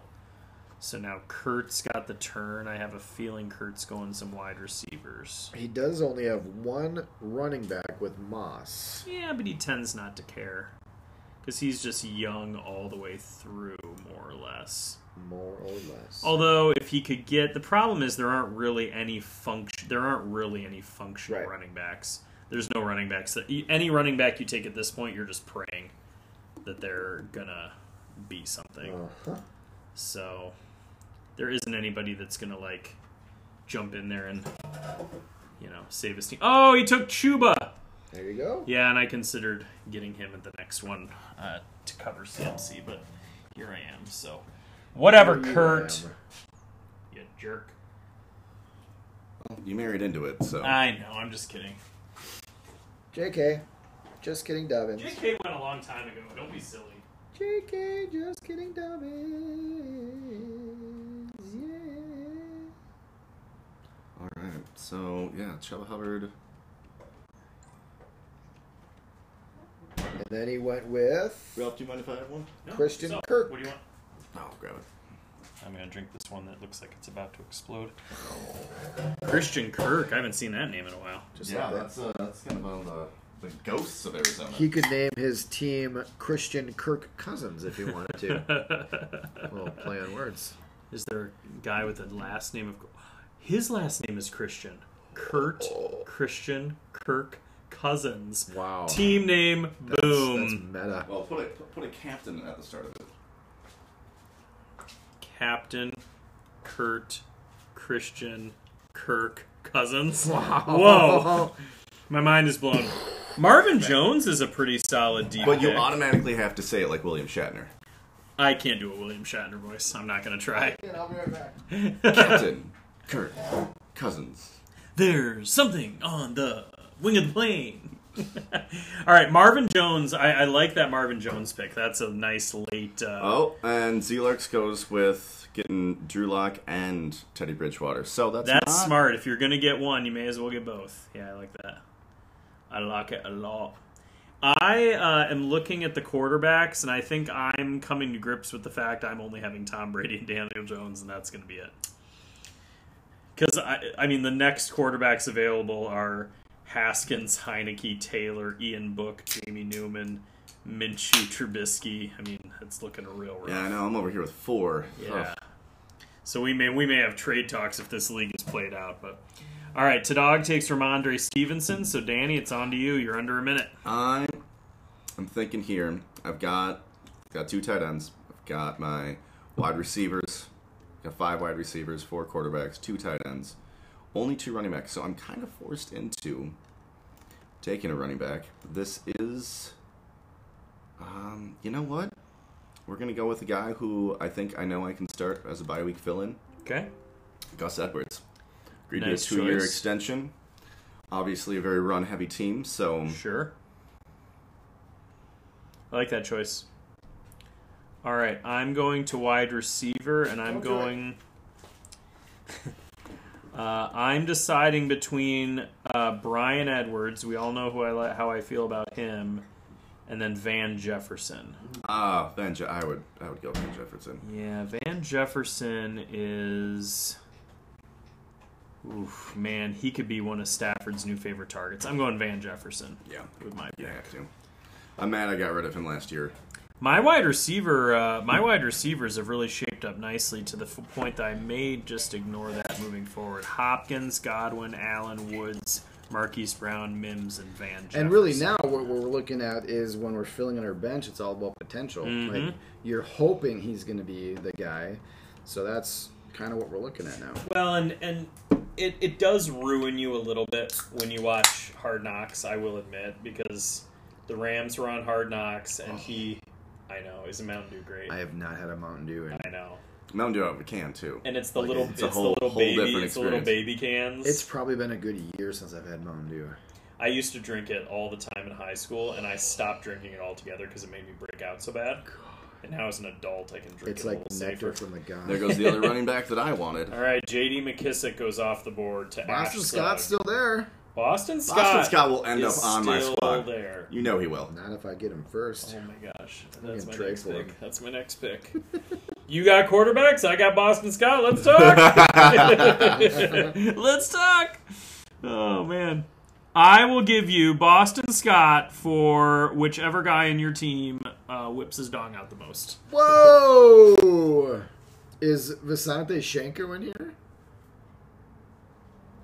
Speaker 4: So now Kurt's got the turn. I have a feeling Kurt's going some wide receivers.
Speaker 1: He does only have one running back with Moss.
Speaker 4: Yeah, but he tends not to care because he's just young all the way through, more or less.
Speaker 1: More or less.
Speaker 4: Although if he could get the problem is there aren't really any function there aren't really any functional
Speaker 1: Right.
Speaker 4: running backs. There's no running backs that any running back you take at this point you're just praying that they're gonna be something.
Speaker 1: Uh-huh.
Speaker 4: So there isn't anybody that's gonna like jump in there and you know save his team. Oh, he took Chuba.
Speaker 1: There you go.
Speaker 4: Yeah, and I considered getting him at the next one uh, to cover CMC, but here I am. So whatever,
Speaker 1: Here you
Speaker 4: Kurt.
Speaker 1: am.
Speaker 4: You jerk.
Speaker 5: Well, you married into it, so
Speaker 4: I know. I'm just kidding.
Speaker 1: JK. Just kidding, Dobbins.
Speaker 4: JK went a long time ago. Don't be silly.
Speaker 1: JK, just kidding, Dobbins. Yeah.
Speaker 5: all right. So yeah, Chuba Hubbard.
Speaker 1: And then he went with
Speaker 5: Ralph, do you mind if I have one?
Speaker 4: No,
Speaker 1: Christian
Speaker 4: what's up?
Speaker 1: Kirk.
Speaker 4: What do you want?
Speaker 5: Oh, grab it.
Speaker 4: I'm gonna drink this one that looks like it's about to explode. Christian Kirk. I haven't seen that name in a while.
Speaker 1: just like that.
Speaker 5: uh, that's kind of on the the ghosts of Arizona.
Speaker 1: He could name his team Christian Kirk Cousins if he wanted to. well, play on words.
Speaker 4: Is there a guy with a last name of? His last name is Christian. Kurt Christian Kirk Cousins.
Speaker 1: Wow.
Speaker 4: Team name. Boom.
Speaker 1: That's meta.
Speaker 5: Well, put a put, put a captain at the start of it.
Speaker 4: Captain Kurt Christian Kirk Cousins.
Speaker 1: Wow.
Speaker 4: Whoa. My mind is blown. Marvin Jones is a pretty solid deep
Speaker 5: But you
Speaker 4: pick.
Speaker 5: automatically have to say it like William Shatner.
Speaker 4: I can't do a William Shatner voice. I'm not going to try.
Speaker 1: I'll be right back.
Speaker 5: Captain Kirk Cousins.
Speaker 4: There's something on the wing of the plane. All right, Marvin Jones. I, I like that Marvin Jones pick. That's a nice late. Uh,
Speaker 5: Oh, and Zelarx goes with getting Drew Lock and Teddy Bridgewater. So that's
Speaker 4: that's
Speaker 5: not-
Speaker 4: smart. If you're going to get one, you may as well get both. Yeah, I like that. I like it a lot. I uh, am looking at the quarterbacks, and I think I'm coming to grips with the fact I'm only having Tom Brady and Daniel Jones, and that's going to be it. Because I, I mean, the next quarterbacks available are Haskins, Heineke, Taylor, Ian Book, Jamie Newman, Minshew, Trubisky. I mean, it's looking real rough.
Speaker 5: Yeah, I know. I'm over here with four.
Speaker 4: Yeah.
Speaker 5: Ugh.
Speaker 4: So we may we may have trade talks if this league is played out, but all right, Tadog takes Ramondre Stevenson. So Danny, it's on to you. You're under a minute.
Speaker 5: I I'm thinking here. I've got got two tight ends. I've got my wide receivers. Got five wide receivers, four quarterbacks, two tight ends, only two running backs. So I'm kind of forced into taking a running back. This is, um, you know what? We're gonna go with a guy who I think I know I can start as a bye week fill-in.
Speaker 4: Okay.
Speaker 5: Gus Edwards. Agreed to a
Speaker 4: Nice
Speaker 5: two-year
Speaker 4: choice.
Speaker 5: extension. Obviously, a very run-heavy team, so
Speaker 4: Sure. I like that choice. All right, I'm going to wide receiver, and I'm
Speaker 1: Don't do it.
Speaker 4: going.
Speaker 7: Uh, I'm deciding between uh, Brian Edwards. We all know who I li- how I feel about him, and then Van Jefferson.
Speaker 5: Ah, Van. Je- I would. I would go Van Jefferson.
Speaker 7: Yeah, Van Jefferson is. Oof, man, he could be one of Stafford's new favorite targets. I'm going Van Jefferson
Speaker 5: Yeah,
Speaker 7: with my
Speaker 5: you
Speaker 7: pick.
Speaker 5: have to. I'm mad I got rid of him last year.
Speaker 7: My wide receiver, uh, my wide receivers have really shaped up nicely to the f- point that I may just ignore that moving forward. Hopkins, Godwin, Allen, Woods, Marquise Brown, Mims, and Van. Jefferson.
Speaker 1: And really now what we're looking at is when we're filling in our bench, it's all about potential. Like you're hoping he's going to be the guy. So that's kind of what we're looking at now.
Speaker 4: Well, and and it, it does ruin you a little bit when you watch Hard Knocks. I will admit because the Rams were on Hard Knocks, and he, I know, is a Mountain Dew great.
Speaker 1: I
Speaker 4: I,
Speaker 1: have not had a Mountain Dew, and
Speaker 4: know,
Speaker 5: Mountain Dew out of a can too.
Speaker 4: and it's the
Speaker 5: Like,
Speaker 4: little,
Speaker 5: it's
Speaker 4: it's,
Speaker 5: a whole-
Speaker 4: the little
Speaker 5: whole
Speaker 4: baby,
Speaker 5: different
Speaker 4: it's the little
Speaker 5: experience.
Speaker 4: baby cans.
Speaker 1: it's probably been a good year since I've had Mountain Dew.
Speaker 4: I used to drink it all the time in high school, and I stopped drinking it altogether because it made me break out so bad. And now as an adult, I can drink
Speaker 1: It's
Speaker 4: it
Speaker 1: like
Speaker 4: a little safer.
Speaker 1: nectar from the god.
Speaker 5: There goes the other running back that I wanted.
Speaker 4: All right, J.D. McKissick goes off the board to
Speaker 1: Boston
Speaker 4: Ash
Speaker 1: Scott's
Speaker 4: Slug.
Speaker 1: still there.
Speaker 4: Boston Scott.
Speaker 5: Boston Scott will end
Speaker 4: is
Speaker 5: up on my
Speaker 4: still
Speaker 5: squad.
Speaker 4: There.
Speaker 5: You know he will.
Speaker 1: Not if I get him first.
Speaker 4: Oh my gosh,
Speaker 1: Look
Speaker 4: that's
Speaker 1: at
Speaker 4: my
Speaker 1: Drake
Speaker 4: next
Speaker 1: for him.
Speaker 4: pick. That's my next pick. you got quarterbacks. I got Boston Scott. Let's talk.
Speaker 7: Let's talk. Oh man, I will give you Boston Scott for whichever guy in your team uh, whips his dong out the most. Oh.
Speaker 1: Whoa! Is Visante Shanko in here?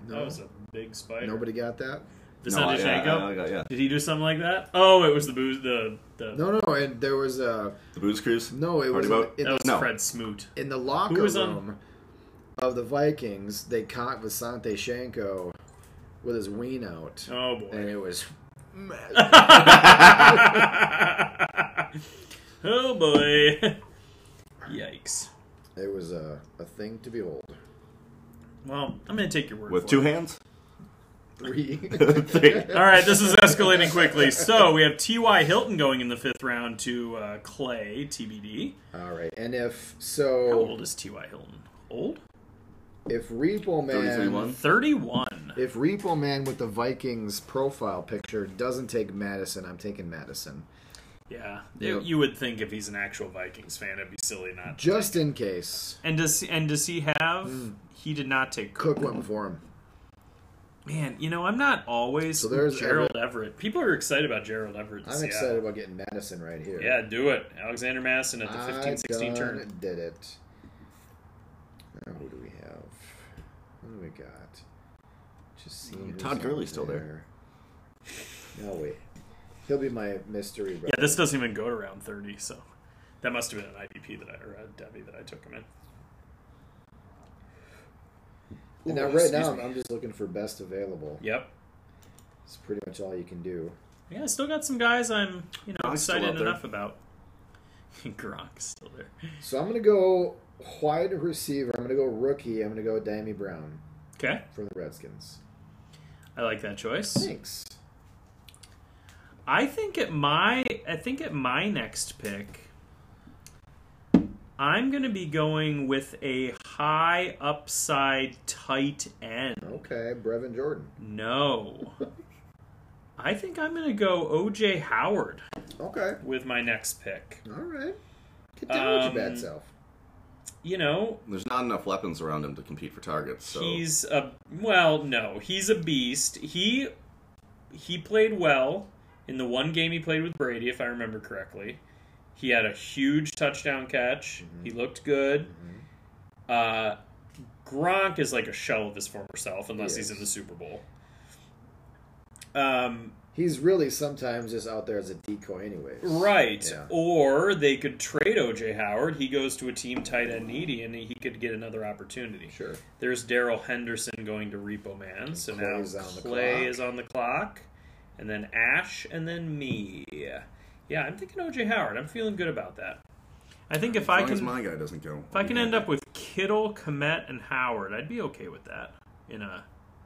Speaker 4: that
Speaker 1: No,
Speaker 4: was a big spider.
Speaker 1: nobody got that.
Speaker 7: Vasant
Speaker 5: No, I-
Speaker 7: Shanko.
Speaker 5: I- I got- yeah.
Speaker 7: Did he do something like that? Oh, it was the booze. The the
Speaker 1: No, no, and there was a
Speaker 5: The booze cruise.
Speaker 1: no. It was
Speaker 5: Party boat?
Speaker 1: in,
Speaker 7: that
Speaker 1: the,
Speaker 7: was
Speaker 5: No.
Speaker 7: Fred Smoot.
Speaker 1: in the locker
Speaker 7: Who was on-
Speaker 1: room of the Vikings. They caught Visante Shanko with his ween out,
Speaker 7: Oh
Speaker 1: and
Speaker 7: boy.
Speaker 1: it was
Speaker 7: oh boy. Yikes.
Speaker 1: it was a, a thing to behold.
Speaker 7: Well, I'm gonna take your word
Speaker 5: with
Speaker 7: for
Speaker 5: two
Speaker 7: it.
Speaker 5: hands.
Speaker 1: Three.
Speaker 5: Three.
Speaker 7: All right, this is escalating quickly. So we have T.Y. Hilton going in the fifth round to uh, Clay, TBD.
Speaker 1: All right, and if
Speaker 7: How
Speaker 1: so,
Speaker 7: old is T.Y. Hilton? Old?
Speaker 1: if Repo Man
Speaker 5: 31.
Speaker 7: 31.
Speaker 1: If Repo Man with the Vikings profile picture doesn't take Madison, I'm taking Madison.
Speaker 7: Yeah.
Speaker 1: Yep.
Speaker 7: You would think if he's an actual Vikings fan, it'd be silly not to.
Speaker 1: Just in case.
Speaker 7: And does, and does he have.
Speaker 1: Hmm.
Speaker 7: He did not take Cook.
Speaker 1: Cook went for him.
Speaker 7: Man, you know, I'm not always
Speaker 1: So there's
Speaker 7: Gerald Everett. People are excited about Gerald Everett. in
Speaker 1: I'm
Speaker 7: Seattle.
Speaker 1: excited about getting Madison right here.
Speaker 4: Yeah, do it. Alexander Masson at the
Speaker 1: I
Speaker 4: 15 16
Speaker 1: done
Speaker 4: turn.
Speaker 1: did it. Now who do we have? Who do we got? Just seeing who's
Speaker 5: Mm, Todd
Speaker 1: on
Speaker 5: Gurley's still there.
Speaker 1: there. No, wait. He'll be my mystery brother.
Speaker 7: Yeah, this doesn't even go to round 30, so that must have been an IDP that I, or a Debbie that I took him in.
Speaker 1: And
Speaker 4: Ooh,
Speaker 1: now, right
Speaker 4: excuse
Speaker 1: now,
Speaker 4: me.
Speaker 1: I'm just looking for best available.
Speaker 7: Yep.
Speaker 1: It's pretty much all you can do.
Speaker 7: Yeah, I still got some guys I'm, you know,
Speaker 5: Gronk's still out
Speaker 7: excited
Speaker 5: there.
Speaker 7: enough about. Gronk's still there.
Speaker 1: So I'm gonna go wide receiver. I'm gonna go rookie. I'm gonna go Dammy Brown
Speaker 7: Okay,
Speaker 1: from the Redskins.
Speaker 7: I like that choice.
Speaker 1: Thanks.
Speaker 7: I think at my, I think at my next pick, I'm gonna be going with a high upside tight end.
Speaker 1: Okay, Brevin Jordan.
Speaker 7: No, I think I'm gonna go OJ Howard
Speaker 1: Okay,
Speaker 4: With my next pick.
Speaker 1: all right. Get down
Speaker 4: Um,
Speaker 1: with your bad self.
Speaker 4: You know,
Speaker 5: There's not enough weapons around him to compete for targets. So
Speaker 4: He's a well, no, he's a beast. He he played well in the one game he played with Brady, if I remember correctly. He had a huge touchdown catch. He looked good. Uh, Gronk is like a shell of his former self, unless he's
Speaker 1: is.
Speaker 4: in the Super Bowl. Um,
Speaker 1: He's really sometimes just out there as a decoy, anyways.
Speaker 4: Right.
Speaker 1: Yeah.
Speaker 4: Or they could trade OJ Howard. He goes to a team tight end needy, and he could get another opportunity.
Speaker 1: Sure.
Speaker 4: There's Daryl Henderson going to Repo Man. So
Speaker 1: Clay's
Speaker 4: now
Speaker 1: on the
Speaker 4: Clay
Speaker 1: clock.
Speaker 4: is on the clock, and then Ash, and then me. Yeah, I'm thinking OJ Howard. I'm feeling good about that.
Speaker 7: I think if
Speaker 5: as
Speaker 7: I
Speaker 5: long as
Speaker 7: can,
Speaker 5: my guy doesn't go.
Speaker 7: If I can end up with Kittle, Komet, and Howard, I'd be okay with that in a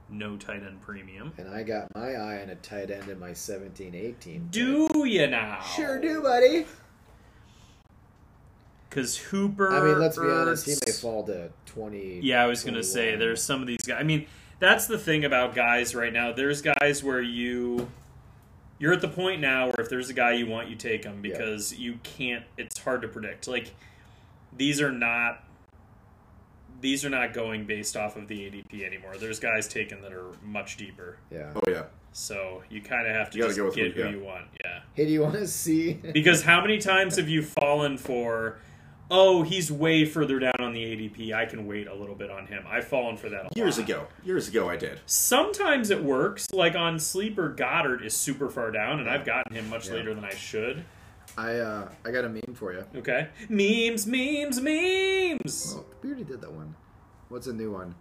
Speaker 7: no tight end premium.
Speaker 1: And I got my eye on a tight end in my 17-18.
Speaker 4: Do you now?
Speaker 1: Sure do, buddy.
Speaker 4: because Hooper.
Speaker 1: I mean, let's be honest. He
Speaker 4: Ertz-
Speaker 1: may fall to twenty.
Speaker 4: Yeah, I was going to say
Speaker 1: 21.
Speaker 4: there's some of these guys. I mean, that's the thing about guys right now. There's guys where you you're at the point now where if there's a guy you want, you take him
Speaker 1: Yeah.
Speaker 4: because you can't it's hard to predict. Like these are not these are not going based off of the ADP anymore. There's guys taken that are much deeper.
Speaker 1: Yeah.
Speaker 5: Oh yeah.
Speaker 4: So you kind of have to
Speaker 5: You gotta
Speaker 4: just
Speaker 5: go with
Speaker 4: get
Speaker 5: who-
Speaker 4: who
Speaker 5: yeah.
Speaker 4: you want. Yeah.
Speaker 1: Hey, do you want to see?
Speaker 4: Because how many times have you fallen for, oh, he's way further down on the ADP. I can wait a little bit on him. I've fallen for that a
Speaker 5: Years
Speaker 4: lot.
Speaker 5: ago. Years ago, I did.
Speaker 4: Sometimes it works. Like on Sleeper, Goddard is super far down, and I've gotten him much later than I should.
Speaker 1: I uh, I got a meme for you.
Speaker 4: Okay. Memes, memes, memes.
Speaker 1: Oh, we already did that one. What's a new one?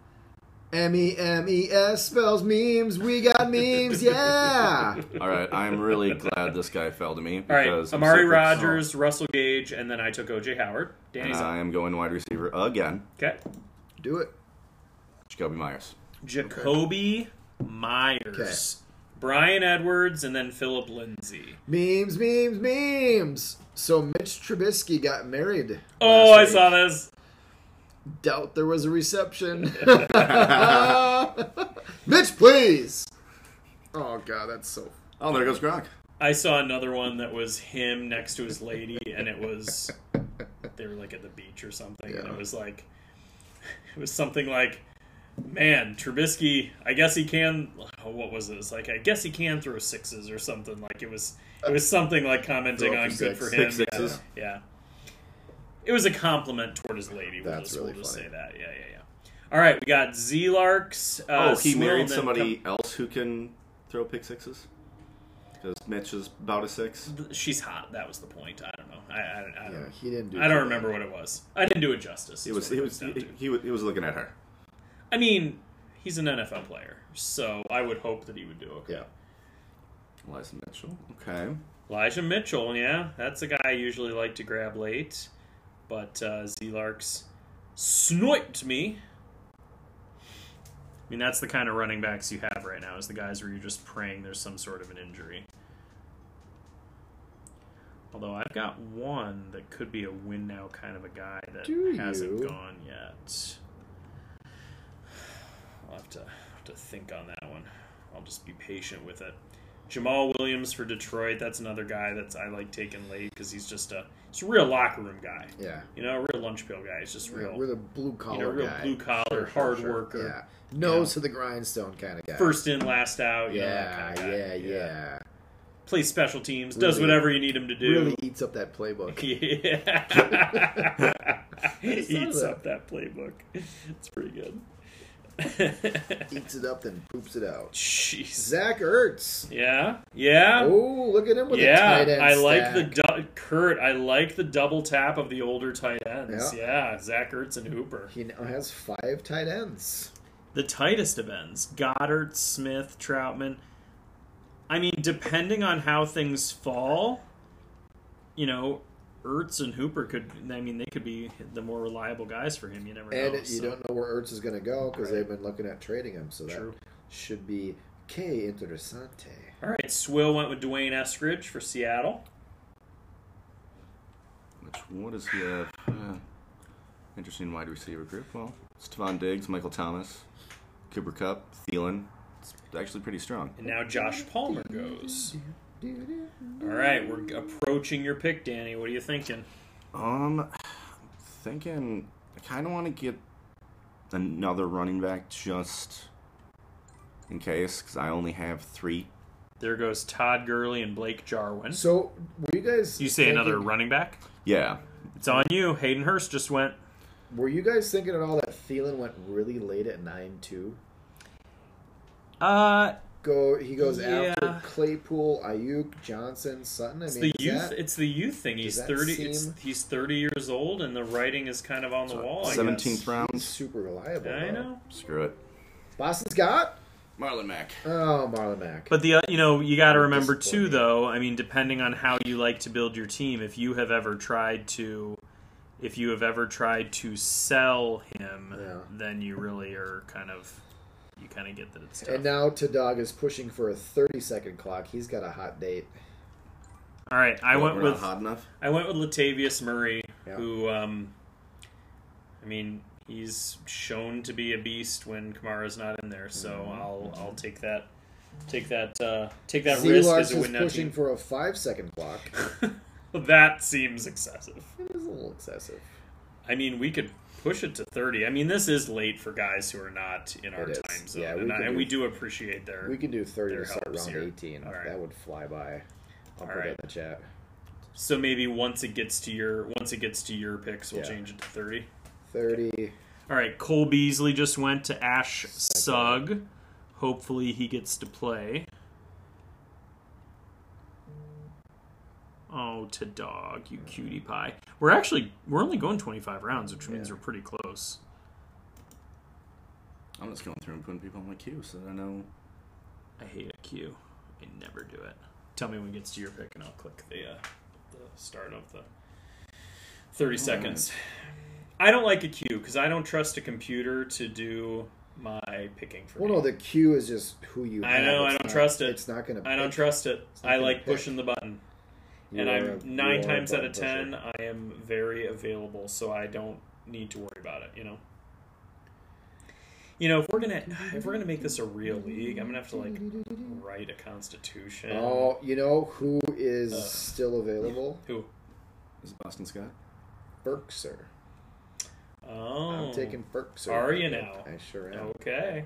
Speaker 1: M E M E S spells memes. We got memes. Yeah.
Speaker 5: All right. I'm really glad this guy fell to me
Speaker 4: All right.
Speaker 5: because I'm
Speaker 4: Amari
Speaker 5: super
Speaker 4: Rogers, Russell Gage, and then I took OJ Howard.
Speaker 5: And
Speaker 4: Danny's up.
Speaker 5: I am going wide receiver again.
Speaker 4: Okay.
Speaker 1: Do it.
Speaker 5: Jacoby Myers.
Speaker 4: Jacoby Myers. Brian Edwards, and then Philip Lindsay.
Speaker 1: Memes, memes, memes. So Mitch Trubisky got married.
Speaker 4: Oh,
Speaker 1: last
Speaker 4: I
Speaker 1: week.
Speaker 4: saw this.
Speaker 1: Doubt there was a reception. Mitch, please. Oh God, that's so.
Speaker 5: Oh, there goes Gronk.
Speaker 4: I saw another one that was him next to his lady, and it was they were like at the beach or something, and
Speaker 1: Yeah.
Speaker 4: it was like it was something like, "Man, Trubisky, I guess he can." Oh, What was it? It's like I guess he can throw sixes or something. Like it was it was something like commenting
Speaker 1: Throw
Speaker 4: on
Speaker 1: for
Speaker 4: good
Speaker 1: six.
Speaker 4: for him.
Speaker 5: Six
Speaker 4: yeah.
Speaker 5: sixes.
Speaker 4: Yeah. It was a compliment toward his lady. We'll
Speaker 1: That's
Speaker 4: just,
Speaker 1: really
Speaker 4: we'll just
Speaker 1: funny.
Speaker 4: say that. Yeah, yeah, yeah. All right, we got Z Larks. Uh,
Speaker 5: oh, he
Speaker 4: Swill,
Speaker 5: married
Speaker 4: then
Speaker 5: somebody else who can throw pick sixes. Because Mitch is about a six.
Speaker 4: com- She's hot. That was the point. I don't know. I, I, I don't
Speaker 1: Yeah,
Speaker 4: know.
Speaker 1: he didn't do.
Speaker 4: I
Speaker 1: too
Speaker 4: don't
Speaker 1: bad.
Speaker 4: remember what it was. I didn't do it justice.
Speaker 5: He
Speaker 4: is
Speaker 5: was
Speaker 4: what
Speaker 5: he
Speaker 4: it
Speaker 5: was
Speaker 4: comes
Speaker 5: he,
Speaker 4: down to.
Speaker 5: he was he was looking at her.
Speaker 4: I mean, he's an NFL player, so I would hope that he would do okay.
Speaker 1: Yeah.
Speaker 5: Eliza Mitchell. Okay.
Speaker 4: Elijah Mitchell, yeah, that's a guy I usually like to grab late, but uh, Z Larks sniped me. I mean, that's the kind of running backs you have right now is the guys where you're just praying there's some sort of an injury. Although I've got one that could be a win now kind of a guy that
Speaker 1: Do
Speaker 4: hasn't
Speaker 1: you?
Speaker 4: gone yet. I'll have to have to think on that one. I'll just be patient with it. Jamal Williams for Detroit. That's another guy that's I like taking late because he's just a he's a real locker room guy.
Speaker 1: Yeah.
Speaker 4: You know, a real lunch pail guy. He's just real,
Speaker 1: We're the blue collar
Speaker 4: you know, real
Speaker 1: guy.
Speaker 4: blue collar,
Speaker 1: Sure, sure,
Speaker 4: hard
Speaker 1: sure.
Speaker 4: worker,
Speaker 1: Yeah. Nose to the grindstone kind of guy.
Speaker 4: first in, last out. You know,
Speaker 1: Yeah,
Speaker 4: that kind of
Speaker 1: yeah,
Speaker 4: guy.
Speaker 1: yeah.
Speaker 4: Plays special teams, does
Speaker 1: Really-
Speaker 4: whatever you need him to do.
Speaker 1: Really eats up that playbook.
Speaker 4: Yeah. he
Speaker 1: saw
Speaker 4: eats
Speaker 1: that.
Speaker 4: up that playbook. It's pretty good.
Speaker 1: eats it up, then poops it out.
Speaker 4: Jeez.
Speaker 1: Zach Ertz.
Speaker 4: Yeah. Yeah.
Speaker 1: Oh, look at him with
Speaker 4: yeah,
Speaker 1: a tight end.
Speaker 4: I like
Speaker 1: stack.
Speaker 4: the du- Kurt. I like the double tap of the older tight ends. Yeah, Zach Ertz and Hooper.
Speaker 1: He now has five tight ends.
Speaker 4: The tightest of ends: Goddard, Smith, Troutman. I mean, depending on how things fall, you know, Ertz and Hooper could. I mean, they could be the more reliable guys for him. You never
Speaker 1: And
Speaker 4: know.
Speaker 1: you
Speaker 4: so.
Speaker 1: don't know where Ertz is going to go because
Speaker 4: Right.
Speaker 1: they've been looking at trading him. So that
Speaker 4: True.
Speaker 1: should be que interesante.
Speaker 4: All right, Swill went with Dwayne Eskridge for Seattle.
Speaker 5: Which what does he have? Uh, interesting wide receiver group. Well, Stephon Diggs, Michael Thomas, Cooper Cup, Thielen. It's actually pretty strong.
Speaker 4: And now Josh Palmer goes. All right, we're approaching your pick, Danny. What are you thinking?
Speaker 5: Um, I'm thinking I kind of want to get another running back just in case, because I only have three.
Speaker 4: There goes Todd Gurley and Blake Jarwin.
Speaker 1: So, were you guys.
Speaker 4: You say another
Speaker 1: thinking-
Speaker 4: running back?
Speaker 5: Yeah,
Speaker 4: It's on you. Hayden Hurst just went.
Speaker 1: Were you guys thinking at all that Thielen went really late at 9 2?
Speaker 4: Uh,
Speaker 1: Go, he goes
Speaker 4: Yeah.
Speaker 1: after Claypool, Ayuk, Johnson, Sutton. I
Speaker 4: it's
Speaker 1: mean,
Speaker 4: the
Speaker 1: is
Speaker 4: youth.
Speaker 1: that-
Speaker 4: It's the youth thing. He's
Speaker 1: that
Speaker 4: thirty.
Speaker 1: seem-
Speaker 4: It's, he's thirty years old, and the writing is kind of on the wall. Oh, I
Speaker 5: seventeenth
Speaker 4: guess.
Speaker 1: he's
Speaker 5: round.
Speaker 1: super reliable.
Speaker 4: I
Speaker 1: though.
Speaker 4: know.
Speaker 5: Screw it.
Speaker 1: Boston's got?
Speaker 5: Marlon Mack.
Speaker 1: Oh, Marlon Mack.
Speaker 4: But the uh, you know you got to remember too
Speaker 1: Disappointing.
Speaker 4: though. I mean, depending on how you like to build your team, if you have ever tried to, if you have ever tried to sell him,
Speaker 1: Yeah.
Speaker 4: then you really are kind of, you kind of get that it's tough.
Speaker 1: and uh, now Tadog is pushing for a 30 second clock. He's got a hot date.
Speaker 4: All right, I
Speaker 5: Well,
Speaker 4: went
Speaker 5: we're not
Speaker 4: with
Speaker 5: hot enough.
Speaker 4: I went with Latavius Murray
Speaker 1: Yeah.
Speaker 4: who, um, I mean, he's shown to be a beast when Kamara's not in there. So
Speaker 1: Mm-hmm.
Speaker 4: I'll I'll take that take that uh, take that risk
Speaker 1: Sealarks
Speaker 4: as a
Speaker 1: is
Speaker 4: win now.
Speaker 1: pushing for a five second block.
Speaker 4: That seems excessive.
Speaker 1: It is a little excessive.
Speaker 4: I mean, we could push it to 30. I mean, this is late for guys who are not in our
Speaker 1: It is.
Speaker 4: time zone.
Speaker 1: Yeah, we
Speaker 4: and,
Speaker 1: could
Speaker 4: I,
Speaker 1: do-
Speaker 4: and we do appreciate their.
Speaker 1: We can do 30
Speaker 4: Their
Speaker 1: to start
Speaker 4: helps
Speaker 1: round
Speaker 4: here.
Speaker 1: 18.
Speaker 4: All right.
Speaker 1: That would fly by. I'll put
Speaker 4: right.
Speaker 1: it in the chat.
Speaker 4: So maybe once it gets to your once it gets to your picks, we'll
Speaker 1: Yeah.
Speaker 4: change it to 30.
Speaker 1: 30.
Speaker 7: All right, Cole Beasley just went to Ash Sugg. Hopefully, he gets to play. Oh, to dog, you cutie pie. We're actually we're only going 25 rounds, which means
Speaker 1: Yeah.
Speaker 7: we're pretty close.
Speaker 5: I'm just going through and putting people on my queue so that I know.
Speaker 7: I hate a queue. I never do it. Tell me when it gets to your pick, and I'll click the. Uh...
Speaker 4: The start of the 30 seconds. I don't like a queue because I don't trust a computer to do my picking for
Speaker 1: Well,
Speaker 4: me.
Speaker 1: no, the Q is just who you
Speaker 4: I
Speaker 1: have.
Speaker 4: know, I
Speaker 1: It's
Speaker 4: don't
Speaker 1: not-
Speaker 4: trust it.
Speaker 1: It's not going to
Speaker 4: I don't trust it.
Speaker 1: not
Speaker 4: I
Speaker 1: gonna
Speaker 4: like
Speaker 1: pick.
Speaker 4: pushing the button. and I'm nine times out of ten, I am very available, so I don't need to worry about it. You know. You know, if we're gonna if we're gonna make this a real league, I'm gonna have to like write a constitution.
Speaker 1: Oh, you know who is
Speaker 4: Uh,
Speaker 1: still available?
Speaker 4: Who?
Speaker 5: Is it Boston Scott?
Speaker 1: Berkser.
Speaker 4: Oh,
Speaker 1: I'm taking Berkser.
Speaker 4: Are you now?
Speaker 1: I sure am.
Speaker 4: Okay.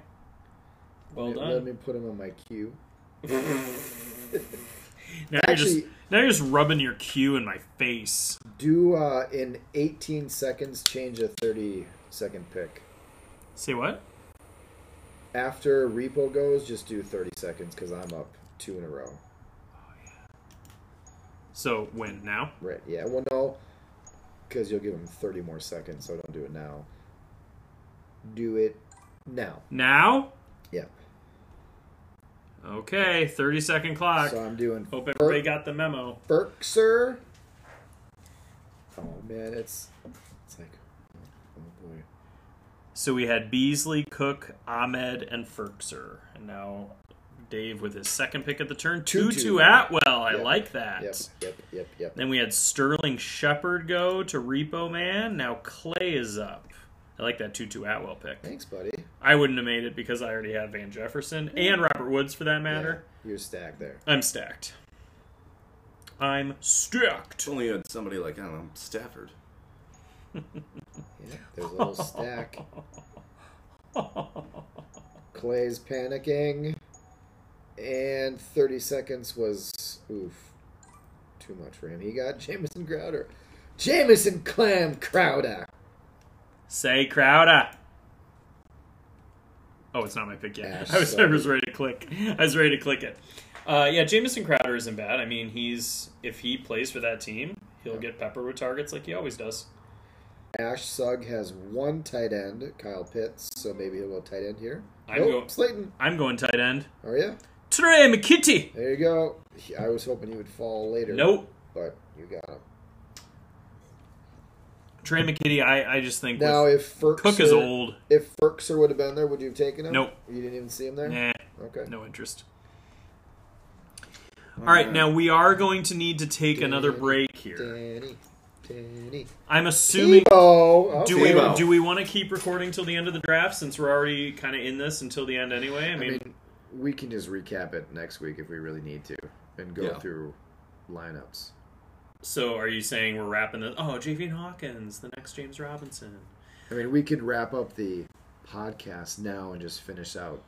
Speaker 4: Well
Speaker 1: let, me-
Speaker 4: done.
Speaker 1: let me put him on my queue.
Speaker 7: Now you're
Speaker 1: Actually-
Speaker 7: just now you're just rubbing your cue in my face.
Speaker 1: Do uh, in 18 seconds change a 30 second pick.
Speaker 7: Say what?
Speaker 1: After repo goes, just do 30 seconds because I'm up two in a row.
Speaker 7: So when now?
Speaker 1: Right? Yeah. Well, no, because you'll give him 30 more seconds. So don't do it now. Do it now.
Speaker 7: Now?
Speaker 1: Yeah.
Speaker 7: Okay, 30 second clock.
Speaker 1: So I'm doing
Speaker 4: Hope everybody got the memo.
Speaker 1: Berkser. Oh man, it's it's like oh boy.
Speaker 7: So we had Beasley, Cook, Ahmed, and Ferkser. And now Dave with his second pick at the turn. 2
Speaker 1: Tutu.
Speaker 7: 2 Atwell. I
Speaker 1: Yep.
Speaker 7: like that.
Speaker 1: Yep. Yep. Yep. Yep.
Speaker 7: Then we had Sterling Shepard go to Repo Man. Now Clay is up. I like that 2 2 Atwell pick.
Speaker 1: Thanks, buddy.
Speaker 7: I wouldn't have made it because I already had Van Jefferson and Robert Woods for that matter.
Speaker 1: Yeah, you're stacked there.
Speaker 7: I'm stacked. I'm stacked.
Speaker 5: If only you had somebody like, I don't know, Stafford.
Speaker 1: Yeah, there's a little stack. Clay's panicking, and 30 seconds was oof, too much for him. He got Jamison Crowder, Jamison Clam Crowder.
Speaker 7: Say Crowder. Oh, it's not my pick yet.
Speaker 1: Ash
Speaker 7: I was I
Speaker 1: Sugg.
Speaker 7: was ready to click. I was ready to click it.
Speaker 4: Uh, yeah, Jamison Crowder isn't bad. I mean, he's if he plays for that team, he'll get peppered with targets like he always does.
Speaker 1: Ash Sugg has one tight end, Kyle Pitts, so maybe he'll go tight end here.
Speaker 4: I'm
Speaker 1: nope,
Speaker 4: go-
Speaker 1: Slayton.
Speaker 7: I'm going tight end.
Speaker 1: Are you?
Speaker 7: Trey McKitty.
Speaker 1: There you go. He- I was hoping he would fall later.
Speaker 4: Nope.
Speaker 1: But you got him.
Speaker 7: Trey McKitty. I, I just think
Speaker 1: Now,
Speaker 7: with-
Speaker 1: if Ferkser,
Speaker 7: Cook is old.
Speaker 1: If Ferkser would have been there, would you have taken him?
Speaker 7: Nope.
Speaker 1: You didn't even see him there?
Speaker 7: Nah,
Speaker 1: Okay.
Speaker 7: no interest. All right, now we are going to need to take another break here.
Speaker 1: Danny. Danny.
Speaker 7: I'm assuming.
Speaker 1: Tebow.
Speaker 7: Do
Speaker 1: Oh, Okay.
Speaker 7: we
Speaker 5: Tebow.
Speaker 7: do we want to keep recording till the end of the draft since we're already kind of in this until the end anyway? I
Speaker 1: I
Speaker 7: mean,
Speaker 1: mean, we can just recap it next week if we really need to and go
Speaker 5: Yeah.
Speaker 1: through lineups.
Speaker 4: So are you saying we're wrapping the oh Javian Hawkins, the next James Robinson?
Speaker 1: I mean, we could wrap up the podcast now and just finish out.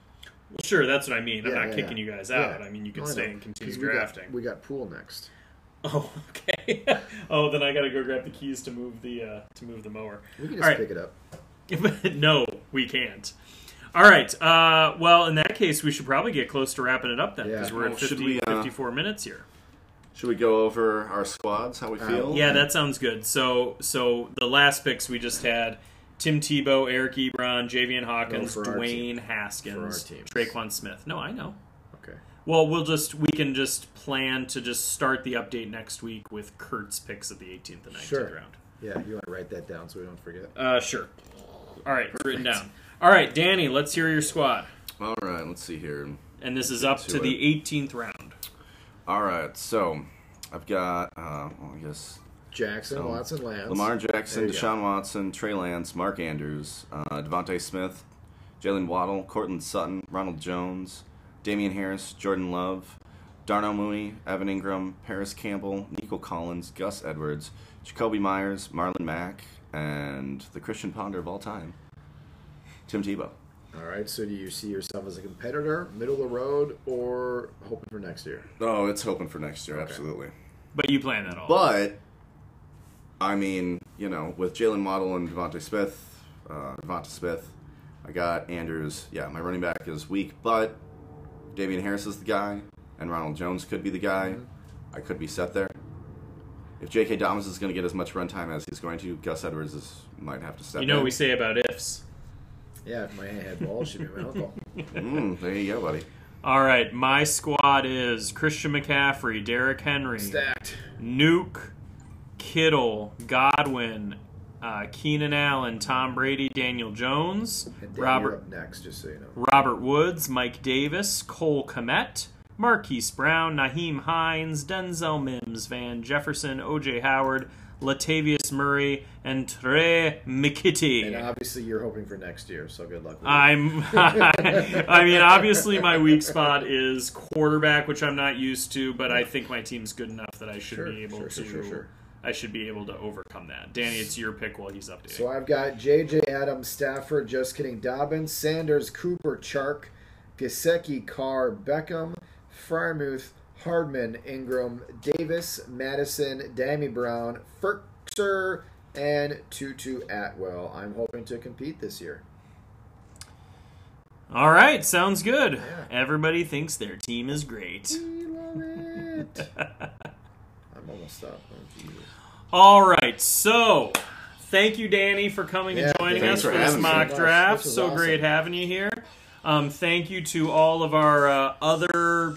Speaker 4: Well, sure, that's what I mean. I'm
Speaker 1: Yeah,
Speaker 4: not
Speaker 1: yeah,
Speaker 4: kicking
Speaker 1: yeah.
Speaker 4: you guys
Speaker 1: Yeah.
Speaker 4: out. I mean, you can
Speaker 1: No, I
Speaker 4: stay
Speaker 1: know.
Speaker 4: and
Speaker 1: 'Cause
Speaker 4: continue
Speaker 1: we got-
Speaker 4: drafting.
Speaker 1: We got pool next.
Speaker 4: Oh, okay. oh, then I gotta go grab the keys to move the uh, to move the mower.
Speaker 1: We can
Speaker 7: All
Speaker 1: just
Speaker 7: right.
Speaker 1: pick it up.
Speaker 7: no, we can't. All right. Uh, well, in that case, we should probably get close to wrapping it up then,
Speaker 1: Yeah.
Speaker 7: because we're
Speaker 5: Well,
Speaker 7: at 50,
Speaker 5: should we, uh,
Speaker 7: 54 minutes here.
Speaker 5: Should we go over our squads,
Speaker 4: Uh,
Speaker 5: how we feel?
Speaker 7: Yeah, that sounds good. So, so the last picks we just had: Tim Tebow, Eric Ebron, Javian Hawkins,
Speaker 1: No, Oh, for our
Speaker 7: Dwayne
Speaker 1: team.
Speaker 7: Haskins,
Speaker 1: For our teams.
Speaker 7: Traquan Smith. No, I know.
Speaker 1: Okay.
Speaker 7: Well, we'll just we can just plan to just start the update next week with Kurt's picks at the 18th and 19th
Speaker 1: Sure.
Speaker 7: round.
Speaker 1: Yeah, you want to write that down so we don't forget.
Speaker 7: Uh, sure. All right, it's written down. All right, Danny, let's hear your squad.
Speaker 5: All right, let's see here.
Speaker 7: And this is up
Speaker 5: To
Speaker 7: to the
Speaker 5: it.
Speaker 7: 18th round.
Speaker 5: All right, so I've got, uh, well, I guess
Speaker 1: Jackson,
Speaker 5: So,
Speaker 1: Watson, Lance.
Speaker 5: Lamar Jackson,
Speaker 1: There you go.
Speaker 5: Deshaun Watson, Trey Lance, Mark Andrews, uh, Devontae Smith, Jalen Waddle, Cortland Sutton, Ronald Jones, Damian Harris, Jordan Love, Darnell Mooney, Evan Ingram, Paris Campbell, Nico Collins, Gus Edwards, Jacoby Myers, Marlon Mack, and the Christian Ponder of all time, Tim Tebow.
Speaker 1: All right, so do you see yourself as a competitor, middle of the road, or hoping for next year?
Speaker 5: Oh, it's hoping for next year, absolutely.
Speaker 4: But you plan that all.
Speaker 5: But I mean, you know, with Jalen Waddle and Devontae Smith, uh, Devontae Smith, I got Andrews. Yeah, my running back is weak, but Damian Harris is the guy, and Ronald Jones could be the guy.
Speaker 4: Mm-hmm.
Speaker 5: I could be set there. If J.K. Dobbins is going to get as much runtime as he's going to, Gus Edwards is, might have to step
Speaker 4: you know
Speaker 5: in.
Speaker 4: what we say about ifs.
Speaker 1: Yeah, if my aunt had balls, she'd be my uncle.
Speaker 5: Mm, there you go, buddy.
Speaker 4: All right, my squad is Christian McCaffrey, Derrick Henry,
Speaker 1: Stacked.
Speaker 4: Nuke, Kittle, Godwin, uh, Keenan Allen, Tom Brady, Daniel Jones,
Speaker 1: And Dan, Robert.
Speaker 4: Robert
Speaker 1: up next, just so you know.
Speaker 4: Robert Woods, Mike Davis, Cole Komet, Marquise Brown, Naheem Hines, Denzel Mims, Van Jefferson, O.J. Howard, Latavius Murray, and Trey
Speaker 1: And
Speaker 4: McKitty.
Speaker 1: obviously, you're hoping for next year, so good luck. With it.
Speaker 4: I'm. I mean, obviously, my weak spot is quarterback, which I'm not used to, but I think my team's good enough that I should
Speaker 1: Sure,
Speaker 4: be able
Speaker 1: sure,
Speaker 4: to.
Speaker 1: sure, sure, sure.
Speaker 4: I should be able to overcome that. Danny, it's your pick while he's updating.
Speaker 1: So I've got J.J. Adams, Stafford, just kidding, Dobbins, Sanders, Cooper, Chark, Gasecki, Carr, Beckham, Frymuth, Hardman, Ingram, Davis, Madison, Dammy Brown, Ferkser, and Tutu Atwell. I'm hoping to compete this year.
Speaker 4: All right, sounds good. Everybody thinks their team is great.
Speaker 1: We love it. I'm almost up. Oh, Jesus.
Speaker 4: All right, so thank you, Danny, for coming
Speaker 1: Yeah,
Speaker 4: and joining
Speaker 5: thanks
Speaker 4: us
Speaker 5: for
Speaker 4: for this
Speaker 5: having me.
Speaker 4: mock
Speaker 1: This
Speaker 4: draft.
Speaker 1: was
Speaker 4: so
Speaker 1: awesome.
Speaker 4: great having you here. Um, thank you to all of our uh, other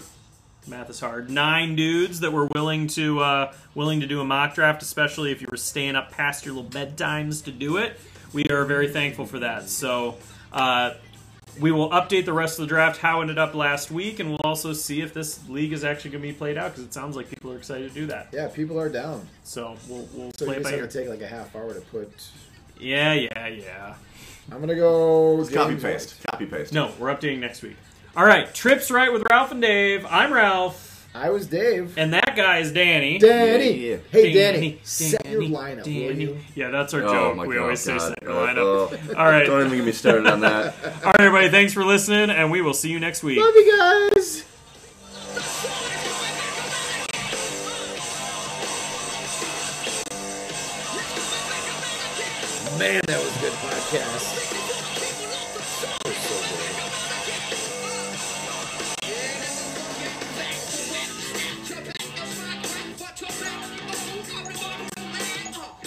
Speaker 4: math is hard nine dudes that were willing to uh, willing to do a mock draft, especially if you were staying up past your little bedtimes to do it. We are very thankful for that. So. Uh, we will update the rest of the draft how it ended up last week, and we'll also see if this league is actually going to be played out because it sounds like people are excited to do that.
Speaker 1: Yeah, people are down.
Speaker 4: So we'll, we'll
Speaker 1: So
Speaker 4: play
Speaker 1: you
Speaker 4: it by
Speaker 1: just
Speaker 4: ear.
Speaker 1: have to take like a half hour to put.
Speaker 4: Yeah, yeah, yeah.
Speaker 1: I'm gonna go.
Speaker 5: Copy
Speaker 1: James
Speaker 5: paste. Copy paste.
Speaker 4: No, we're updating next week. All right, trips right with Ralph and Dave. I'm Ralph,
Speaker 1: White. I was Dave.
Speaker 4: and that guy is Danny.
Speaker 1: Danny.
Speaker 5: Yeah.
Speaker 4: Danny,
Speaker 1: Hey, Danny.
Speaker 4: Danny,
Speaker 1: Set your lineup, will
Speaker 4: Danny.
Speaker 1: you?
Speaker 4: Yeah, that's our
Speaker 5: Oh
Speaker 4: joke.
Speaker 5: my
Speaker 4: We
Speaker 5: God,
Speaker 4: always say
Speaker 5: God.
Speaker 4: set your
Speaker 5: Uh,
Speaker 4: lineup.
Speaker 5: oh.
Speaker 4: All right, all
Speaker 5: Don't even get me started on that.
Speaker 4: right, everybody. Thanks for listening, and we will see you next week.
Speaker 1: Love you guys.
Speaker 9: Let's go back, back, back, back, back.
Speaker 1: Man, that was a good podcast.